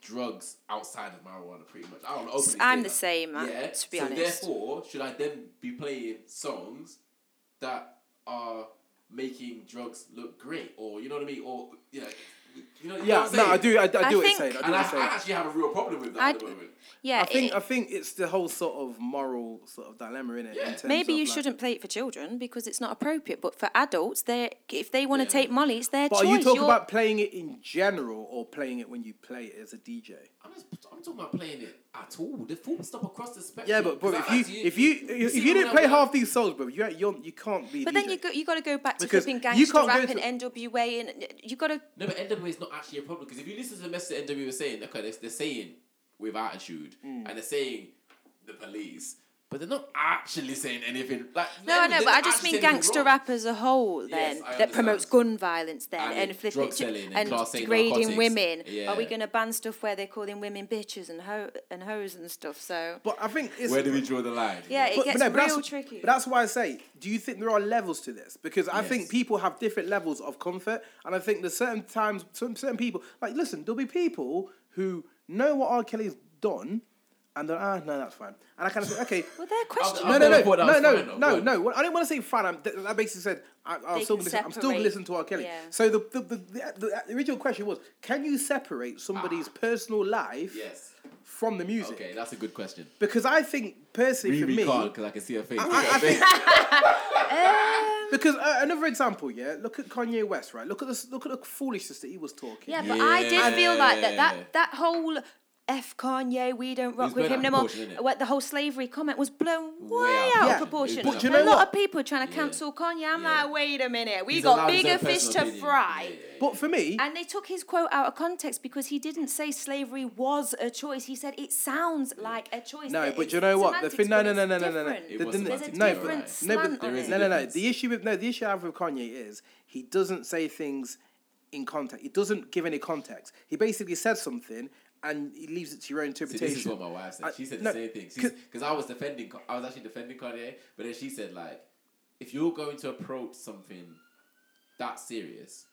Speaker 3: drugs outside of marijuana. Pretty much, I don't open.
Speaker 2: S-
Speaker 3: it,
Speaker 2: I'm
Speaker 3: say
Speaker 2: the
Speaker 3: that.
Speaker 2: same, uh, to be
Speaker 3: so
Speaker 2: honest.
Speaker 3: therefore, should I then be playing songs that are making drugs look great, or you know what I mean, or you know, you know, you know
Speaker 1: Yeah,
Speaker 3: what I'm
Speaker 1: no, I
Speaker 3: saying?
Speaker 1: do. I, I do what you're
Speaker 2: think-
Speaker 1: saying. I do
Speaker 3: And I,
Speaker 1: what you're saying.
Speaker 3: I actually have a real problem with that
Speaker 2: I
Speaker 3: at the
Speaker 2: d-
Speaker 3: moment.
Speaker 2: yeah,
Speaker 1: I think
Speaker 2: it-
Speaker 1: I think it's the whole sort of moral sort of dilemma in it.
Speaker 3: Yeah.
Speaker 1: In terms
Speaker 2: maybe
Speaker 1: of,
Speaker 2: you
Speaker 1: like-
Speaker 2: shouldn't play it for children because it's not appropriate. But for adults, they if they want to
Speaker 3: Yeah.
Speaker 2: take Molly, it's their
Speaker 1: But
Speaker 2: choice.
Speaker 1: are you talking
Speaker 2: You're-
Speaker 1: about playing it in general or playing it when you play it as a DJ?
Speaker 3: I'm just, I'm talking about playing it at all. The full stop across the spectrum.
Speaker 1: Yeah, but, but
Speaker 3: 'Cause
Speaker 1: if
Speaker 3: I
Speaker 1: you
Speaker 3: actually-
Speaker 1: if you if
Speaker 3: see
Speaker 1: you didn't
Speaker 3: what
Speaker 1: play
Speaker 3: I-
Speaker 1: half these songs, bro, you you you can't be. a
Speaker 2: But then
Speaker 1: DJ.
Speaker 2: you go, you got to go back to
Speaker 1: Because
Speaker 2: flipping
Speaker 1: you
Speaker 2: gangster
Speaker 1: can't go
Speaker 2: rap
Speaker 1: to-
Speaker 2: and NWA, and uh, you got to
Speaker 3: No, but NWA is not actually a problem because if you listen to the message that NWA was saying, okay, they're, they're saying with attitude
Speaker 2: Mm.
Speaker 3: and they're saying the police, but they're not actually saying anything like.
Speaker 2: No, I
Speaker 3: they're
Speaker 2: know, but
Speaker 3: not
Speaker 2: I just
Speaker 3: actually
Speaker 2: mean
Speaker 3: saying anything
Speaker 2: gangster
Speaker 3: wrong.
Speaker 2: rap as a whole, then
Speaker 3: Yes, I
Speaker 2: that promotes gun
Speaker 3: understand.
Speaker 2: violence, then
Speaker 3: And
Speaker 2: and, flip
Speaker 3: drug
Speaker 2: it to-
Speaker 3: selling and
Speaker 2: and
Speaker 3: class A narcotics.
Speaker 2: degrading women. Are we
Speaker 3: Yeah.
Speaker 2: going to ban stuff where they're calling women bitches and ho and hoes and stuff? So
Speaker 1: But I think it's
Speaker 3: Where do we draw the line?
Speaker 2: yeah,
Speaker 1: But-
Speaker 2: it
Speaker 1: but
Speaker 2: gets
Speaker 1: no, but
Speaker 2: real
Speaker 1: that's-
Speaker 2: tricky.
Speaker 1: But that's why I say, do you think there are levels to this? Because I think
Speaker 3: Yes.
Speaker 1: people have different levels of comfort, and I think there's certain times, some certain people. Like, listen, there'll be people who know what R. Kelly's done, and they're ah, no, that's fine. And I kind of say, okay.
Speaker 2: well, they're questioning.
Speaker 1: No,
Speaker 3: I've
Speaker 1: no,
Speaker 3: never
Speaker 1: no,
Speaker 3: thought that
Speaker 1: no,
Speaker 3: was
Speaker 1: no,
Speaker 3: fine, though.
Speaker 1: no,
Speaker 3: Good.
Speaker 1: no. Well, I didn't want to say fine. I'm, th- I basically said I, I'll
Speaker 2: They
Speaker 1: still
Speaker 2: can
Speaker 1: listen, I'm still
Speaker 2: separate.
Speaker 1: listening to R. Kelly.
Speaker 2: Yeah.
Speaker 1: So the the, the, the the original question was, can you separate somebody's personal life
Speaker 3: Ah. Yes.
Speaker 1: from the music?
Speaker 3: Okay, that's a good question.
Speaker 1: Because I think personally, for
Speaker 3: Riri
Speaker 1: me,
Speaker 3: can't because I can see her face.
Speaker 1: I, I think because uh, another example, yeah. Look at Kanye West, right? Look at the look at the foolishness that he was talking.
Speaker 2: yeah, but I did feel like that.
Speaker 3: Yeah.
Speaker 2: That that whole F Kanye, we don't rock
Speaker 3: was
Speaker 2: with
Speaker 3: blown
Speaker 2: him no
Speaker 3: out of
Speaker 2: more.
Speaker 3: proportion, innit?
Speaker 2: What the whole slavery comment was blown way,
Speaker 3: out
Speaker 2: out,
Speaker 3: of
Speaker 1: Yeah.
Speaker 2: of proportion.
Speaker 3: But
Speaker 1: you
Speaker 2: And
Speaker 1: know
Speaker 2: a lot
Speaker 1: what?
Speaker 2: of people trying to cancel Kanye. I'm
Speaker 3: Yeah.
Speaker 2: like, wait a minute, we
Speaker 3: He's
Speaker 2: got
Speaker 3: allowed his
Speaker 2: bigger
Speaker 3: own
Speaker 2: fish
Speaker 3: personal
Speaker 2: to
Speaker 3: opinion.
Speaker 2: fry.
Speaker 3: Yeah, yeah,
Speaker 1: But for me,
Speaker 2: And they took his quote out of context because he didn't say slavery was a choice. He said it sounds like a choice.
Speaker 1: No,
Speaker 2: that
Speaker 1: but
Speaker 2: it's
Speaker 1: you know what? The
Speaker 2: semantics,
Speaker 1: thing, no,
Speaker 2: but
Speaker 1: no, no,
Speaker 2: it's
Speaker 1: no, no, no, no.
Speaker 2: different.
Speaker 1: The-
Speaker 3: It was
Speaker 1: the-
Speaker 2: There's a
Speaker 3: semantics,
Speaker 1: no,
Speaker 3: though,
Speaker 1: but-
Speaker 2: different
Speaker 3: right?
Speaker 1: no,
Speaker 2: slant
Speaker 1: but-
Speaker 2: on
Speaker 3: There
Speaker 2: it.
Speaker 3: is a
Speaker 1: no, no, no.
Speaker 3: difference.
Speaker 1: The issue with no, the issue I have with Kanye is he doesn't say things in context. He doesn't give any context. He basically says something and he leaves it to your own
Speaker 3: See,
Speaker 1: interpretation.
Speaker 3: this is what my wife said.
Speaker 1: I-
Speaker 3: She said
Speaker 1: no,
Speaker 3: the same thing. Because I was defending, Ka- I was actually defending Kanye, but then she said like, if you're going to approach something that serious,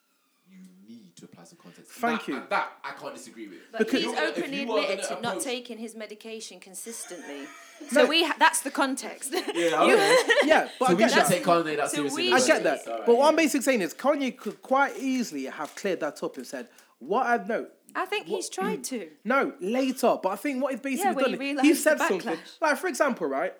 Speaker 3: you need to apply some context.
Speaker 1: Thank
Speaker 3: That-
Speaker 1: you.
Speaker 3: and that I can't disagree with.
Speaker 2: But
Speaker 1: Because-
Speaker 2: he's
Speaker 3: If you are- if
Speaker 2: openly
Speaker 3: you are
Speaker 2: admitted
Speaker 3: gonna
Speaker 2: to not
Speaker 3: approach-
Speaker 2: taking his medication consistently. So we ha- that's the context.
Speaker 3: Yeah,
Speaker 2: You-
Speaker 1: yeah, but I
Speaker 3: So we
Speaker 1: get
Speaker 3: should
Speaker 1: that.
Speaker 3: take Kanye that
Speaker 2: So
Speaker 3: seriously.
Speaker 2: we
Speaker 3: in the
Speaker 1: I
Speaker 2: should-
Speaker 1: get
Speaker 2: Sorry,
Speaker 3: first
Speaker 1: that.
Speaker 3: place. All right,
Speaker 1: But what I'm
Speaker 3: yeah.
Speaker 1: basically saying is Kanye could quite easily have cleared that up and said, "What I know."
Speaker 2: I think he's
Speaker 1: mm.
Speaker 2: tried to.
Speaker 1: No, later. But I think what he's basically
Speaker 2: Yeah, when he
Speaker 1: done, is he
Speaker 2: realised the
Speaker 1: said something.
Speaker 2: backlash.
Speaker 1: Like, for example, right?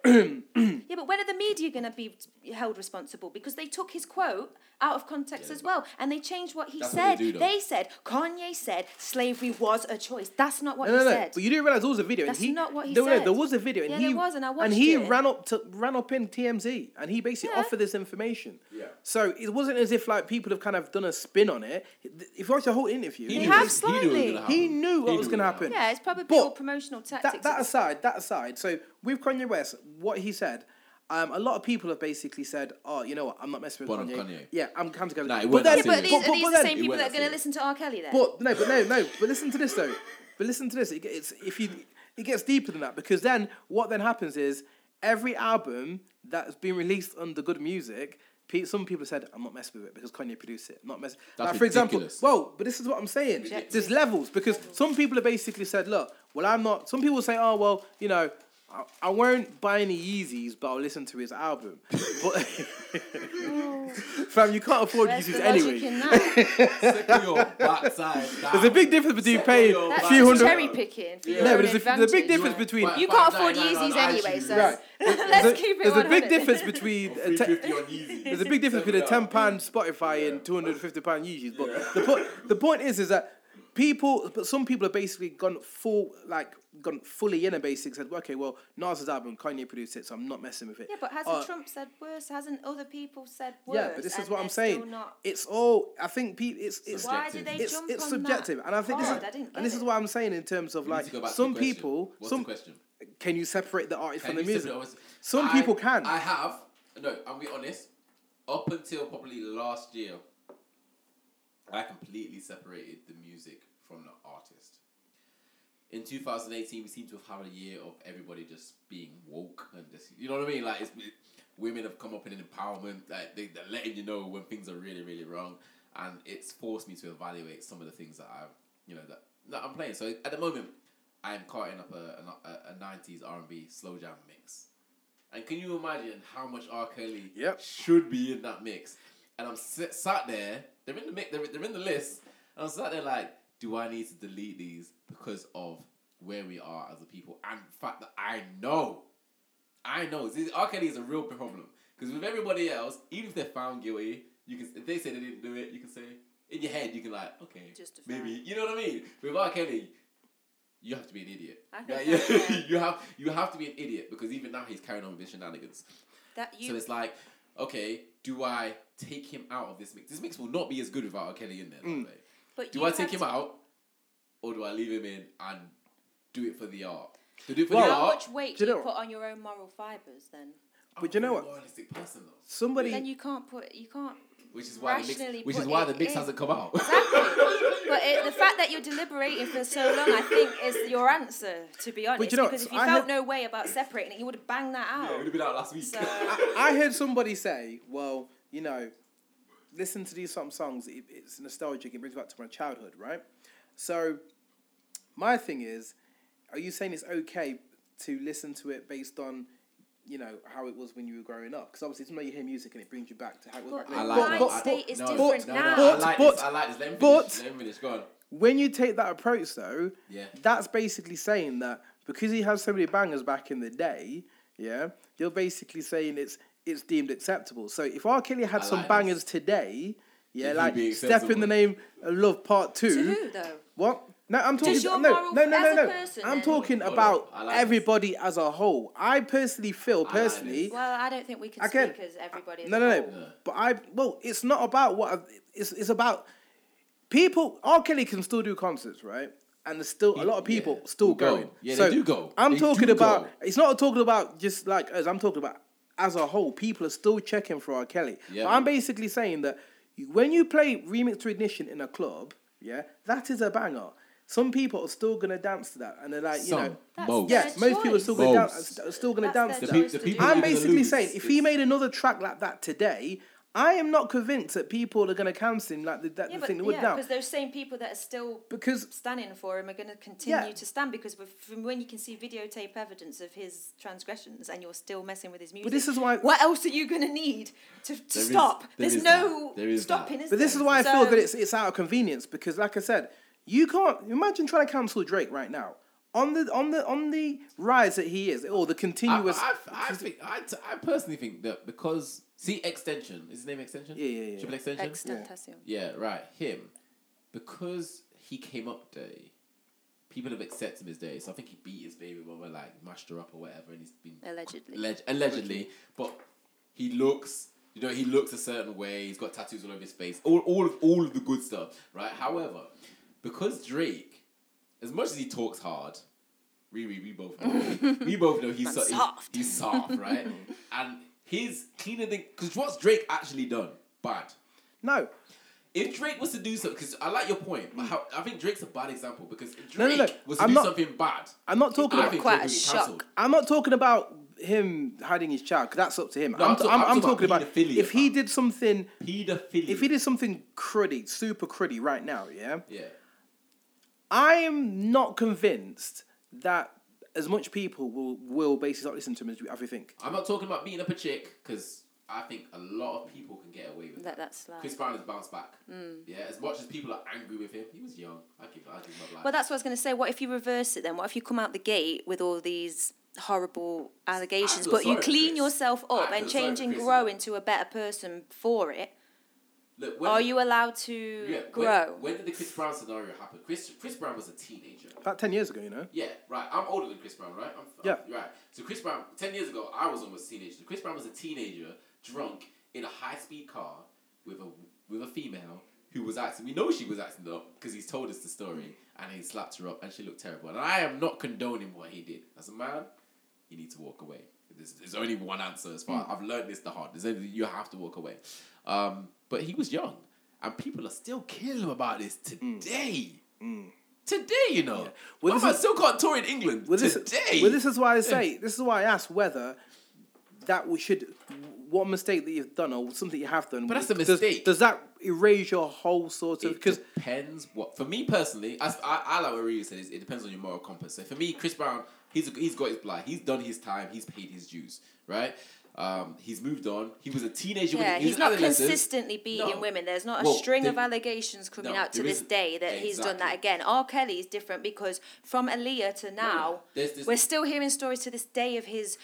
Speaker 2: Yeah, but when are the media going to be held responsible? Because they took his quote out of context as well, and they changed what he
Speaker 3: That's what
Speaker 2: said.
Speaker 3: they do, though.
Speaker 2: said Kanye said slavery was a choice. That's not what
Speaker 1: No,
Speaker 2: he
Speaker 1: no, no.
Speaker 2: said.
Speaker 1: But you didn't realize there was a video.
Speaker 2: That's
Speaker 1: and he,
Speaker 2: not what he
Speaker 1: there, no,
Speaker 2: said.
Speaker 1: there was a video, and
Speaker 2: Yeah,
Speaker 1: he
Speaker 2: there was, and I
Speaker 1: and
Speaker 2: watched
Speaker 1: he
Speaker 2: it.
Speaker 1: ran up to ran up in TMZ, and he basically
Speaker 2: Yeah.
Speaker 1: offered this information.
Speaker 3: Yeah.
Speaker 1: So it wasn't as if like people have kind of done a spin on it. If you watch the whole interview,
Speaker 3: He
Speaker 2: They
Speaker 1: he,
Speaker 3: knew
Speaker 2: have
Speaker 3: it was- he knew it was gonna
Speaker 2: slightly.
Speaker 3: happen.
Speaker 1: he knew what
Speaker 3: He
Speaker 1: was going
Speaker 3: knew
Speaker 1: to
Speaker 3: it was
Speaker 1: happen.
Speaker 2: yeah, it's probably
Speaker 1: But
Speaker 2: all promotional
Speaker 1: That,
Speaker 2: tactics.
Speaker 1: that aside, that aside. So with Kanye West, what he said. Um, a lot of people have basically said, "Oh, you know what? I'm not messing with
Speaker 3: Bottom
Speaker 1: Kanye.
Speaker 3: Kanye.
Speaker 1: Yeah, I'm kind of going.
Speaker 3: Nah, it
Speaker 1: but
Speaker 3: weren't
Speaker 1: then,
Speaker 3: that
Speaker 2: but are these,
Speaker 1: but,
Speaker 2: are
Speaker 1: but,
Speaker 2: these
Speaker 1: but
Speaker 2: the
Speaker 1: then,
Speaker 2: same people
Speaker 3: went
Speaker 2: that are
Speaker 3: that
Speaker 2: going to
Speaker 3: serious.
Speaker 2: listen to R. Kelly then?
Speaker 1: but no, but no, no. But listen to this though. But listen to this. It gets if you it gets deeper than that because then what then happens is every album that's been released under Good Music, pe- some people said I'm not messing with it because Kanye produced it. I'm not messing.
Speaker 3: That's
Speaker 1: like, for example,
Speaker 3: ridiculous.
Speaker 1: well, but this is what I'm saying. There's levels because some people have basically said, look, well, I'm not. Some people say, oh, well, you know. I- I won't buy any Yeezys, but I'll listen to his album. But fam, you can't afford
Speaker 2: Where's the
Speaker 1: Yeezys
Speaker 2: logic
Speaker 1: anyway.
Speaker 2: in that?
Speaker 3: Sick your backside
Speaker 1: There's a big difference between paying
Speaker 3: yo,
Speaker 1: a
Speaker 3: that's
Speaker 1: few
Speaker 2: That's
Speaker 1: hundred.
Speaker 2: cherry picking for your
Speaker 1: No,
Speaker 2: own
Speaker 1: but there's a, there's a big
Speaker 2: advantage.
Speaker 1: difference between.
Speaker 3: Right.
Speaker 2: You can't
Speaker 3: Nah,
Speaker 2: afford
Speaker 3: nah, nah,
Speaker 2: Yeezys
Speaker 3: nah,
Speaker 2: anyway,
Speaker 3: actually,
Speaker 2: so
Speaker 1: Right.
Speaker 2: let's
Speaker 1: there's a-
Speaker 2: keep it
Speaker 1: There's a big
Speaker 2: 100.
Speaker 1: difference between. a te- there's a big difference between a ten pound Spotify and two hundred and fifty pound Yeezys. But the point the point is is that people, but some people have basically gone full like gone fully in and basically said, okay, well, Nas's album Kanye produced it, so I'm not messing with it.
Speaker 2: Yeah, but hasn't
Speaker 1: Uh,
Speaker 2: Trump said worse? Hasn't other people said worse?
Speaker 1: Yeah, but this is
Speaker 2: and
Speaker 1: what
Speaker 2: they're
Speaker 1: I'm
Speaker 2: still
Speaker 1: saying.
Speaker 2: Not...
Speaker 1: It's all. I think people. It's it's
Speaker 2: Why
Speaker 3: subjective.
Speaker 2: did they
Speaker 1: it's
Speaker 2: jump
Speaker 1: it's
Speaker 2: on
Speaker 1: subjective,
Speaker 2: that?
Speaker 1: and I think this
Speaker 2: hard? I
Speaker 1: is
Speaker 2: didn't
Speaker 1: and this
Speaker 2: get
Speaker 1: is
Speaker 2: it.
Speaker 1: what I'm saying in terms of like some people
Speaker 3: What's
Speaker 1: some
Speaker 3: the question?
Speaker 1: can you separate the art from
Speaker 3: Can
Speaker 1: the
Speaker 3: you
Speaker 1: music?
Speaker 3: separate- was-
Speaker 1: Some
Speaker 3: I-
Speaker 1: people can.
Speaker 3: I have. No, I'll be honest. Up until probably last year, I completely separated the music from the artist. In 2018, we seem to have had a year of everybody just being woke and just, you know what I mean? Like, it's, women have come up in empowerment, like, they, they're letting you know when things are really, really wrong. And it's forced me to evaluate some of the things that I've, you know, that, that I'm playing. So at the moment, I'm carting up a, a, a 90s R&B slow jam mix. And can you imagine how much R. Kelly
Speaker 1: Yep.
Speaker 3: should be in that mix? And I'm sit, sat there, they're in the mix, they're, they're in the list, and I'm sat there like, do I need to delete these because of where we are as a people and the fact that I know, I know, this, R. Kelly is a real problem. Because with everybody else, even if they're found guilty, you can if they say they didn't do it, you can say in your head you can like, okay,
Speaker 2: Justify.
Speaker 3: maybe you know what I mean. With R. Kelly, you have to be an idiot.
Speaker 2: I
Speaker 3: Yeah,
Speaker 2: think
Speaker 3: yeah.
Speaker 2: that's fair.
Speaker 3: you have you have to be an idiot because even now he's carrying on with his shenanigans.
Speaker 2: That you
Speaker 3: So it's like, okay, do I take him out of this mix? This mix will not be as good without R. Kelly in there. by
Speaker 1: Mm.
Speaker 3: the way.
Speaker 2: But
Speaker 3: Do
Speaker 2: you
Speaker 3: I take
Speaker 2: have
Speaker 3: him
Speaker 2: to-
Speaker 3: out, or do I leave him in and do it for the art? To do it for
Speaker 1: Well-
Speaker 3: the
Speaker 2: How
Speaker 3: art.
Speaker 2: much weight
Speaker 1: Do
Speaker 2: do
Speaker 1: you
Speaker 2: you
Speaker 1: know
Speaker 2: put on your own moral fibers then?
Speaker 3: I'm
Speaker 1: But you know
Speaker 3: a
Speaker 1: what?
Speaker 3: moralistic person, though.
Speaker 1: Somebody-
Speaker 2: Then you can't put you can't.
Speaker 3: Which is why the
Speaker 2: rationally
Speaker 3: mix, which is
Speaker 2: put
Speaker 3: why
Speaker 2: it
Speaker 3: the mix
Speaker 2: in.
Speaker 3: hasn't come out.
Speaker 2: Exactly. but it, the fact that you're deliberating for so long, I think, is your answer. To be honest,
Speaker 1: you know,
Speaker 2: because if you
Speaker 1: I
Speaker 2: felt
Speaker 1: had-
Speaker 2: no way about separating it, you would have banged that
Speaker 3: yeah, it would
Speaker 2: out.
Speaker 3: have been out last week.
Speaker 2: So-
Speaker 1: I heard somebody say, well, you know, listen to these some songs, it, it's nostalgic, it brings back to my childhood, right? So, my thing is, are you saying it's okay to listen to it based on, you know, how it was when you were growing up? Because obviously, it's when you hear music and it brings you back to how it was
Speaker 2: Well,
Speaker 1: back
Speaker 3: I
Speaker 1: then.
Speaker 3: like
Speaker 2: Mind
Speaker 3: that. I-
Speaker 2: state is
Speaker 3: no,
Speaker 2: different
Speaker 3: no, no,
Speaker 2: now.
Speaker 3: I
Speaker 1: But-
Speaker 3: like
Speaker 1: but-
Speaker 3: this. I like this. Let me
Speaker 1: but-
Speaker 3: finish. Let me finish. Go on.
Speaker 1: when you take that approach though,
Speaker 3: Yeah.
Speaker 1: that's basically saying that because he has so many bangers back in the day, yeah, you're basically saying it's it's deemed acceptable. So if R. Kelly had
Speaker 3: I
Speaker 1: some
Speaker 3: like this.
Speaker 1: bangers today, yeah,
Speaker 3: It'd
Speaker 1: like
Speaker 3: be
Speaker 1: Step in
Speaker 3: acceptable.
Speaker 1: the Name of Love Part Two.
Speaker 2: to who though?
Speaker 1: What? No, I'm talking.
Speaker 2: Does your
Speaker 1: no,
Speaker 2: moral
Speaker 1: no, no, no,
Speaker 2: as a
Speaker 1: no.
Speaker 2: person
Speaker 1: I'm
Speaker 2: then-
Speaker 1: talking
Speaker 3: Hold
Speaker 1: about
Speaker 3: on, I like
Speaker 1: everybody as a whole. I personally feel,
Speaker 3: like
Speaker 1: personally,
Speaker 3: this.
Speaker 2: Well, I don't think we can
Speaker 1: I
Speaker 2: speak
Speaker 1: can't-
Speaker 2: as everybody. as
Speaker 1: no,
Speaker 2: a
Speaker 1: no, no.
Speaker 2: whole.
Speaker 1: But I, well, it's not about what I, it's. It's about people. R. Kelly can still do concerts, right? And there's still a lot of people
Speaker 3: yeah,
Speaker 1: still
Speaker 3: who go.
Speaker 1: going.
Speaker 3: Yeah,
Speaker 1: so
Speaker 3: they do go.
Speaker 1: I'm
Speaker 3: They
Speaker 1: talking
Speaker 3: do
Speaker 1: about.
Speaker 3: go.
Speaker 1: It's not talking about just like us. I'm talking about as a whole. People are still checking for R. Kelly.
Speaker 3: Yeah.
Speaker 1: But I'm basically saying that you- when you play Remix to Ignition in a club, yeah, that is a banger. Some people are still gonna dance to that, and they're like, you
Speaker 3: Some,
Speaker 1: know,
Speaker 2: That's
Speaker 3: most.
Speaker 1: yeah,
Speaker 2: Their
Speaker 1: most people are
Speaker 2: choice.
Speaker 1: still gonna
Speaker 3: Most.
Speaker 1: dance. Are still gonna
Speaker 2: That's
Speaker 1: dance.
Speaker 2: their
Speaker 1: to
Speaker 3: The pe-
Speaker 2: choice
Speaker 3: the
Speaker 2: to
Speaker 3: people
Speaker 2: do.
Speaker 1: I'm
Speaker 3: gonna
Speaker 1: basically
Speaker 3: lose.
Speaker 1: saying if he
Speaker 3: It's-
Speaker 1: made another track like that today, I am not convinced that people are going to cancel him like the, that
Speaker 2: Yeah,
Speaker 1: the thing they
Speaker 2: but
Speaker 1: would
Speaker 2: yeah,
Speaker 1: now.
Speaker 2: because those same people that are still
Speaker 1: Because
Speaker 2: standing for him are going to continue
Speaker 1: Yeah.
Speaker 2: to stand because with- from when you can see videotape evidence of his transgressions and you're still messing with his music.
Speaker 1: this is why-
Speaker 2: What else are you going to need to, to
Speaker 3: There is-
Speaker 2: stop?
Speaker 3: there
Speaker 2: There's
Speaker 3: is
Speaker 2: no
Speaker 3: that. There is
Speaker 2: stopping.
Speaker 3: that.
Speaker 2: is
Speaker 1: but this is
Speaker 2: there?
Speaker 1: why I feel
Speaker 2: So-
Speaker 1: that it's it's out of convenience because, like I said, you can't imagine trying to cancel Drake right now on the on the on the rise that he is or the
Speaker 3: I,
Speaker 1: continuous.
Speaker 3: I, I, think, I, I personally think that because see extension is his name extension.
Speaker 1: Yeah, yeah, yeah.
Speaker 3: Triple extension.
Speaker 2: Extentacion.
Speaker 3: Yeah, right. Him, because he came up day, people have accepted him as day. So I think he beat his baby mama, like mashed her up or whatever, and he's been
Speaker 2: Allegedly.
Speaker 3: Alleg- allegedly, but he looks. You know, he looks a certain way. He's got tattoos all over his face. All, all of, all of the good stuff, right? However, because Drake, as much as he talks hard, we, we, we both know, we both know he's
Speaker 2: Man's
Speaker 3: so, he's-
Speaker 2: soft.
Speaker 3: He's, soft, right? and he's cleaner than because what's Drake actually done? Bad.
Speaker 1: no,
Speaker 3: If Drake was to do something, because I like your point, but how, I think Drake's a bad example because if
Speaker 1: No,
Speaker 3: Drake
Speaker 1: no, no,
Speaker 3: was to
Speaker 1: I'm
Speaker 3: do
Speaker 1: not-
Speaker 3: something bad,
Speaker 1: I'm not talking.
Speaker 3: I
Speaker 1: About,
Speaker 3: think
Speaker 2: Quite
Speaker 3: Drake
Speaker 2: a
Speaker 3: would get
Speaker 2: shock.
Speaker 3: cancelled.
Speaker 1: I'm not talking about him hiding his child. 'cause that's up to him.
Speaker 3: No,
Speaker 1: I'm,
Speaker 3: I'm
Speaker 1: t-
Speaker 3: ta-
Speaker 1: I'm,
Speaker 3: I'm
Speaker 1: I'm
Speaker 3: talking
Speaker 1: talking
Speaker 3: about
Speaker 1: about
Speaker 3: paedophilia,
Speaker 1: if he
Speaker 3: fam.
Speaker 1: did something.
Speaker 3: Pedophilia.
Speaker 1: If he did something cruddy, super cruddy right now, yeah,
Speaker 3: yeah,
Speaker 1: I am not convinced that as much people will will basically not listen to him as we, as we think.
Speaker 3: I'm not talking about beating up a chick because I think a lot of people can get away with
Speaker 2: Let
Speaker 3: that.
Speaker 2: that Mm. slide.
Speaker 3: Chris Brown has bounced back. Yeah, as much as people are angry with him, he was young. I give, I give him a
Speaker 2: Well,
Speaker 3: black.
Speaker 2: that's what I was going to say. What if you reverse it then? What if you come out the gate with all these horrible allegations,
Speaker 3: feel
Speaker 2: but you
Speaker 3: sorry for
Speaker 2: clean
Speaker 3: Chris.
Speaker 2: yourself
Speaker 3: I
Speaker 2: up
Speaker 3: feel
Speaker 2: and
Speaker 3: sorry
Speaker 2: change
Speaker 3: for
Speaker 2: and
Speaker 3: Chris.
Speaker 2: grow into a better person for it?
Speaker 3: Look, when,
Speaker 2: Are you allowed to
Speaker 3: yeah, when-
Speaker 2: grow?
Speaker 3: When, did the Chris Brown scenario happen? Chris Chris Brown was a teenager.
Speaker 1: About ten years ago, you know.
Speaker 3: Yeah, right. I'm older than Chris Brown, right? I'm, I'm- right. So Chris Brown, ten years ago, I was almost a teenager. Chris Brown was a teenager, drunk in a high speed car with a with a female who was acting. We know she was acting up because he's told us the story, and he slapped her up, and she looked terrible. And I am not condoning what he did. As a man, you need to walk away. There's, there's only one answer as
Speaker 1: Hmm.
Speaker 3: far. I've learned this the hard. There's only, you have to walk away. Um, but he was young, and people are still killing him about this today. Today, you know.
Speaker 1: Hmm. Well,
Speaker 3: Well,
Speaker 1: this
Speaker 3: this I
Speaker 1: is-
Speaker 3: still can't tour in England
Speaker 1: Well, this,
Speaker 3: today.
Speaker 1: well, this is why I say. This is why I ask whether that we should. What mistake that you've done or something you have done.
Speaker 3: But that's a
Speaker 1: does-
Speaker 3: mistake.
Speaker 1: Does, that erase your whole sort of?
Speaker 3: it
Speaker 1: Because
Speaker 3: depends what. For me personally, I, I, I like what Ryu said. Is it depends on your moral compass. So for me, Chris Brown, he's he's got his blind. He's done his time. He's paid his dues. Right. Um, he's moved on. He was a teenager. when
Speaker 2: yeah,
Speaker 3: he
Speaker 2: he's
Speaker 3: was an
Speaker 2: not
Speaker 3: adolescent.
Speaker 2: consistently beating
Speaker 3: No.
Speaker 2: women. There's not a
Speaker 3: Well,
Speaker 2: string
Speaker 3: there-
Speaker 2: of allegations coming
Speaker 3: no,
Speaker 2: out to
Speaker 3: there
Speaker 2: this
Speaker 3: isn't.
Speaker 2: day that he's done that
Speaker 3: Exactly.
Speaker 2: again. R. Kelly is different because from Aaliyah to now,
Speaker 3: There's this-
Speaker 2: we're still hearing stories to this day of his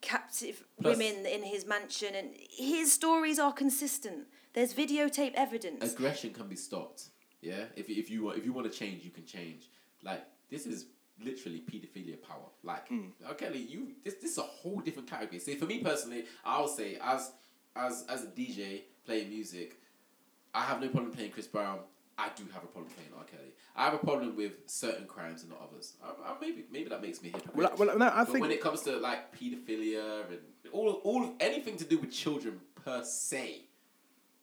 Speaker 2: captive
Speaker 3: Plus-
Speaker 2: women in his mansion, and his stories are consistent. There's videotape evidence.
Speaker 3: aggression can be stopped. Yeah, if if you want if you want to change, you can change. Like this is literally pedophilia power. Like okay, like, you this this is a whole different category. See, for me personally, I'll say as as as a DJ playing music, I have no problem playing Chris Brown. I do have a problem playing R. Kelly. I have a problem with certain crimes and not others. I, I, maybe maybe that makes me a hypocrite.
Speaker 1: well, well, no, I
Speaker 3: But
Speaker 1: think
Speaker 3: when it comes to like paedophilia and all, all anything to do with children per se,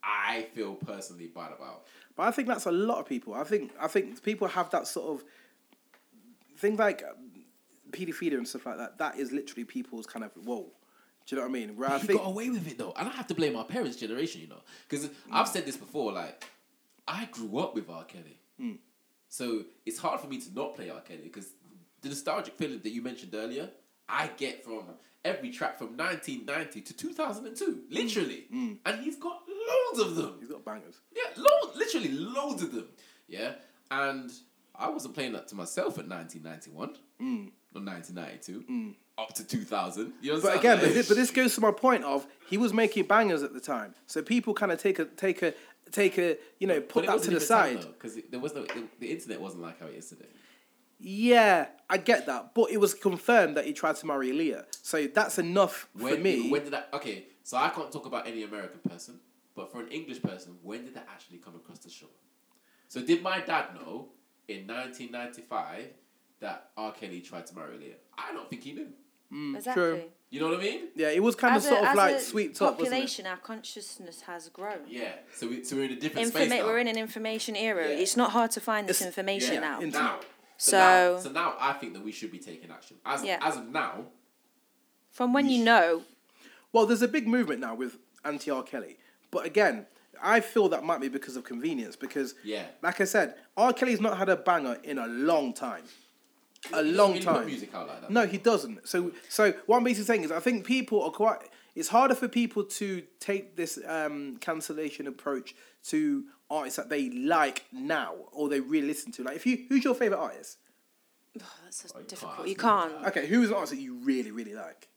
Speaker 3: I feel personally bad about.
Speaker 1: But I think that's a lot of people. I think I think people have that sort of thing like um, paedophilia and stuff like that. That is literally people's kind of whoa. Do you know what I mean? Where I
Speaker 3: he
Speaker 1: think
Speaker 3: got away with it though, and I have to blame our parents' generation, you know, because I've said this before. Like, I grew up with R. Kelly,
Speaker 1: Hmm.
Speaker 3: so it's hard for me to not play R. Kelly because the nostalgic feeling that you mentioned earlier, I get from every track from 1990 to 2002, literally,
Speaker 1: Hmm.
Speaker 3: and he's got loads of them.
Speaker 1: he's got bangers.
Speaker 3: Yeah, loads, literally loads of them. Yeah, and I wasn't playing that to myself at 1991
Speaker 1: Hmm.
Speaker 3: or 1992 up to 2000. You know what
Speaker 1: But
Speaker 3: I'm
Speaker 1: again,
Speaker 3: saying?
Speaker 1: but this, but this goes to my point of he was making bangers at the time, so people kind of take a take a take a you know put that to the side.
Speaker 3: because there was no it, the internet wasn't like how it is today.
Speaker 1: Yeah, I get that, but it was confirmed that he tried to marry Leah, so that's enough
Speaker 3: When,
Speaker 1: for me.
Speaker 3: when did that? Okay, so I can't talk about any American person, but for an English person, when did that actually come across the shore? So did my dad know in 1995 that R. Kelly tried to marry Leah? I don't think he knew.
Speaker 2: exactly.
Speaker 3: You know what I mean?
Speaker 1: yeah, it was kind
Speaker 2: As
Speaker 1: of
Speaker 2: a-
Speaker 1: sort
Speaker 2: as
Speaker 1: of like
Speaker 2: a
Speaker 1: sweeped up, wasn't it?
Speaker 2: population, our consciousness has grown.
Speaker 3: Yeah. So, we, so we're in a different
Speaker 2: Informa-
Speaker 3: space now.
Speaker 2: we're in an information era.
Speaker 3: Yeah.
Speaker 2: It's not hard to find this
Speaker 1: It's-
Speaker 2: information
Speaker 3: yeah,
Speaker 2: now.
Speaker 1: in-
Speaker 3: now. So,
Speaker 2: So-
Speaker 3: now, so now I think that we should be taking action. As
Speaker 2: Yeah.
Speaker 3: as of now,
Speaker 2: From when you know,
Speaker 1: Well, there's a big movement now with anti R Kelly, but again, I feel that might be because of convenience. Because
Speaker 3: Yeah.
Speaker 1: like I said, R Kelly's not had a banger in a long time, a
Speaker 3: he doesn't
Speaker 1: long
Speaker 3: really put
Speaker 1: time.
Speaker 3: music out like that.
Speaker 1: No, he doesn't. So, so what I'm basically saying is, I think people are quite. It's harder for people to take this um, cancellation approach to artists that they like now or they really listen to. Like, if you, who's your favorite artist?
Speaker 2: oh, that's so
Speaker 3: you
Speaker 2: difficult.
Speaker 3: can't
Speaker 2: You
Speaker 3: ask me
Speaker 2: can't.
Speaker 1: Okay, who is an artist that you really, really like?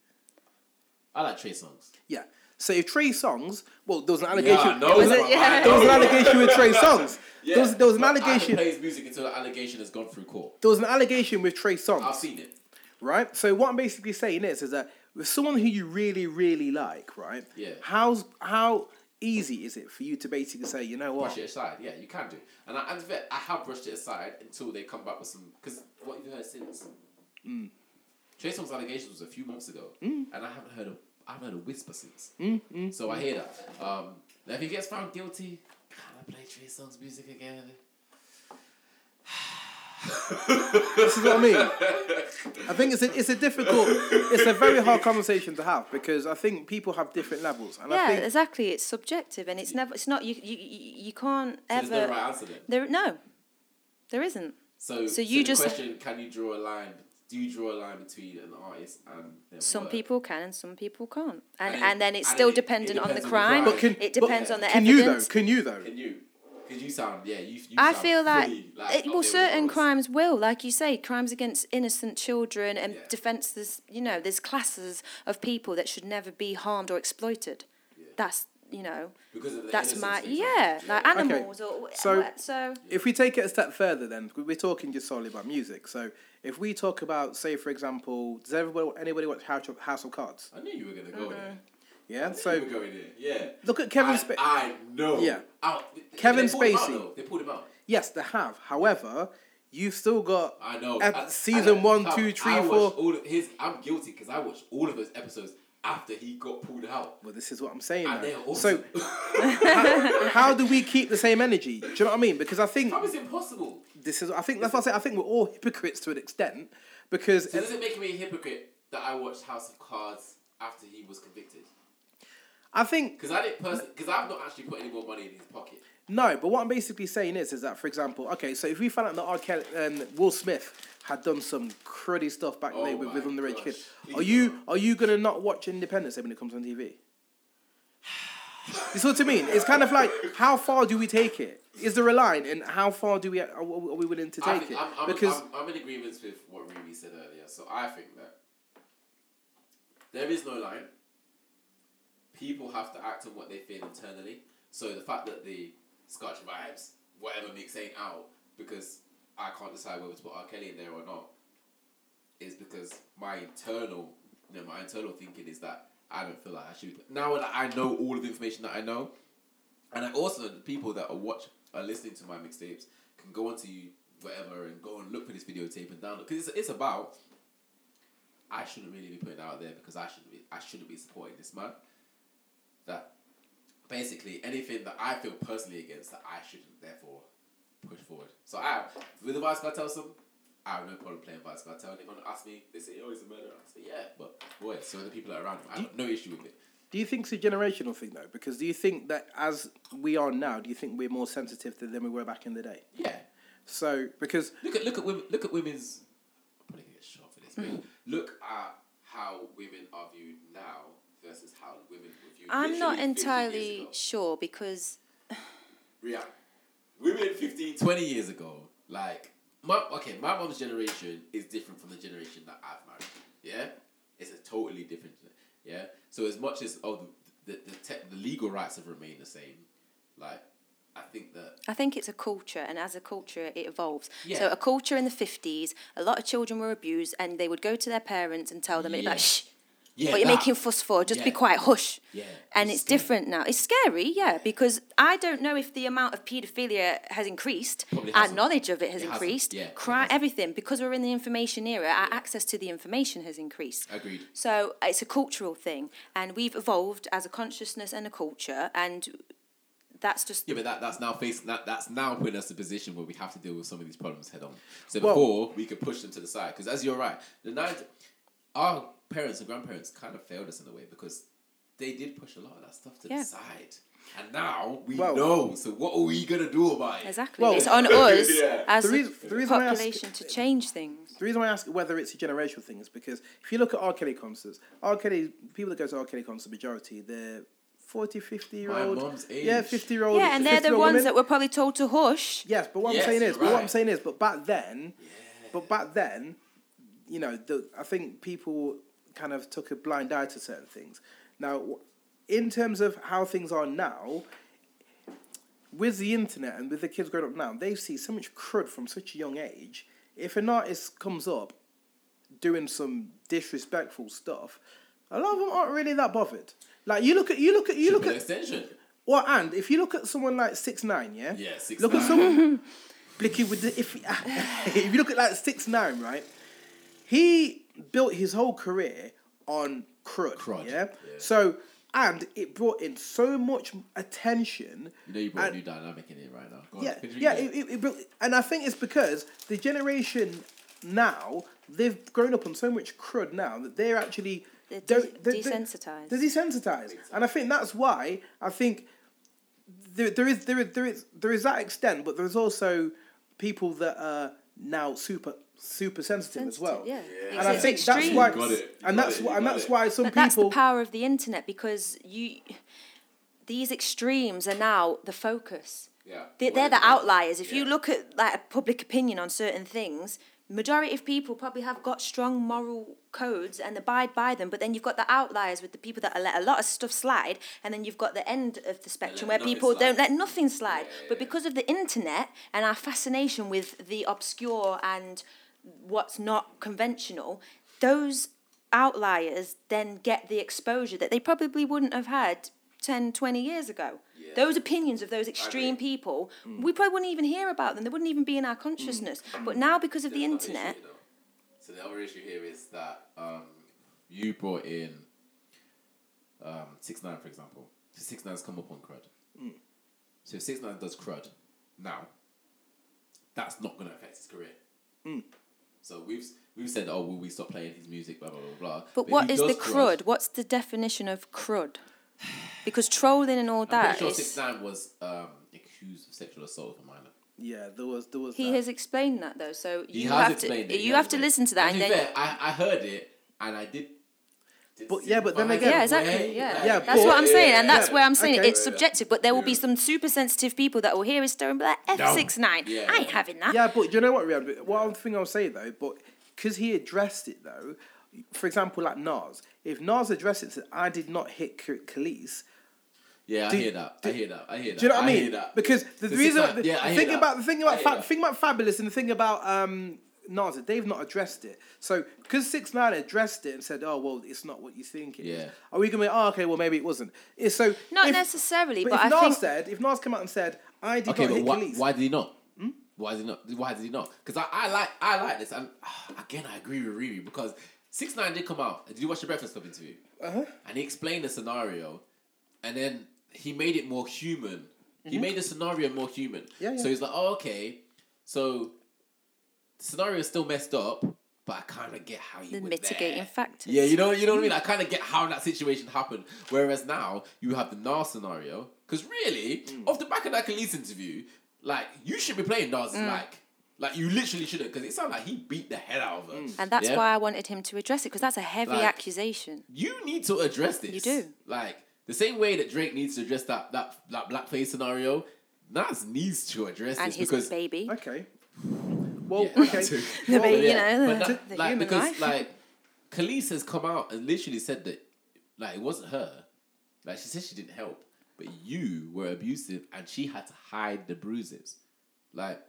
Speaker 3: I like Trey songs.
Speaker 1: Yeah. So if Trey Songs, well, there was an allegation.
Speaker 3: I know
Speaker 1: there, was
Speaker 3: that,
Speaker 1: a-
Speaker 3: I know.
Speaker 1: there was an allegation with Trey Songs.
Speaker 3: Yeah.
Speaker 1: There was, there was an
Speaker 3: But I
Speaker 1: allegation.
Speaker 3: plays music until the allegation has gone through court.
Speaker 1: There was an allegation with Trey
Speaker 3: I've
Speaker 1: Songs.
Speaker 3: seen it.
Speaker 1: right? So what I'm basically saying is, is that with someone who you really, really like, right?
Speaker 3: Yeah.
Speaker 1: How's how easy is it for you to basically say, you know
Speaker 3: Brush
Speaker 1: what?
Speaker 3: it aside. Yeah, you can do. And I, and to be fair, I have brushed it aside until they come back with some. Because what you've heard since.
Speaker 1: Mm.
Speaker 3: Trey Songz's allegations was a few months ago, and I haven't heard a I haven't heard a whisper since.
Speaker 1: Mm,
Speaker 3: So I hear that. Um, now if he gets found guilty, can I play Trey Song's music again?
Speaker 1: This is what I mean. I think it's a, it's a difficult, it's a very hard conversation to have because I think people have different levels, and I
Speaker 2: Yeah,
Speaker 1: think
Speaker 2: exactly. It's subjective, and it's never. It's not. You you you you can't
Speaker 3: There's no
Speaker 2: ever.
Speaker 3: right answer there.
Speaker 2: There no, there isn't.
Speaker 3: So,
Speaker 2: So you
Speaker 3: the
Speaker 2: just-
Speaker 3: question: Can you draw a line? Do you draw a line between an artist and their
Speaker 2: Some
Speaker 3: work?
Speaker 2: people can and some people can't, and
Speaker 3: And
Speaker 2: and,
Speaker 3: it-
Speaker 2: then it's
Speaker 3: and
Speaker 2: still
Speaker 3: it- it
Speaker 2: dependent on the
Speaker 3: depends on the
Speaker 2: crime.
Speaker 3: crime. But
Speaker 1: can-
Speaker 2: it
Speaker 1: but
Speaker 2: depends on the
Speaker 1: can you though?
Speaker 2: evidence.
Speaker 1: Can you though?
Speaker 3: Can you? Because you sound yeah. You. you
Speaker 2: I
Speaker 3: sound
Speaker 2: feel like,
Speaker 3: pretty,
Speaker 2: it,
Speaker 3: up
Speaker 2: well,
Speaker 3: there with
Speaker 2: certain
Speaker 3: yours.
Speaker 2: crimes will, like you say, crimes against innocent children and
Speaker 3: Yeah.
Speaker 2: defences. You know, there's classes of people that should never be harmed or exploited. That's you know,
Speaker 3: Because of the
Speaker 2: that's
Speaker 3: innocence
Speaker 2: my
Speaker 3: thing,
Speaker 2: yeah, like animals or
Speaker 1: So-
Speaker 2: so. so
Speaker 1: If we take it a step further, then we're talking just solely about music. So if we talk about, say, for example, does everybody anybody watch House of, House of Cards?
Speaker 3: I knew you were gonna go there.
Speaker 1: Yeah.
Speaker 3: So you
Speaker 1: So
Speaker 3: were going there. Yeah.
Speaker 1: look at Kevin
Speaker 3: I,
Speaker 1: Spacey.
Speaker 3: I know.
Speaker 1: Yeah.
Speaker 3: Ow.
Speaker 1: Kevin
Speaker 3: they pulled him out,
Speaker 1: Spacey.
Speaker 3: though. They pulled him out.
Speaker 1: Yes, they have. However, you've still got
Speaker 3: I know.
Speaker 1: ep-
Speaker 3: I-
Speaker 1: season
Speaker 3: I-
Speaker 1: one,
Speaker 3: Tom,
Speaker 1: two, three,
Speaker 3: I
Speaker 1: four.
Speaker 3: watched All of his, I'm guilty because I watched all of those episodes after he got pulled out.
Speaker 1: Well, this is what I'm saying.
Speaker 3: And they're
Speaker 1: though.
Speaker 3: awesome.
Speaker 1: So, how, how do we keep the same energy? Do you know what I mean? Because I think
Speaker 3: How is it impossible?
Speaker 1: this is. I think that's what I say. I think we're all hypocrites to an extent. Because
Speaker 3: So does it make me a hypocrite that I watched House of Cards after he was convicted?
Speaker 1: I think
Speaker 3: Because I didn't personally, because I've not actually put any more money in his pocket.
Speaker 1: No, but what I'm basically saying is, is that for example, okay, so if we found out that R. Kelly and Will Smith had done some cruddy stuff back
Speaker 3: Oh
Speaker 1: then with, with
Speaker 3: my
Speaker 1: underage
Speaker 3: gosh.
Speaker 1: kid,
Speaker 3: Please
Speaker 1: are you
Speaker 3: don't.
Speaker 1: are you gonna not watch Independence Day when it comes on TV? you see what I mean? It's kind of like how far do we take it? Is there a line, and how far do we are, are we willing to
Speaker 3: I
Speaker 1: take it?
Speaker 3: think- I'm, I'm,
Speaker 1: because
Speaker 3: I'm, I'm in agreement with what Riri said earlier. So I think that there is no line. People have to act on what they feel internally. So the fact that the Scotch vibes, whatever mixing out, because I can't decide whether to put R. Kelly in there or not, is because my internal, you know, my internal thinking is that I don't feel like I should. Be, now that I know all of the information that I know, and I also know the people that are watch are listening to my mixtapes can go onto you whatever and go and look for this videotape and download because it's, it's about I shouldn't really be putting it out there because I shouldn't be I shouldn't be supporting this man. That basically anything that I feel personally against that I shouldn't therefore push forward. So I with the Vice Cartel song, I have no problem playing Vice Cartel. And if anyone asks me, they say, "Oh, he's a murderer." I say, "Yeah," but boy, so the people that are around him, I have no issue with it.
Speaker 1: do you think it's a generational thing though? Because do you think that as we are now, do you think we're more sensitive to- than we were back in the day?
Speaker 3: Yeah,
Speaker 1: So because
Speaker 3: Look at look at women. Look at women's. I'm probably gonna get shot for this.
Speaker 2: Mm.
Speaker 3: But look at how women are viewed now versus how women were viewed.
Speaker 2: I'm not
Speaker 3: literally 50 years
Speaker 2: entirely
Speaker 3: ago.
Speaker 2: sure because
Speaker 3: Yeah. Women 15, 20 years ago, like, my, okay, my mom's generation is different from the generation that I've married. Yeah? It's a totally different, yeah? So as much as, oh, the, the, the, te- the legal rights have remained the same, like, I think that
Speaker 2: I think it's a culture, and as a culture, it evolves. So,
Speaker 3: Yeah.
Speaker 2: a culture in the 50s, a lot of children were abused, and they would go to their parents and tell them, and it'd be like,
Speaker 3: Yeah.
Speaker 2: shh,
Speaker 3: yeah,
Speaker 2: what you're
Speaker 3: that.
Speaker 2: making fuss for, just be
Speaker 3: Yeah.
Speaker 2: quiet, hush.
Speaker 3: Yeah,
Speaker 2: And
Speaker 3: it's
Speaker 2: it's, different now. It's scary, yeah, because I don't know if the amount of paedophilia has increased.
Speaker 3: Probably
Speaker 2: Our
Speaker 3: hasn't.
Speaker 2: knowledge of it has
Speaker 3: It hasn't,
Speaker 2: increased.
Speaker 3: yeah, it
Speaker 2: Cri-
Speaker 3: hasn't.
Speaker 2: everything, because we're in the information era, our access to the information has increased.
Speaker 3: Agreed.
Speaker 2: So uh, it's a cultural thing, and we've evolved as a consciousness and a culture, and that's just
Speaker 3: Yeah, but that, that's now facing that that's now putting us in a position where we have to deal with some of these problems head on. So
Speaker 1: Well-
Speaker 3: before we could push them to the side, because as you're right, the nine, our parents and grandparents kind of failed us in a way because they did push a lot of that stuff to
Speaker 2: Yeah.
Speaker 3: the side, and now we
Speaker 1: Well-
Speaker 3: know. So what are we gonna do about it?
Speaker 2: Exactly.
Speaker 1: Well-
Speaker 2: it's on us
Speaker 3: Yeah.
Speaker 2: as
Speaker 1: The
Speaker 2: the,
Speaker 1: reas- the reason I ask-
Speaker 2: population to change things.
Speaker 1: The reason why I ask whether it's a generational thing is because if you look at R. Kelly concerts, R. Kelly, people that go to R. Kelly concerts, majority, they're 40, 50 year
Speaker 3: My
Speaker 1: old.
Speaker 3: mum's
Speaker 1: Yeah,
Speaker 3: age.
Speaker 1: 50 year old.
Speaker 2: Yeah, and they're the ones that were probably told to hush.
Speaker 1: Yes, but what
Speaker 3: Yes,
Speaker 1: I'm saying is,
Speaker 3: you're
Speaker 1: but what
Speaker 3: right.
Speaker 1: I'm saying is, but back then, but back then, you know, the, I think people kind of took a blind eye to certain things. Now, w- in terms of how things are now, with the internet and with the kids growing up now, they see so much crud from such a young age. If an artist comes up doing some disrespectful stuff, a lot of them aren't really that bothered. Like you look at you look at you look
Speaker 3: Triple
Speaker 1: at
Speaker 3: extension.
Speaker 1: well, and if you look at someone like six nine, yeah,
Speaker 3: Yeah, 6'9".
Speaker 1: Look at someone, Blicky with the if if you look at like six nine, right? He built his whole career on crud,
Speaker 3: Crud,
Speaker 1: yeah?
Speaker 3: yeah.
Speaker 1: So and it brought in so much attention.
Speaker 3: You know you brought
Speaker 1: and-
Speaker 3: a new dynamic in it right now. Go on,
Speaker 1: yeah,
Speaker 3: continue.
Speaker 1: yeah, it, it, it brought- and I think it's because the generation now they've grown up on so much crud now that they're actually
Speaker 2: They're
Speaker 1: don't-
Speaker 2: de- desensitized.
Speaker 1: They're desensitized, and I think that's why I think there, there is there is there is there is that extent, but there's also people that are now super super sensitive, as well.
Speaker 2: Sensitive, yeah. Yeah.
Speaker 1: and I
Speaker 2: It's
Speaker 1: think that's
Speaker 2: extreme.
Speaker 1: why,
Speaker 3: You got it, you
Speaker 1: and
Speaker 3: got
Speaker 1: that's
Speaker 3: it,
Speaker 1: why,
Speaker 3: you
Speaker 1: and
Speaker 3: got
Speaker 1: that's
Speaker 3: it.
Speaker 1: why some
Speaker 2: But that's the
Speaker 1: people.
Speaker 2: power of the internet because you, these extremes are now the focus.
Speaker 3: Yeah.
Speaker 2: They, they're the outliers. If you
Speaker 3: Yeah.
Speaker 2: look at like a public opinion on certain things, majority of people probably have got strong moral codes and abide by them. But then you've got the outliers with the people that are let a lot of stuff slide, and then you've got the end of the spectrum where
Speaker 3: let nothing
Speaker 2: people don't
Speaker 3: slide.
Speaker 2: let nothing slide. But because of the internet and our fascination with the obscure and what's not conventional, those outliers then get the exposure that they probably wouldn't have had 10, 20 years ago. Those opinions of those extreme people,
Speaker 3: mm.
Speaker 2: we probably wouldn't even hear about them. They wouldn't even be in our consciousness. But now, because of the
Speaker 3: That's not
Speaker 2: internet,
Speaker 3: issue, though. So the other issue here is that um, you brought in um, six nine, for example. So six nine's come up on crud. So if six nine does crud now, that's not going to affect his career. So we've we've said, oh, will we stop playing his music? Blah blah blah blah.
Speaker 2: but
Speaker 3: if
Speaker 2: what
Speaker 3: he
Speaker 2: is the
Speaker 3: does
Speaker 2: crud? What's the definition of crud? Because trolling and all
Speaker 3: I'm pretty
Speaker 2: that
Speaker 3: sure
Speaker 2: is-
Speaker 3: six nine was um, accused of sexual assault of a minor.
Speaker 1: Yeah, there was there was.
Speaker 2: He
Speaker 1: that.
Speaker 2: has explained that though, so
Speaker 3: He
Speaker 2: you have
Speaker 3: has
Speaker 2: to
Speaker 3: explained it. he
Speaker 2: you
Speaker 3: has
Speaker 2: have to
Speaker 3: explained-
Speaker 2: listen to that,
Speaker 3: And
Speaker 2: and
Speaker 3: to
Speaker 2: then
Speaker 3: be fair, I, I heard it and I did. did
Speaker 1: But-
Speaker 3: see
Speaker 1: yeah,
Speaker 3: it,
Speaker 1: but then
Speaker 3: I
Speaker 1: again-
Speaker 2: yeah,
Speaker 3: went,
Speaker 2: exactly, yeah,
Speaker 3: like,
Speaker 1: Yeah,
Speaker 2: that's what I'm saying, and that's
Speaker 1: yeah,
Speaker 2: where I'm saying
Speaker 1: okay.
Speaker 2: it's subjective. But there will be some super sensitive people that will hear his story and be like,
Speaker 3: No.
Speaker 2: F six nine,
Speaker 3: Yeah.
Speaker 2: I ain't having that.
Speaker 1: Yeah, but do you know what, Rihanna? But One thing I'll say though, but because he addressed it though, for example, like Nas, if Nas addressed it, and said, I did not hit K- Khalees,
Speaker 3: Yeah, I
Speaker 1: Do-
Speaker 3: hear that. I hear that. I hear that.
Speaker 1: do you know what I,
Speaker 3: hear
Speaker 1: mean?
Speaker 3: that.
Speaker 1: Because the,
Speaker 3: The
Speaker 1: reason,
Speaker 3: six-
Speaker 1: the,
Speaker 3: yeah, I
Speaker 1: the
Speaker 3: hear
Speaker 1: thing
Speaker 3: that.
Speaker 1: about the thing
Speaker 3: I
Speaker 1: about
Speaker 3: hear
Speaker 1: Fa-
Speaker 3: that.
Speaker 1: thing about Fabulous and the thing about um, Nas, they've not addressed it. So because Six Nine addressed it and said, "Oh well, it's not what you think it is,"
Speaker 3: Yeah.
Speaker 1: Are we gonna? Be, oh, okay, well maybe it wasn't. It's So
Speaker 2: Not
Speaker 1: if-
Speaker 2: necessarily,
Speaker 1: But, if
Speaker 2: but, I
Speaker 1: Nas
Speaker 2: think
Speaker 1: said, if Nas came out and said, "I did
Speaker 3: okay,
Speaker 1: not
Speaker 3: but
Speaker 1: hit
Speaker 3: why,
Speaker 1: Khalees,"
Speaker 3: why did he not?
Speaker 1: Hmm?
Speaker 3: Why did he not? Why did he not? Because I, I like I like this, and ah, again I agree with Riri because Six Nine did come out. Did you watch the Breakfast Club interview? Uh-huh. And he explained the scenario, and then he made it more human. He made the scenario more human.
Speaker 1: Mm-hmm. Yeah, yeah.
Speaker 3: So he's like, oh okay, so the scenario is still messed up, but I kind of get how you
Speaker 2: the
Speaker 3: were
Speaker 2: mitigating
Speaker 3: there.
Speaker 2: factors.
Speaker 3: Yeah, you know, you know what I mean. I kind of get how that situation happened. Whereas now you have the Nas scenario, because really,
Speaker 2: Mm.
Speaker 3: off the back of that Khalees interview, like you should be playing Nas's
Speaker 2: Mm.
Speaker 3: like, like you literally shouldn't, because it sounded like he beat the hell out of her.
Speaker 2: Mm. and that's
Speaker 3: Yeah?
Speaker 2: why I wanted him to address it because that's a heavy
Speaker 3: Like-
Speaker 2: accusation.
Speaker 3: you need to address this.
Speaker 2: You do.
Speaker 3: Like the same way that Drake needs to address that that that blackface scenario. Nas needs to address
Speaker 2: And
Speaker 3: this
Speaker 2: his
Speaker 3: because
Speaker 2: baby,
Speaker 1: okay. Well,
Speaker 3: Yeah, that
Speaker 1: okay.
Speaker 3: too.
Speaker 2: the
Speaker 1: Well,
Speaker 2: baby, you
Speaker 3: yeah,
Speaker 2: know,
Speaker 3: but
Speaker 2: the,
Speaker 3: that-
Speaker 2: the
Speaker 3: like,
Speaker 2: human
Speaker 3: because
Speaker 2: life.
Speaker 3: like Khalees has come out and literally said that like it wasn't her. Like she said she didn't help. but you were abusive and she had to hide the bruises. Like,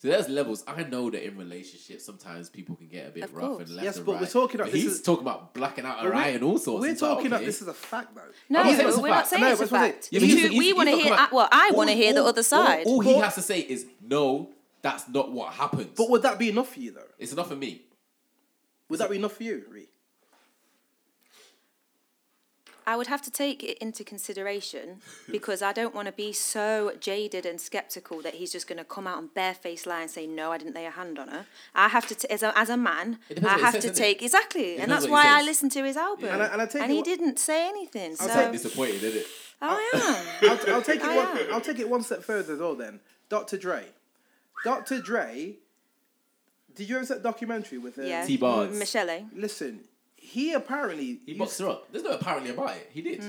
Speaker 3: so there's levels. I know that in relationships, sometimes people can get a bit
Speaker 2: Of
Speaker 3: rough
Speaker 2: course.
Speaker 3: and left
Speaker 1: Yes,
Speaker 3: and
Speaker 1: but we're
Speaker 3: right.
Speaker 1: talking about
Speaker 3: But
Speaker 1: this
Speaker 3: he's
Speaker 1: is-
Speaker 3: talking about blacking out her
Speaker 1: But
Speaker 3: eye and all sorts.
Speaker 1: We're
Speaker 3: It's like,
Speaker 1: talking about
Speaker 3: okay.
Speaker 1: this is a fact though.
Speaker 2: No,
Speaker 3: not saying
Speaker 2: we're,
Speaker 3: it's a
Speaker 2: we're not
Speaker 3: fact.
Speaker 2: saying
Speaker 1: No,
Speaker 2: it's a
Speaker 1: that's what it-
Speaker 2: fact.
Speaker 3: Yeah, but
Speaker 2: You-
Speaker 3: he's- he's-
Speaker 2: we
Speaker 3: he's
Speaker 2: want to
Speaker 3: talking
Speaker 2: hear.
Speaker 3: about-
Speaker 2: uh, well, I want to
Speaker 3: all-
Speaker 2: hear the
Speaker 3: all-
Speaker 2: other side.
Speaker 3: All, all he
Speaker 1: But-
Speaker 3: has to say is no. That's not what happens.
Speaker 1: But would that be enough for you though?
Speaker 3: it's enough for me.
Speaker 1: Would that be enough for you, Ree?
Speaker 2: I would have to take it into consideration because I don't want to be so jaded and skeptical that he's just going to come out and barefaced lie and say, No, I didn't lay a hand on her. I have to, t- as, a, as a man,
Speaker 3: It depends
Speaker 2: I
Speaker 3: what he
Speaker 2: have
Speaker 3: says,
Speaker 2: to
Speaker 3: doesn't it?
Speaker 2: take, exactly.
Speaker 3: It
Speaker 2: and
Speaker 3: depends
Speaker 2: that's
Speaker 3: what he
Speaker 2: why I
Speaker 3: says.
Speaker 2: listened to his album.
Speaker 1: And I- and I take it
Speaker 2: he
Speaker 1: what-
Speaker 2: didn't say anything. So,
Speaker 1: I'll
Speaker 3: It's like
Speaker 1: Um,
Speaker 3: disappointed, isn't it?
Speaker 2: oh, yeah.
Speaker 1: I'll, t- I'll take it
Speaker 2: I
Speaker 1: one.
Speaker 2: am.
Speaker 1: I'll take it one step further though. Then Dr. Dre, Dr. Dre, did you ever see that documentary with him?
Speaker 2: yeah.
Speaker 3: T-Barnes.
Speaker 2: M- Michelle.
Speaker 1: Listen, he apparently
Speaker 3: He
Speaker 1: used-
Speaker 3: boxed her up. There's no apparently about it. He
Speaker 2: Hmm.
Speaker 3: did.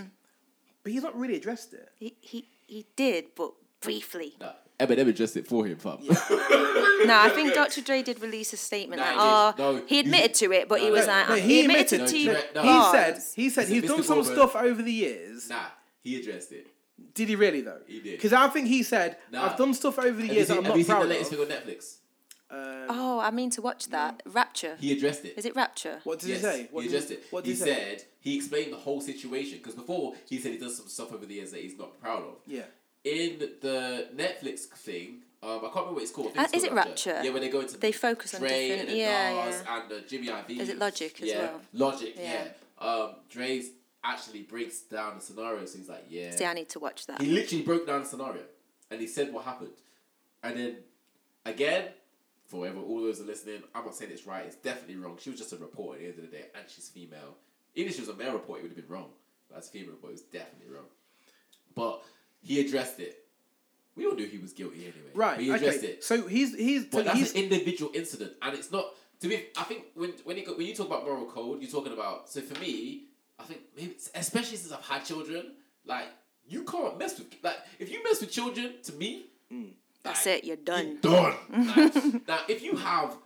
Speaker 1: but he's not really addressed it.
Speaker 2: He, he, he did, but briefly.
Speaker 3: Nah, Eminem addressed it for him, fam.
Speaker 2: No, I think Dr. Dre did release a statement
Speaker 3: No,
Speaker 2: like,
Speaker 3: he
Speaker 2: oh,
Speaker 3: didn't. No,
Speaker 2: he
Speaker 3: you-
Speaker 2: admitted to it, but he
Speaker 3: No,
Speaker 2: was
Speaker 3: no,
Speaker 2: like,
Speaker 3: no,
Speaker 2: he,
Speaker 1: he
Speaker 2: admitted,
Speaker 1: admitted
Speaker 3: to
Speaker 2: to
Speaker 3: it. No,
Speaker 1: He
Speaker 3: Bars.
Speaker 1: said he said
Speaker 3: It's a
Speaker 1: he's done
Speaker 3: Mr.
Speaker 1: some
Speaker 3: Goldberg.
Speaker 1: stuff over the years.
Speaker 3: Nah, he addressed it.
Speaker 1: Did he really though?
Speaker 3: He did.
Speaker 1: Because I think he said
Speaker 3: Nah.
Speaker 1: I've done stuff over the
Speaker 3: Have you
Speaker 1: years
Speaker 3: seen,
Speaker 1: that I'm
Speaker 3: have you
Speaker 1: not
Speaker 3: seen the
Speaker 1: proud
Speaker 3: latest
Speaker 1: of.
Speaker 3: thing on Netflix?
Speaker 2: oh, I mean to watch that. Rapture.
Speaker 3: He addressed it.
Speaker 2: Is it Rapture?
Speaker 1: What did
Speaker 3: yes,
Speaker 1: he say? What did
Speaker 3: addressed it.
Speaker 1: What did
Speaker 3: he
Speaker 1: he say?
Speaker 3: said he explained the whole situation because before he said he does some stuff over the years that he's not proud of.
Speaker 1: Yeah.
Speaker 3: In the Netflix thing, um, I can't remember what it's called. I think
Speaker 2: Uh,
Speaker 3: it's
Speaker 2: is
Speaker 3: called
Speaker 2: it Rapture?
Speaker 3: Yeah, when they go into
Speaker 2: They focus on
Speaker 3: Dre
Speaker 2: different-
Speaker 3: and the
Speaker 2: yeah,
Speaker 3: Nas
Speaker 2: yeah.
Speaker 3: and the Jimmy Iovine.
Speaker 2: Is it Logic as
Speaker 3: yeah,
Speaker 2: well?
Speaker 3: Logic. Yeah.
Speaker 2: Yeah.
Speaker 3: Um, Dre's actually breaks down the scenario. So he's like, yeah.
Speaker 2: See, I need to watch that.
Speaker 3: He literally broke down the scenario and he said what happened. And then again, forever, all those are listening, I'm not saying it's right, it's definitely wrong. She was just a reporter at the end of the day and she's female. Even if she was a male reporter, it would have been wrong. But as a female reporter, it was definitely wrong. But he addressed it. We all knew he was guilty anyway.
Speaker 1: Right.
Speaker 3: But he addressed
Speaker 1: Okay.
Speaker 3: it.
Speaker 1: So he's he's
Speaker 3: But
Speaker 1: so
Speaker 3: that's
Speaker 1: he's
Speaker 3: an individual incident, and it's not. To me, I think when when you go, when you talk about moral code, you're talking about. So for me, I think maybe especially since I've had children, like you can't mess with like if you mess with children, to me,
Speaker 2: That's
Speaker 3: like,
Speaker 2: it, you're done.
Speaker 3: Done. Like, now, if you have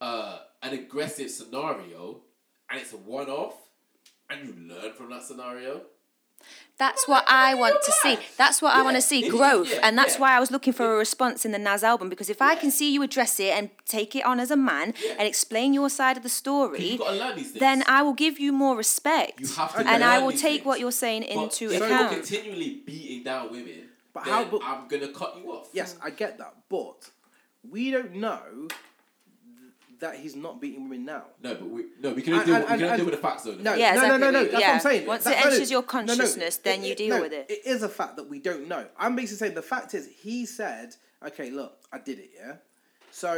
Speaker 3: uh, an aggressive scenario and it's a one-off, and you learn from that scenario,
Speaker 2: That's what I want to see. That's what I want to see
Speaker 3: Yeah,
Speaker 2: growth.
Speaker 3: yeah,
Speaker 2: And that's
Speaker 3: yeah.
Speaker 2: why I was looking for a response in the Nas album because if I can see you address it and take it on as a man and explain your side of the
Speaker 3: you
Speaker 2: story,
Speaker 3: got to learn these things.
Speaker 2: then I will give you more respect.
Speaker 3: You have to
Speaker 2: and I
Speaker 3: learn
Speaker 2: will
Speaker 3: these
Speaker 2: take
Speaker 3: things.
Speaker 2: what you're saying
Speaker 3: But
Speaker 2: into
Speaker 3: if
Speaker 2: account.
Speaker 3: you're continually beating down women,
Speaker 1: But
Speaker 3: then
Speaker 1: how- but-
Speaker 3: I'm gonna cut you off.
Speaker 1: yes, I get that, but we don't know th- that he's not beating women now.
Speaker 3: No, but we no we can only
Speaker 1: And-
Speaker 3: deal,
Speaker 1: and-
Speaker 3: we can only
Speaker 1: and-
Speaker 3: deal with the facts though.
Speaker 1: No,
Speaker 2: Yeah,
Speaker 1: no, no, no, no.
Speaker 2: exactly.
Speaker 1: That's what
Speaker 2: Yeah.
Speaker 1: I'm saying.
Speaker 2: Once
Speaker 1: That-
Speaker 2: it
Speaker 1: no, no.
Speaker 2: enters your
Speaker 1: No, no.
Speaker 2: consciousness, then you deal
Speaker 1: no,
Speaker 2: with it.
Speaker 1: It is a fact that we don't know. I'm basically saying the fact is he said, "Okay, look, I did it." Yeah. So,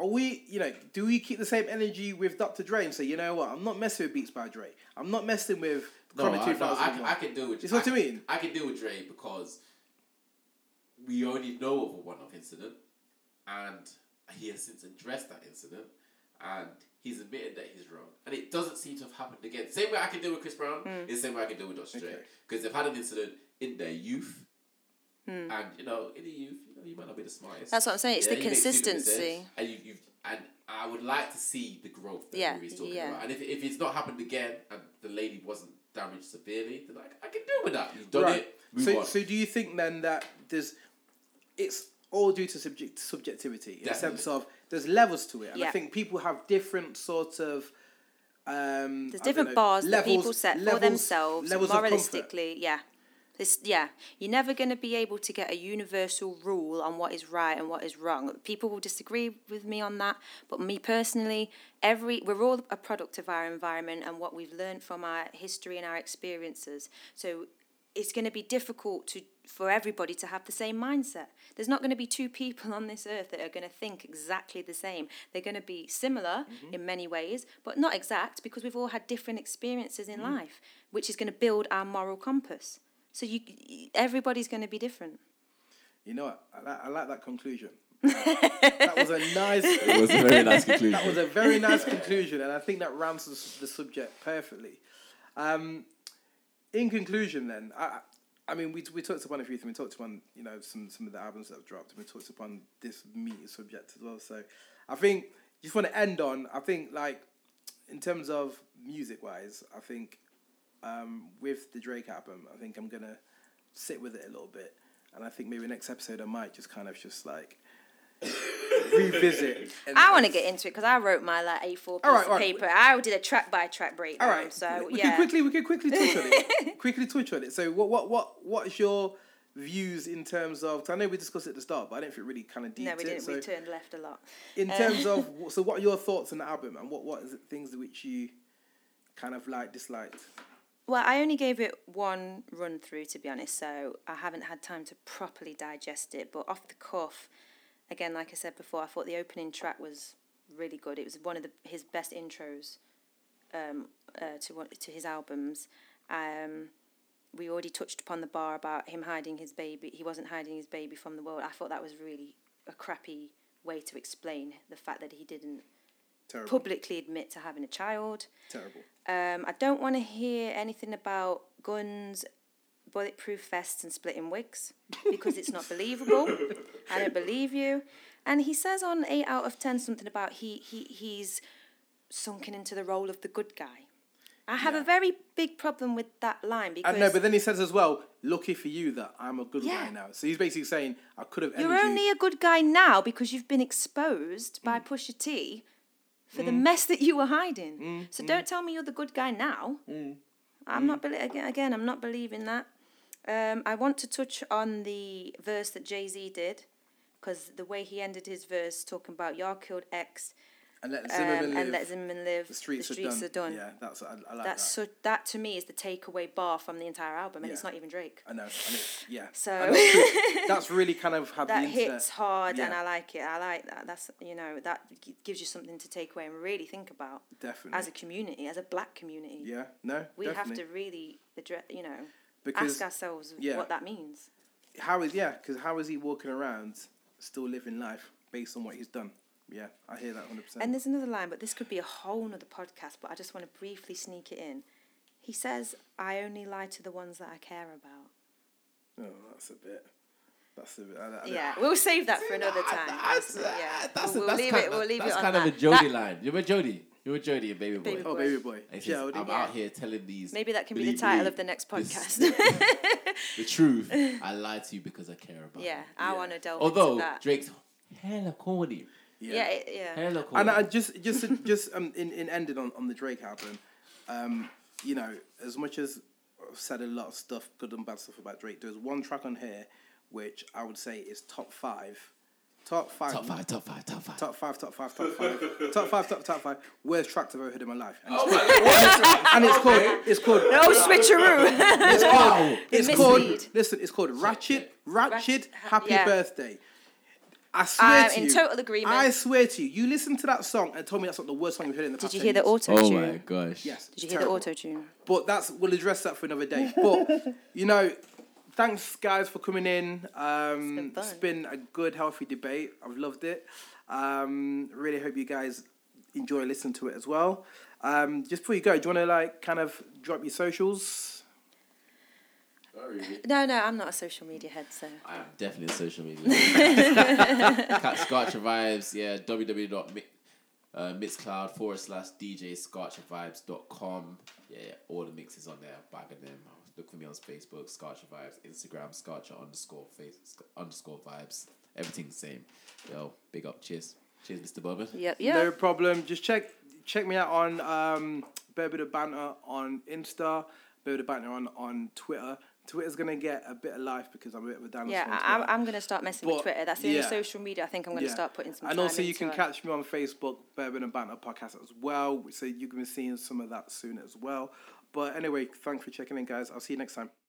Speaker 1: are we? You know, do we keep the same energy with Dr. Dre and say, you know what, I'm not messing with Beats by Dre. I'm not messing with
Speaker 3: no,
Speaker 1: Chronic
Speaker 3: I, no, I,
Speaker 1: 2001.
Speaker 3: can, I can deal with.
Speaker 1: It's what
Speaker 3: I,
Speaker 1: you mean.
Speaker 3: I can deal with Dre because we only know of a one-off incident, and he has since addressed that incident, and he's admitted that he's wrong, and it doesn't seem to have happened again. Same way I can deal with Chris
Speaker 2: Hmm.
Speaker 3: Brown is the same way I can deal with Dr. Dre
Speaker 1: Okay.
Speaker 3: because they've had an incident in their youth, and you know, in the youth, you, know, you might not be the smartest.
Speaker 2: Hmm. That's what I'm saying, it's the
Speaker 3: you make stupid mistakes,
Speaker 2: consistency.
Speaker 3: and you, you've and I would like to see the growth that
Speaker 2: Yeah,
Speaker 3: Riri's talking
Speaker 2: yeah.
Speaker 3: about. And if, if it's not happened again and the lady wasn't damaged severely, then like I can deal with that. You've done it. Move
Speaker 1: So,
Speaker 3: on.
Speaker 1: so do you think then that there's, it's all due to subject subjectivity in
Speaker 3: Definitely.
Speaker 1: the sense of there's levels to it, and I
Speaker 2: Yeah.
Speaker 1: think people have different sort of. Um,
Speaker 2: There's different bars that people set for themselves
Speaker 1: of comfort.
Speaker 2: moralistically. Yeah. This, yeah, you're never going to be able to get a universal rule on what is right and what is wrong. People will disagree with me on that, but me personally, every we're all a product of our environment and what we've learned from our history and our experiences. So it's going to be difficult to for everybody to have the same mindset. There's not going to be two people on this earth that are going to think exactly the same. They're going to be similar in many ways, but not exact because we've all had different experiences in life, which is going to build our moral compass. So you, everybody's going to be different.
Speaker 1: You know what? I, li- I like that conclusion. that was a nice.
Speaker 3: it was a very nice conclusion.
Speaker 1: That was a very nice conclusion, and I think that rounds the, the subject perfectly. Um, in conclusion, then, I, I- I mean, we, we talked upon a few things. We talked upon you know some some of the albums that have dropped, and we talked upon this meaty subject as well. So, I think just want to end on. I think like in terms of music wise, I think um, with the Drake album, I think I'm gonna sit with it a little bit. And I think maybe next episode I might just kind of just like revisit. and-
Speaker 2: I want to get into it because I wrote my like A4 piece
Speaker 1: right,
Speaker 2: of
Speaker 1: all right.
Speaker 2: paper. I did a track by track breakdown.
Speaker 1: All right.
Speaker 2: So
Speaker 1: we
Speaker 2: yeah,
Speaker 1: can quickly we can quickly touch on it. quickly touch on it. So what what what what's your views in terms of? Cause I know we discussed it at the start, but I don't think we really kind of deep.
Speaker 2: no, we didn't.
Speaker 1: It. So
Speaker 2: we Uh, turned left a lot.
Speaker 1: in terms of so what are your thoughts on the album and what what is it things that which you kind of like disliked?
Speaker 2: Well, I only gave it one run through, to be honest, so I haven't had time to properly digest it. But off the cuff, again, like I said before, I thought the opening track was really good. It was one of the, his best intros um, uh, to one, to his albums. Um, we already touched upon the bar about him hiding his baby. He wasn't hiding his baby from the world. I thought that was really a crappy way to explain the fact that he didn't
Speaker 1: Terrible.
Speaker 2: publicly admit to having a child.
Speaker 1: Terrible.
Speaker 2: Um, I don't want to hear anything about guns, bulletproof vests, and splitting wigs because it's not believable. I don't believe you. And he says on eight out of ten something about he he he's sunken into the role of the good guy. I have a very big problem with that line because
Speaker 1: And no, but then he says as well, "Lucky for you that I'm a good
Speaker 2: Yeah.
Speaker 1: guy now." So he's basically saying, "I could have."
Speaker 2: you're
Speaker 1: ended you- Mm.
Speaker 2: only a good guy now because you've been exposed by Pusha T for the mess that you were hiding.
Speaker 1: Mm,
Speaker 2: So don't tell me you're the good guy now. I'm not beli- aga- again. I'm not believing that. Um, I want to touch on the verse that Jay Z did, because the way he ended his verse, talking about "Y'all killed X
Speaker 1: and let
Speaker 2: um,
Speaker 1: Zimmerman live.
Speaker 2: and let Zimmerman live,"
Speaker 1: the streets, are, done. Yeah, that's I, I like
Speaker 2: That's
Speaker 1: that.
Speaker 2: so, that to me is the takeaway bar from the entire album, and it's
Speaker 1: Yeah.
Speaker 2: not even Drake.
Speaker 1: I know. And it, yeah.
Speaker 2: So-
Speaker 1: And that's, good. that's really kind of how
Speaker 2: that
Speaker 1: the internet-
Speaker 2: hits hard and
Speaker 1: Yeah.
Speaker 2: I like it. I like that. That's you know that g- gives you something to take away and really think about
Speaker 3: Mm-hmm.
Speaker 1: Definitely.
Speaker 2: as a community, as a black community.
Speaker 1: yeah. No.
Speaker 2: we
Speaker 1: definitely.
Speaker 2: have to really address, you know,
Speaker 1: Because-
Speaker 2: ask ourselves
Speaker 1: yeah.
Speaker 2: what that means.
Speaker 1: how is yeah? Because how is he walking around still living life based on what he's done? Yeah, I hear that hundred
Speaker 2: And
Speaker 3: Mm.
Speaker 1: percent.
Speaker 2: there's another line, but this could be a whole nother podcast. But I just want to briefly sneak it in. He says, "I only lie to the ones that I care about."
Speaker 1: Oh, that's a bit. That's a bit. I, I,
Speaker 2: Yeah, we'll save that for another time.
Speaker 3: That's,
Speaker 2: yeah,
Speaker 3: that's,
Speaker 2: we'll, we'll
Speaker 3: that's
Speaker 2: leave
Speaker 3: kind,
Speaker 2: it. We'll leave
Speaker 3: that's
Speaker 2: it on
Speaker 3: kind
Speaker 2: that.
Speaker 3: of a Jody
Speaker 2: That-
Speaker 3: line. You're a Jody. You're a Jody, a baby boy.
Speaker 2: Baby
Speaker 1: Oh,
Speaker 2: boy.
Speaker 1: baby boy.
Speaker 3: It's just,
Speaker 1: Yeah,
Speaker 3: I'm
Speaker 2: Yeah.
Speaker 3: out here telling these.
Speaker 2: Maybe that can be the
Speaker 3: believe
Speaker 2: title
Speaker 3: me,
Speaker 2: of the next
Speaker 3: this-
Speaker 2: podcast.
Speaker 3: the truth. I lied to you because I care about.
Speaker 2: yeah,
Speaker 3: you.
Speaker 2: I want to delve into
Speaker 3: Although
Speaker 2: that.
Speaker 3: Drake's hella corny.
Speaker 2: yeah, it- yeah.
Speaker 3: Hella corny.
Speaker 1: And I just, just, just um, in, in ending on, on the Drake album, um, you know, as much as I've said a lot of stuff, good and bad stuff about Drake, there's one track on here which I would say is top five, top five,
Speaker 3: top five, top five, top five.
Speaker 1: top five, top five, top five, top five, top top five. Worst tracks I've ever heard in my life. And it's, and it's called, it's called,
Speaker 2: Oh, switcheroo.
Speaker 1: it's called, it's
Speaker 2: The
Speaker 1: called.
Speaker 2: mislead.
Speaker 1: Listen, it's called Ratchet, Ratchet,
Speaker 2: ha-
Speaker 1: Happy
Speaker 2: yeah.
Speaker 1: Birthday. I swear
Speaker 2: I'm
Speaker 1: to
Speaker 2: in
Speaker 1: you,
Speaker 2: total agreement.
Speaker 1: I swear to you, you listen to that song and told me that's not the worst song you've heard in the
Speaker 2: Did
Speaker 1: past
Speaker 2: you
Speaker 1: 10
Speaker 2: hear the
Speaker 1: years.
Speaker 2: auto
Speaker 3: Oh
Speaker 2: tune?
Speaker 3: my gosh.
Speaker 1: Yes.
Speaker 2: Did you hear the auto tune?
Speaker 1: But that's we'll address that for another day. But you know, thanks guys for coming in. Um,
Speaker 2: It's been fun.
Speaker 1: it's been a good, healthy debate. I've loved it. Um, really hope you guys enjoy listening to it as well. Um, just before you go, do you want to like kind of drop your socials?
Speaker 2: No, no, I'm not a social media head, so
Speaker 3: I'm definitely on social media. Cat Scorcher Vibes, yeah, www.mixcloud uh, forward slash DJ com. Yeah, yeah, all the mixes on there, bagging them. Look for me on Facebook, Scorcher Vibes, Instagram, Scorcher underscore face sc- underscore vibes. Everything's the same. Yo, big up. Cheers. Cheers, Mr. Bourbon.
Speaker 2: yep, yep.
Speaker 1: No problem. Just check check me out on um Berber the Banter on Insta, Berber the Banter on, on Twitter. Twitter's gonna get a bit of life because I'm a bit of a dinosaur.
Speaker 2: yeah,
Speaker 1: on
Speaker 2: I,
Speaker 1: Twitter.
Speaker 2: I'm- I'm going to start messing with
Speaker 1: But,
Speaker 2: Twitter. That's the only
Speaker 1: yeah.
Speaker 2: social media I think I'm going to
Speaker 1: Yeah.
Speaker 2: start putting some
Speaker 1: And
Speaker 2: time
Speaker 1: also, you
Speaker 2: into
Speaker 1: can
Speaker 2: it.
Speaker 1: catch me on Facebook, Bourbon and Banter Podcast as well. So you can be seeing some of that soon as well. But anyway, thanks for checking in, guys. I'll see you next time.